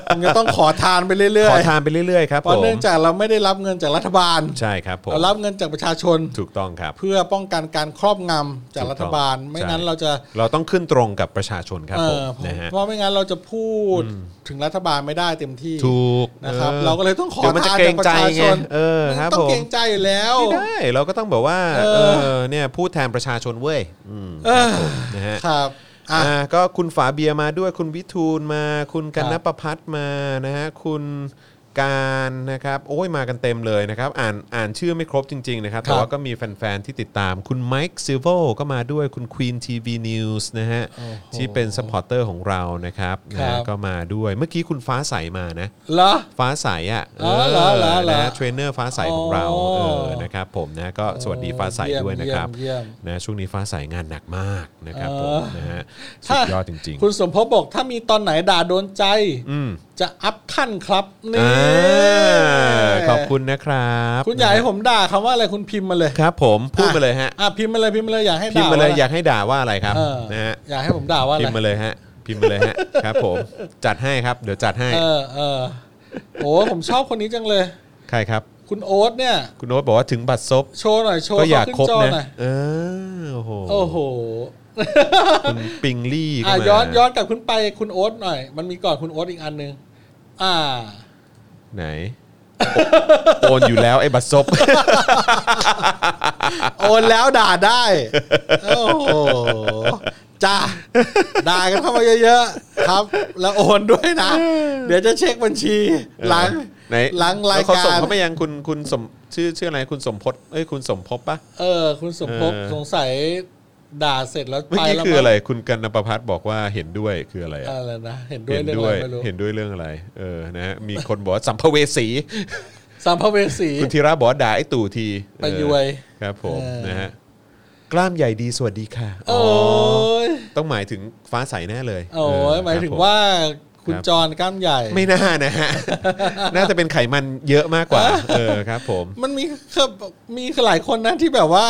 [SPEAKER 2] คงจะต้องขอทานไปเรื่
[SPEAKER 1] ข
[SPEAKER 2] อ
[SPEAKER 1] อย ทานไปเรื่อยๆครับ
[SPEAKER 2] ๆเพราะ
[SPEAKER 1] ผม
[SPEAKER 2] เนื่องจากเราไม่ได้รับเงินจากรัฐบาล
[SPEAKER 1] ใช่ครับผม
[SPEAKER 2] เรารับเงินจากประชาชน
[SPEAKER 1] ถูกต้องครับ
[SPEAKER 2] เพื่อป้องกันการครอบงำจากรัฐบาล
[SPEAKER 1] ถูกต้อง
[SPEAKER 2] ไม่นั้น
[SPEAKER 1] ใช่
[SPEAKER 2] เราจะ
[SPEAKER 1] เราต้องขึ้นตรงกับประชาชนครับ
[SPEAKER 2] เอ
[SPEAKER 1] ผม
[SPEAKER 2] อเพราะ
[SPEAKER 1] นะฮะ
[SPEAKER 2] เพราะไม่งั้นเราจะพูดถึงรัฐบาลไม่ได้เต็มที่
[SPEAKER 1] ถูก
[SPEAKER 2] นะครับ
[SPEAKER 1] ออ
[SPEAKER 2] เราก็เลยต้องขอ
[SPEAKER 1] ดี๋ยวมันจะ
[SPEAKER 2] ทาน
[SPEAKER 1] เกร
[SPEAKER 2] จาก
[SPEAKER 1] ง
[SPEAKER 2] ประ
[SPEAKER 1] ใจ
[SPEAKER 2] ชาช
[SPEAKER 1] ไง
[SPEAKER 2] น
[SPEAKER 1] เออครับ
[SPEAKER 2] ต้อง
[SPEAKER 1] ผม
[SPEAKER 2] เกรงใจอยู่แล้ว
[SPEAKER 1] ไม่ได้เราก็ต้องแบบว่า
[SPEAKER 2] เออ
[SPEAKER 1] เออเนี่ยพูดแทนประชาชนเว้ยอืม
[SPEAKER 2] เออ
[SPEAKER 1] นะฮะ
[SPEAKER 2] ครับอ่ะ
[SPEAKER 1] อ่าก็คุณฝาเบียร์มาด้วยคุณวิทูลมา คุณกันน
[SPEAKER 2] ครับ
[SPEAKER 1] ประพัฒน์มานะฮะคุณการนะครับโอ้ยมากันเต็มเลยนะครับ อ่านอ่านชื่อไม่ครบจริง ๆ นะครับ แต่ว่าก็มีแฟน ๆ ที่ติดตาม คุณไมค์ซิลโวก็มาด้วยคุณ Queen TV News นะฮะ
[SPEAKER 2] โอ้โห
[SPEAKER 1] ที่เป็นสปอร์เตอร์ของเรานะครับนะฮะ
[SPEAKER 2] ครับ
[SPEAKER 1] ก็มาด้วยเมื่อกี้คุณฟ้าใสมานะ
[SPEAKER 2] เหรอ
[SPEAKER 1] ฟ้าใสอ่ะ
[SPEAKER 2] อ๋อเหรอเหรอเหรอ
[SPEAKER 1] นะเทรนเนอร์ฟ้าใสของเรา
[SPEAKER 2] อ๋อ
[SPEAKER 1] เออนะครับผมนะก็สวัสดีฟ้าใสด้วยนะครับ
[SPEAKER 2] เยี่ยมเยี่ยม
[SPEAKER 1] นะช่วงนี้ฟ้าใสงานหนักมากนะครับ
[SPEAKER 2] เอ
[SPEAKER 1] ผ
[SPEAKER 2] อ
[SPEAKER 1] มนะฮะสุดยอดจริง
[SPEAKER 2] คุณสมภพบอกถ้ามีตอนไหนด่าโดนใจ
[SPEAKER 1] ๆ อืม
[SPEAKER 2] จะอัพขั้นครับนี่
[SPEAKER 1] อ่าขอบคุณนะครับ
[SPEAKER 2] คุณอยากให้ผมด่าคำว่าอะไรคุณพิมพ์มาเลย
[SPEAKER 1] ครับผมพูดมาเลยฮะ
[SPEAKER 2] อ่ะพิมพ์มาเลยพิมพ์มาเลยอยากให้
[SPEAKER 1] พิม
[SPEAKER 2] ด่า
[SPEAKER 1] พ์มาเลย
[SPEAKER 2] ว่ะไร
[SPEAKER 1] อยากให้ด่าว่าอะไรครับ
[SPEAKER 2] เออ
[SPEAKER 1] นะฮะ
[SPEAKER 2] อยากให้ผมด่าว่าอะ
[SPEAKER 1] พิม
[SPEAKER 2] ไร
[SPEAKER 1] พ์มาเลยฮะพิมพ์มาเลยฮะครับผมจัดให้ครับเดี๋ยวจัดให้
[SPEAKER 2] เออเออโอ้ผมชอบคนนี้จังเลย
[SPEAKER 1] ใครครับ
[SPEAKER 2] คุณโอ๊ตเนี่ย
[SPEAKER 1] คุณโน้ตบอกว่าถึงบัตรซบ
[SPEAKER 2] โชว์หน่อยโชว์
[SPEAKER 1] ก็อยาก
[SPEAKER 2] เขึ้น
[SPEAKER 1] ครบ
[SPEAKER 2] จอ
[SPEAKER 1] นะ
[SPEAKER 2] หน่อย
[SPEAKER 1] เออโอ้โห
[SPEAKER 2] โอ้โห
[SPEAKER 1] คุณปิงลี่ก็
[SPEAKER 2] อ่ะ
[SPEAKER 1] มา
[SPEAKER 2] ย้อนย้อนกลับขึ้นไปคุณโอ๊ตหน่อย มันมีก่อนคุณโอ๊ตอีกอันหนึงอ่า
[SPEAKER 1] ไหน โอนอยู่แล้วไอ้บัตรซบ
[SPEAKER 2] โอนแล้วด่าได้โอ้โหจ้าด่ากันเข้ามาเยอะๆครับ แล้วโอนด้วยนะ เดี๋ยวจะเช็คบัญชี หลัง
[SPEAKER 1] ไหน
[SPEAKER 2] หลังราย
[SPEAKER 1] แวเขาส่ง
[SPEAKER 2] การ
[SPEAKER 1] เขาไปยังคุณคุณสมชื่อชื่ออะไรคุณสมพศเอ้ยคุณสมภพปะ
[SPEAKER 2] เออ คุณสมภพ
[SPEAKER 1] เออ
[SPEAKER 2] สงสัยด่าเสร็จแล้ว
[SPEAKER 1] เมื่อ
[SPEAKER 2] ไป
[SPEAKER 1] กี้
[SPEAKER 2] แล้ว
[SPEAKER 1] คือ
[SPEAKER 2] มั้ง
[SPEAKER 1] อะไร คุณกันนประพัฒน์บอกว่าเห็นด้วยคืออะไรอะ
[SPEAKER 2] อะไรนะเห็นด้วยเรื่องอะไรไม่รู้
[SPEAKER 1] เห็นด้วยเรื่องอะไร เออนะฮะมีคนบอกว่าสัมภเว สี
[SPEAKER 2] สัมภเวสี
[SPEAKER 1] คุณธีระบอกว่าด่าไอ้ตู่ที
[SPEAKER 2] ไปยุ้ย
[SPEAKER 1] เออครับผม
[SPEAKER 2] เออ
[SPEAKER 1] นะฮะ กล้ามใหญ่ดีสวัสดีค่ะ
[SPEAKER 2] โอ้ย
[SPEAKER 1] ต้องหมายถึงฟ้าใสแน่เลย
[SPEAKER 2] โอ้ย
[SPEAKER 1] เออ
[SPEAKER 2] หมายถึง
[SPEAKER 1] ครับผ
[SPEAKER 2] ว่าคุณ
[SPEAKER 1] ครับ
[SPEAKER 2] จรกล้ามใหญ่
[SPEAKER 1] ไม่น่านะฮะ น่าจะเป็นไขมันเยอะมากกว่า เออครับผม
[SPEAKER 2] มันมีคือมีหลายคนนะที่แบบว่า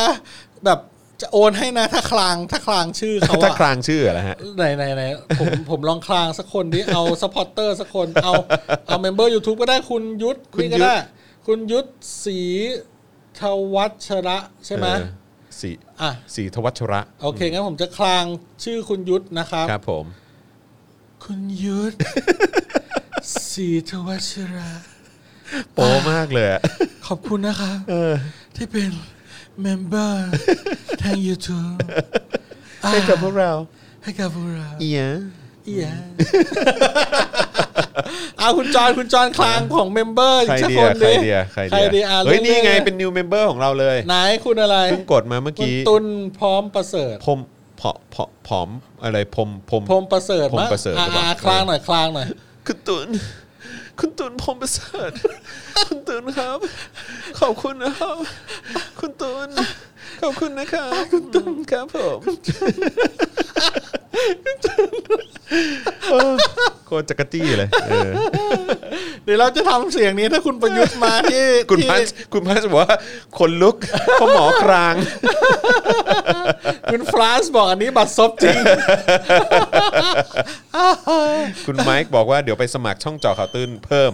[SPEAKER 2] แบบจะโอนให้นะถ้าคลางถ้าคลางชื่อเขา
[SPEAKER 1] ถ้าค
[SPEAKER 2] อะ
[SPEAKER 1] ลางชื่อเหรอฮะ
[SPEAKER 2] ไหนไหนไหนผมผมลองคลางสักคนดิเอาสปอร์เตอร์สักคนเอาเอาเมมเบอร์ YouTube ก็ได้คุณยุทธ
[SPEAKER 1] คุณยุทธ
[SPEAKER 2] นี่ก็ได้คุณยุทธศรีทวัชระใช่ไหม
[SPEAKER 1] เออสี
[SPEAKER 2] อ่ะ
[SPEAKER 1] สีทวัชระ
[SPEAKER 2] โอเคงั้นผมจะคลางชื่อคุณยุทธนะครับ
[SPEAKER 1] ครับผม
[SPEAKER 2] คุณยุทธ สีทวัชระ
[SPEAKER 1] โป้มากเลยอะ
[SPEAKER 2] ขอบคุณนะครับ
[SPEAKER 1] เออ
[SPEAKER 2] ที่เป็นเมมเบอร์ทาง YouTube
[SPEAKER 1] ให้กับพวกเรา
[SPEAKER 2] ให้กับพวกเรา
[SPEAKER 1] เอีย
[SPEAKER 2] เอีย เอาคุณจอนคุณจอนคลางของเมมเบอร์อี
[SPEAKER 1] ใคร
[SPEAKER 2] กสัก
[SPEAKER 1] เดี
[SPEAKER 2] ค
[SPEAKER 1] ย
[SPEAKER 2] น
[SPEAKER 1] ใคร
[SPEAKER 2] ดิ
[SPEAKER 1] เดียใคร
[SPEAKER 2] ใคร
[SPEAKER 1] เดี
[SPEAKER 2] ดี
[SPEAKER 1] ย
[SPEAKER 2] อ่ะ
[SPEAKER 1] เฮ้ยนี่ไง
[SPEAKER 2] รื่อ
[SPEAKER 1] เป็น new member ของเราเลย
[SPEAKER 2] ไหนคุณอะไร
[SPEAKER 1] เพิ่งกดมาเมื่อ
[SPEAKER 2] คุณ
[SPEAKER 1] กี้
[SPEAKER 2] ตุนพร้อมประเสริฐ
[SPEAKER 1] พมผอผอผอมอะไรพมพม
[SPEAKER 2] พรหมประเสริฐ
[SPEAKER 1] พรหม
[SPEAKER 2] มั้ย
[SPEAKER 1] ประเสริฐหรือเปล่า
[SPEAKER 2] อ่ะๆคลางหน่อยคลางหน่อย
[SPEAKER 1] คุณตุนคุณตุนพรหมประเสริฐคุณตุนครับ ขอบคุณนะครับ คุณตุนขอบคุณนะครับ คุณตุนครับผมเออโคตรจักรจี้เลยเออ
[SPEAKER 2] เดี๋ยวเราจะทำเสียงนี้ถ้าคุณประยุทธ์มาที่
[SPEAKER 1] คุณ
[SPEAKER 2] ที่
[SPEAKER 1] พัชคุณพัชบอกว่าคนลุกเพราะหมอคราง
[SPEAKER 2] คุณฟรานซ์บอกอันนี้บัตรซบจริง
[SPEAKER 1] คุณไมค์บอกว่าเดี๋ยวไปสมัครช่องเจอข่าวตื้นเพิ่ม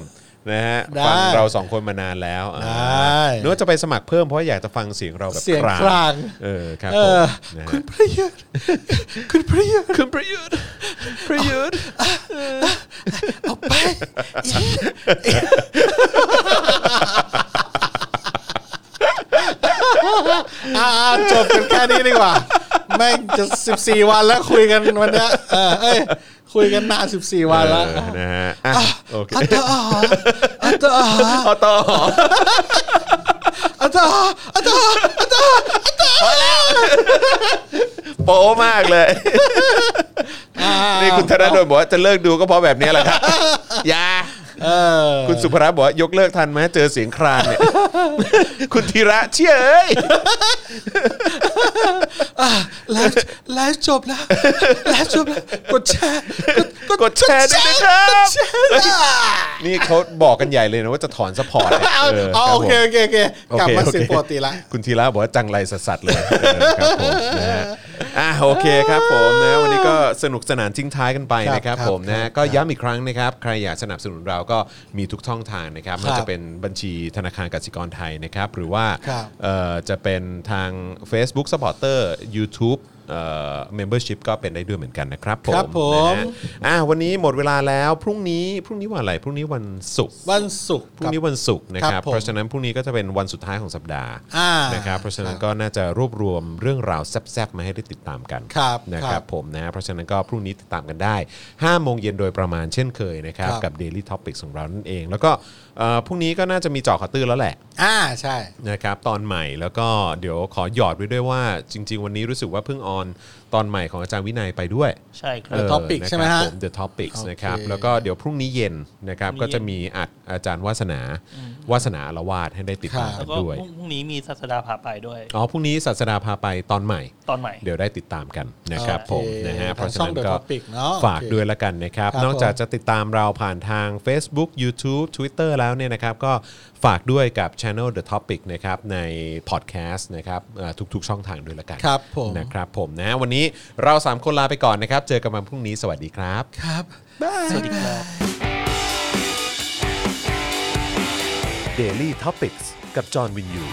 [SPEAKER 1] นะฮะ
[SPEAKER 2] ได้
[SPEAKER 1] ฟังเราสองคนมานานแล้วอ่า
[SPEAKER 2] ได้
[SPEAKER 1] เนื้อจะไปสมัครเพิ่มเพราะอยากจะฟังเสียงเราแบบ
[SPEAKER 2] เสียง
[SPEAKER 1] คราง
[SPEAKER 2] กลาง
[SPEAKER 1] เออครับ
[SPEAKER 2] เอ
[SPEAKER 1] ผม
[SPEAKER 2] อ
[SPEAKER 1] นะ
[SPEAKER 2] คุ
[SPEAKER 1] ฮะ
[SPEAKER 2] ณประยุทธ์คุณประยุทธ์
[SPEAKER 1] คุณประยุทธ์ประยุทธ์
[SPEAKER 2] เอาไปอีกอ่าจบกันแค่นี้ดีกว่า แม่งจะ 14 วันแล้วคุยกันวันเนี้ยเออเอ้ยคุยกันนาน14 วันแล้ว
[SPEAKER 1] เออนะฮะอ่ะโอเค
[SPEAKER 2] อัตตาอัตตา
[SPEAKER 1] เอาต่อ
[SPEAKER 2] อัตตาอัตตา
[SPEAKER 1] โป๊มากเลยนี่คุณธนาโดนบอกว่าจะเลิกดูก็เพราะแบบนี้แหละครับอย่า
[SPEAKER 2] เออ
[SPEAKER 1] คุณสุภรัตน์บอกว่ายกเลิกทันไหมเจอเสียงครางเนี่ยคุณธีระเชื่อเอ้ย
[SPEAKER 2] ไลฟ์ไลฟ์จบแล้วไลฟ์จบแล้วกดแชร์กด
[SPEAKER 1] กดแชร์ด้วยนะครับ
[SPEAKER 2] แชร์นะ
[SPEAKER 1] นี่เขาบอกกันใหญ่เลยนะว่าจะถอนสปอร์ตนี่ย
[SPEAKER 2] เอา
[SPEAKER 1] เ
[SPEAKER 2] เอา
[SPEAKER 1] รับ
[SPEAKER 2] โอเค
[SPEAKER 1] ผม
[SPEAKER 2] โอเคโอเคกลับมา
[SPEAKER 1] โอค
[SPEAKER 2] เสียงปกติละ
[SPEAKER 1] โอเคคุณธีระบอกว่าจังไรสัสๆเลย เออครับผมนะฮะอ่ะโอเคครับผมนะวันนี้ก็สนุกสนานทิ้งท้ายกันไป
[SPEAKER 2] ครับ
[SPEAKER 1] นะครับ
[SPEAKER 2] ครับ
[SPEAKER 1] ผม
[SPEAKER 2] ครั
[SPEAKER 1] นะ
[SPEAKER 2] บ
[SPEAKER 1] ก็ย้ำอีกครั้งนะครับ ใครอยากสนับสนุนเราก็มีทุกช่องทางนะครับไม่ว่าจะเป็นบัญชีธนาคารกสิกรไทยนะครับ หรือว่า
[SPEAKER 2] ครับ
[SPEAKER 1] เอ่อจะเป็นทาง Facebook Supporter YouTube เอ่อ membership ก็เป็นได้ด้วยเหมือนกันนะครับผม
[SPEAKER 2] ครับผม
[SPEAKER 1] นะฮะอ่ะวันนี้หมดเวลาแล้วพรุ่งนี้พรุ่งนี้วันอะไรพรุ่งนี้วันศุกร์
[SPEAKER 2] วันศุกร์
[SPEAKER 1] พรุ่งนี้
[SPEAKER 2] ครับ
[SPEAKER 1] วันศุกร์นะค
[SPEAKER 2] ค
[SPEAKER 1] รั
[SPEAKER 2] รับ บผม
[SPEAKER 1] เพราะฉะนั้นพรุ่งนี้ก็จะเป็นวันสุดท้ายของสัปดาห์
[SPEAKER 2] อ่า
[SPEAKER 1] นะครับเพราะฉะนั้นก็น่าจะรวบรวมเรื่องราวแซ่บๆมาให้ได้ติดตามกัน
[SPEAKER 2] ครับ
[SPEAKER 1] นะค
[SPEAKER 2] ครั
[SPEAKER 1] รับบ ผมนะเพราะฉะนั้นก็พรุ่งนี้ติดตามกันได้5โมงเย็นโดยประมาณเช่นเคยนะครับ
[SPEAKER 2] ครับ
[SPEAKER 1] กับ Daily Topics ของเรานั่นเอง แล้วก็เอ่อพรุ่งนี้ก็น่าจะมีเจาะข่าวตื้นแล้วแหละ
[SPEAKER 2] อ่าใช่
[SPEAKER 1] นะครับตอนใหม่แล้วก็เดี๋ยวขอหยอดไว้ด้วยว่า จริง ๆ วันนี้รู้สึกว่าเพิ่งออนตอนใหม่ของอาจารย์วินัยไปด้วย
[SPEAKER 3] ใช่ครั
[SPEAKER 1] เอบ อ
[SPEAKER 2] Topic
[SPEAKER 1] นครับ
[SPEAKER 2] ใช่ไหมฮะ
[SPEAKER 1] ผม The Topics
[SPEAKER 2] โอเค
[SPEAKER 1] นะครับแล้วก็เดี๋ยวพรุ่งนี้เย็นนะครับ
[SPEAKER 3] พรุ่งนี้
[SPEAKER 1] ก็จะมีอัดอาจารย์วาสนา วาสนาละวาดให้ได้ติดตาม
[SPEAKER 2] ครั
[SPEAKER 1] กับ น
[SPEAKER 3] แล้วก็
[SPEAKER 1] ด้วย
[SPEAKER 3] พรุ่งพรุ่งนี้มีศาสดาพาไปด้วย
[SPEAKER 1] อ๋อพรุ่งนี้ศาสดาพาไปตอนใหม่
[SPEAKER 3] ตอนใหม่
[SPEAKER 1] เดี๋ยวได้ติดตามกันนะครับผม
[SPEAKER 2] โอเค
[SPEAKER 1] นะฮะเพราะฉะ
[SPEAKER 2] ทางช่อง
[SPEAKER 1] นั้น
[SPEAKER 2] The
[SPEAKER 1] ก็
[SPEAKER 2] Topic เนอะ
[SPEAKER 1] ฝาก
[SPEAKER 2] โอเค
[SPEAKER 1] ด้วยละกันนะครับ
[SPEAKER 2] ครับ
[SPEAKER 1] นอกจาก
[SPEAKER 2] ผม
[SPEAKER 1] จะติดตามเราผ่านทาง Facebook YouTube Twitter แล้วเนี่ยนะครับ ก็ฝากด้วยกับ Channel The Topic นะครับใน Podcast นะครับเอ่อทุกๆ ช่องทางด้วยละกัน
[SPEAKER 2] ครับผม
[SPEAKER 1] นะครับผมนะวันนี้เราสามคนลาไปก่อนนะครับ เจอกันวันพรุ่งนี้สวัสดีครับ
[SPEAKER 2] ครับ
[SPEAKER 3] สวัสดีครับ
[SPEAKER 1] Daily Topics กับจอห์นวินยู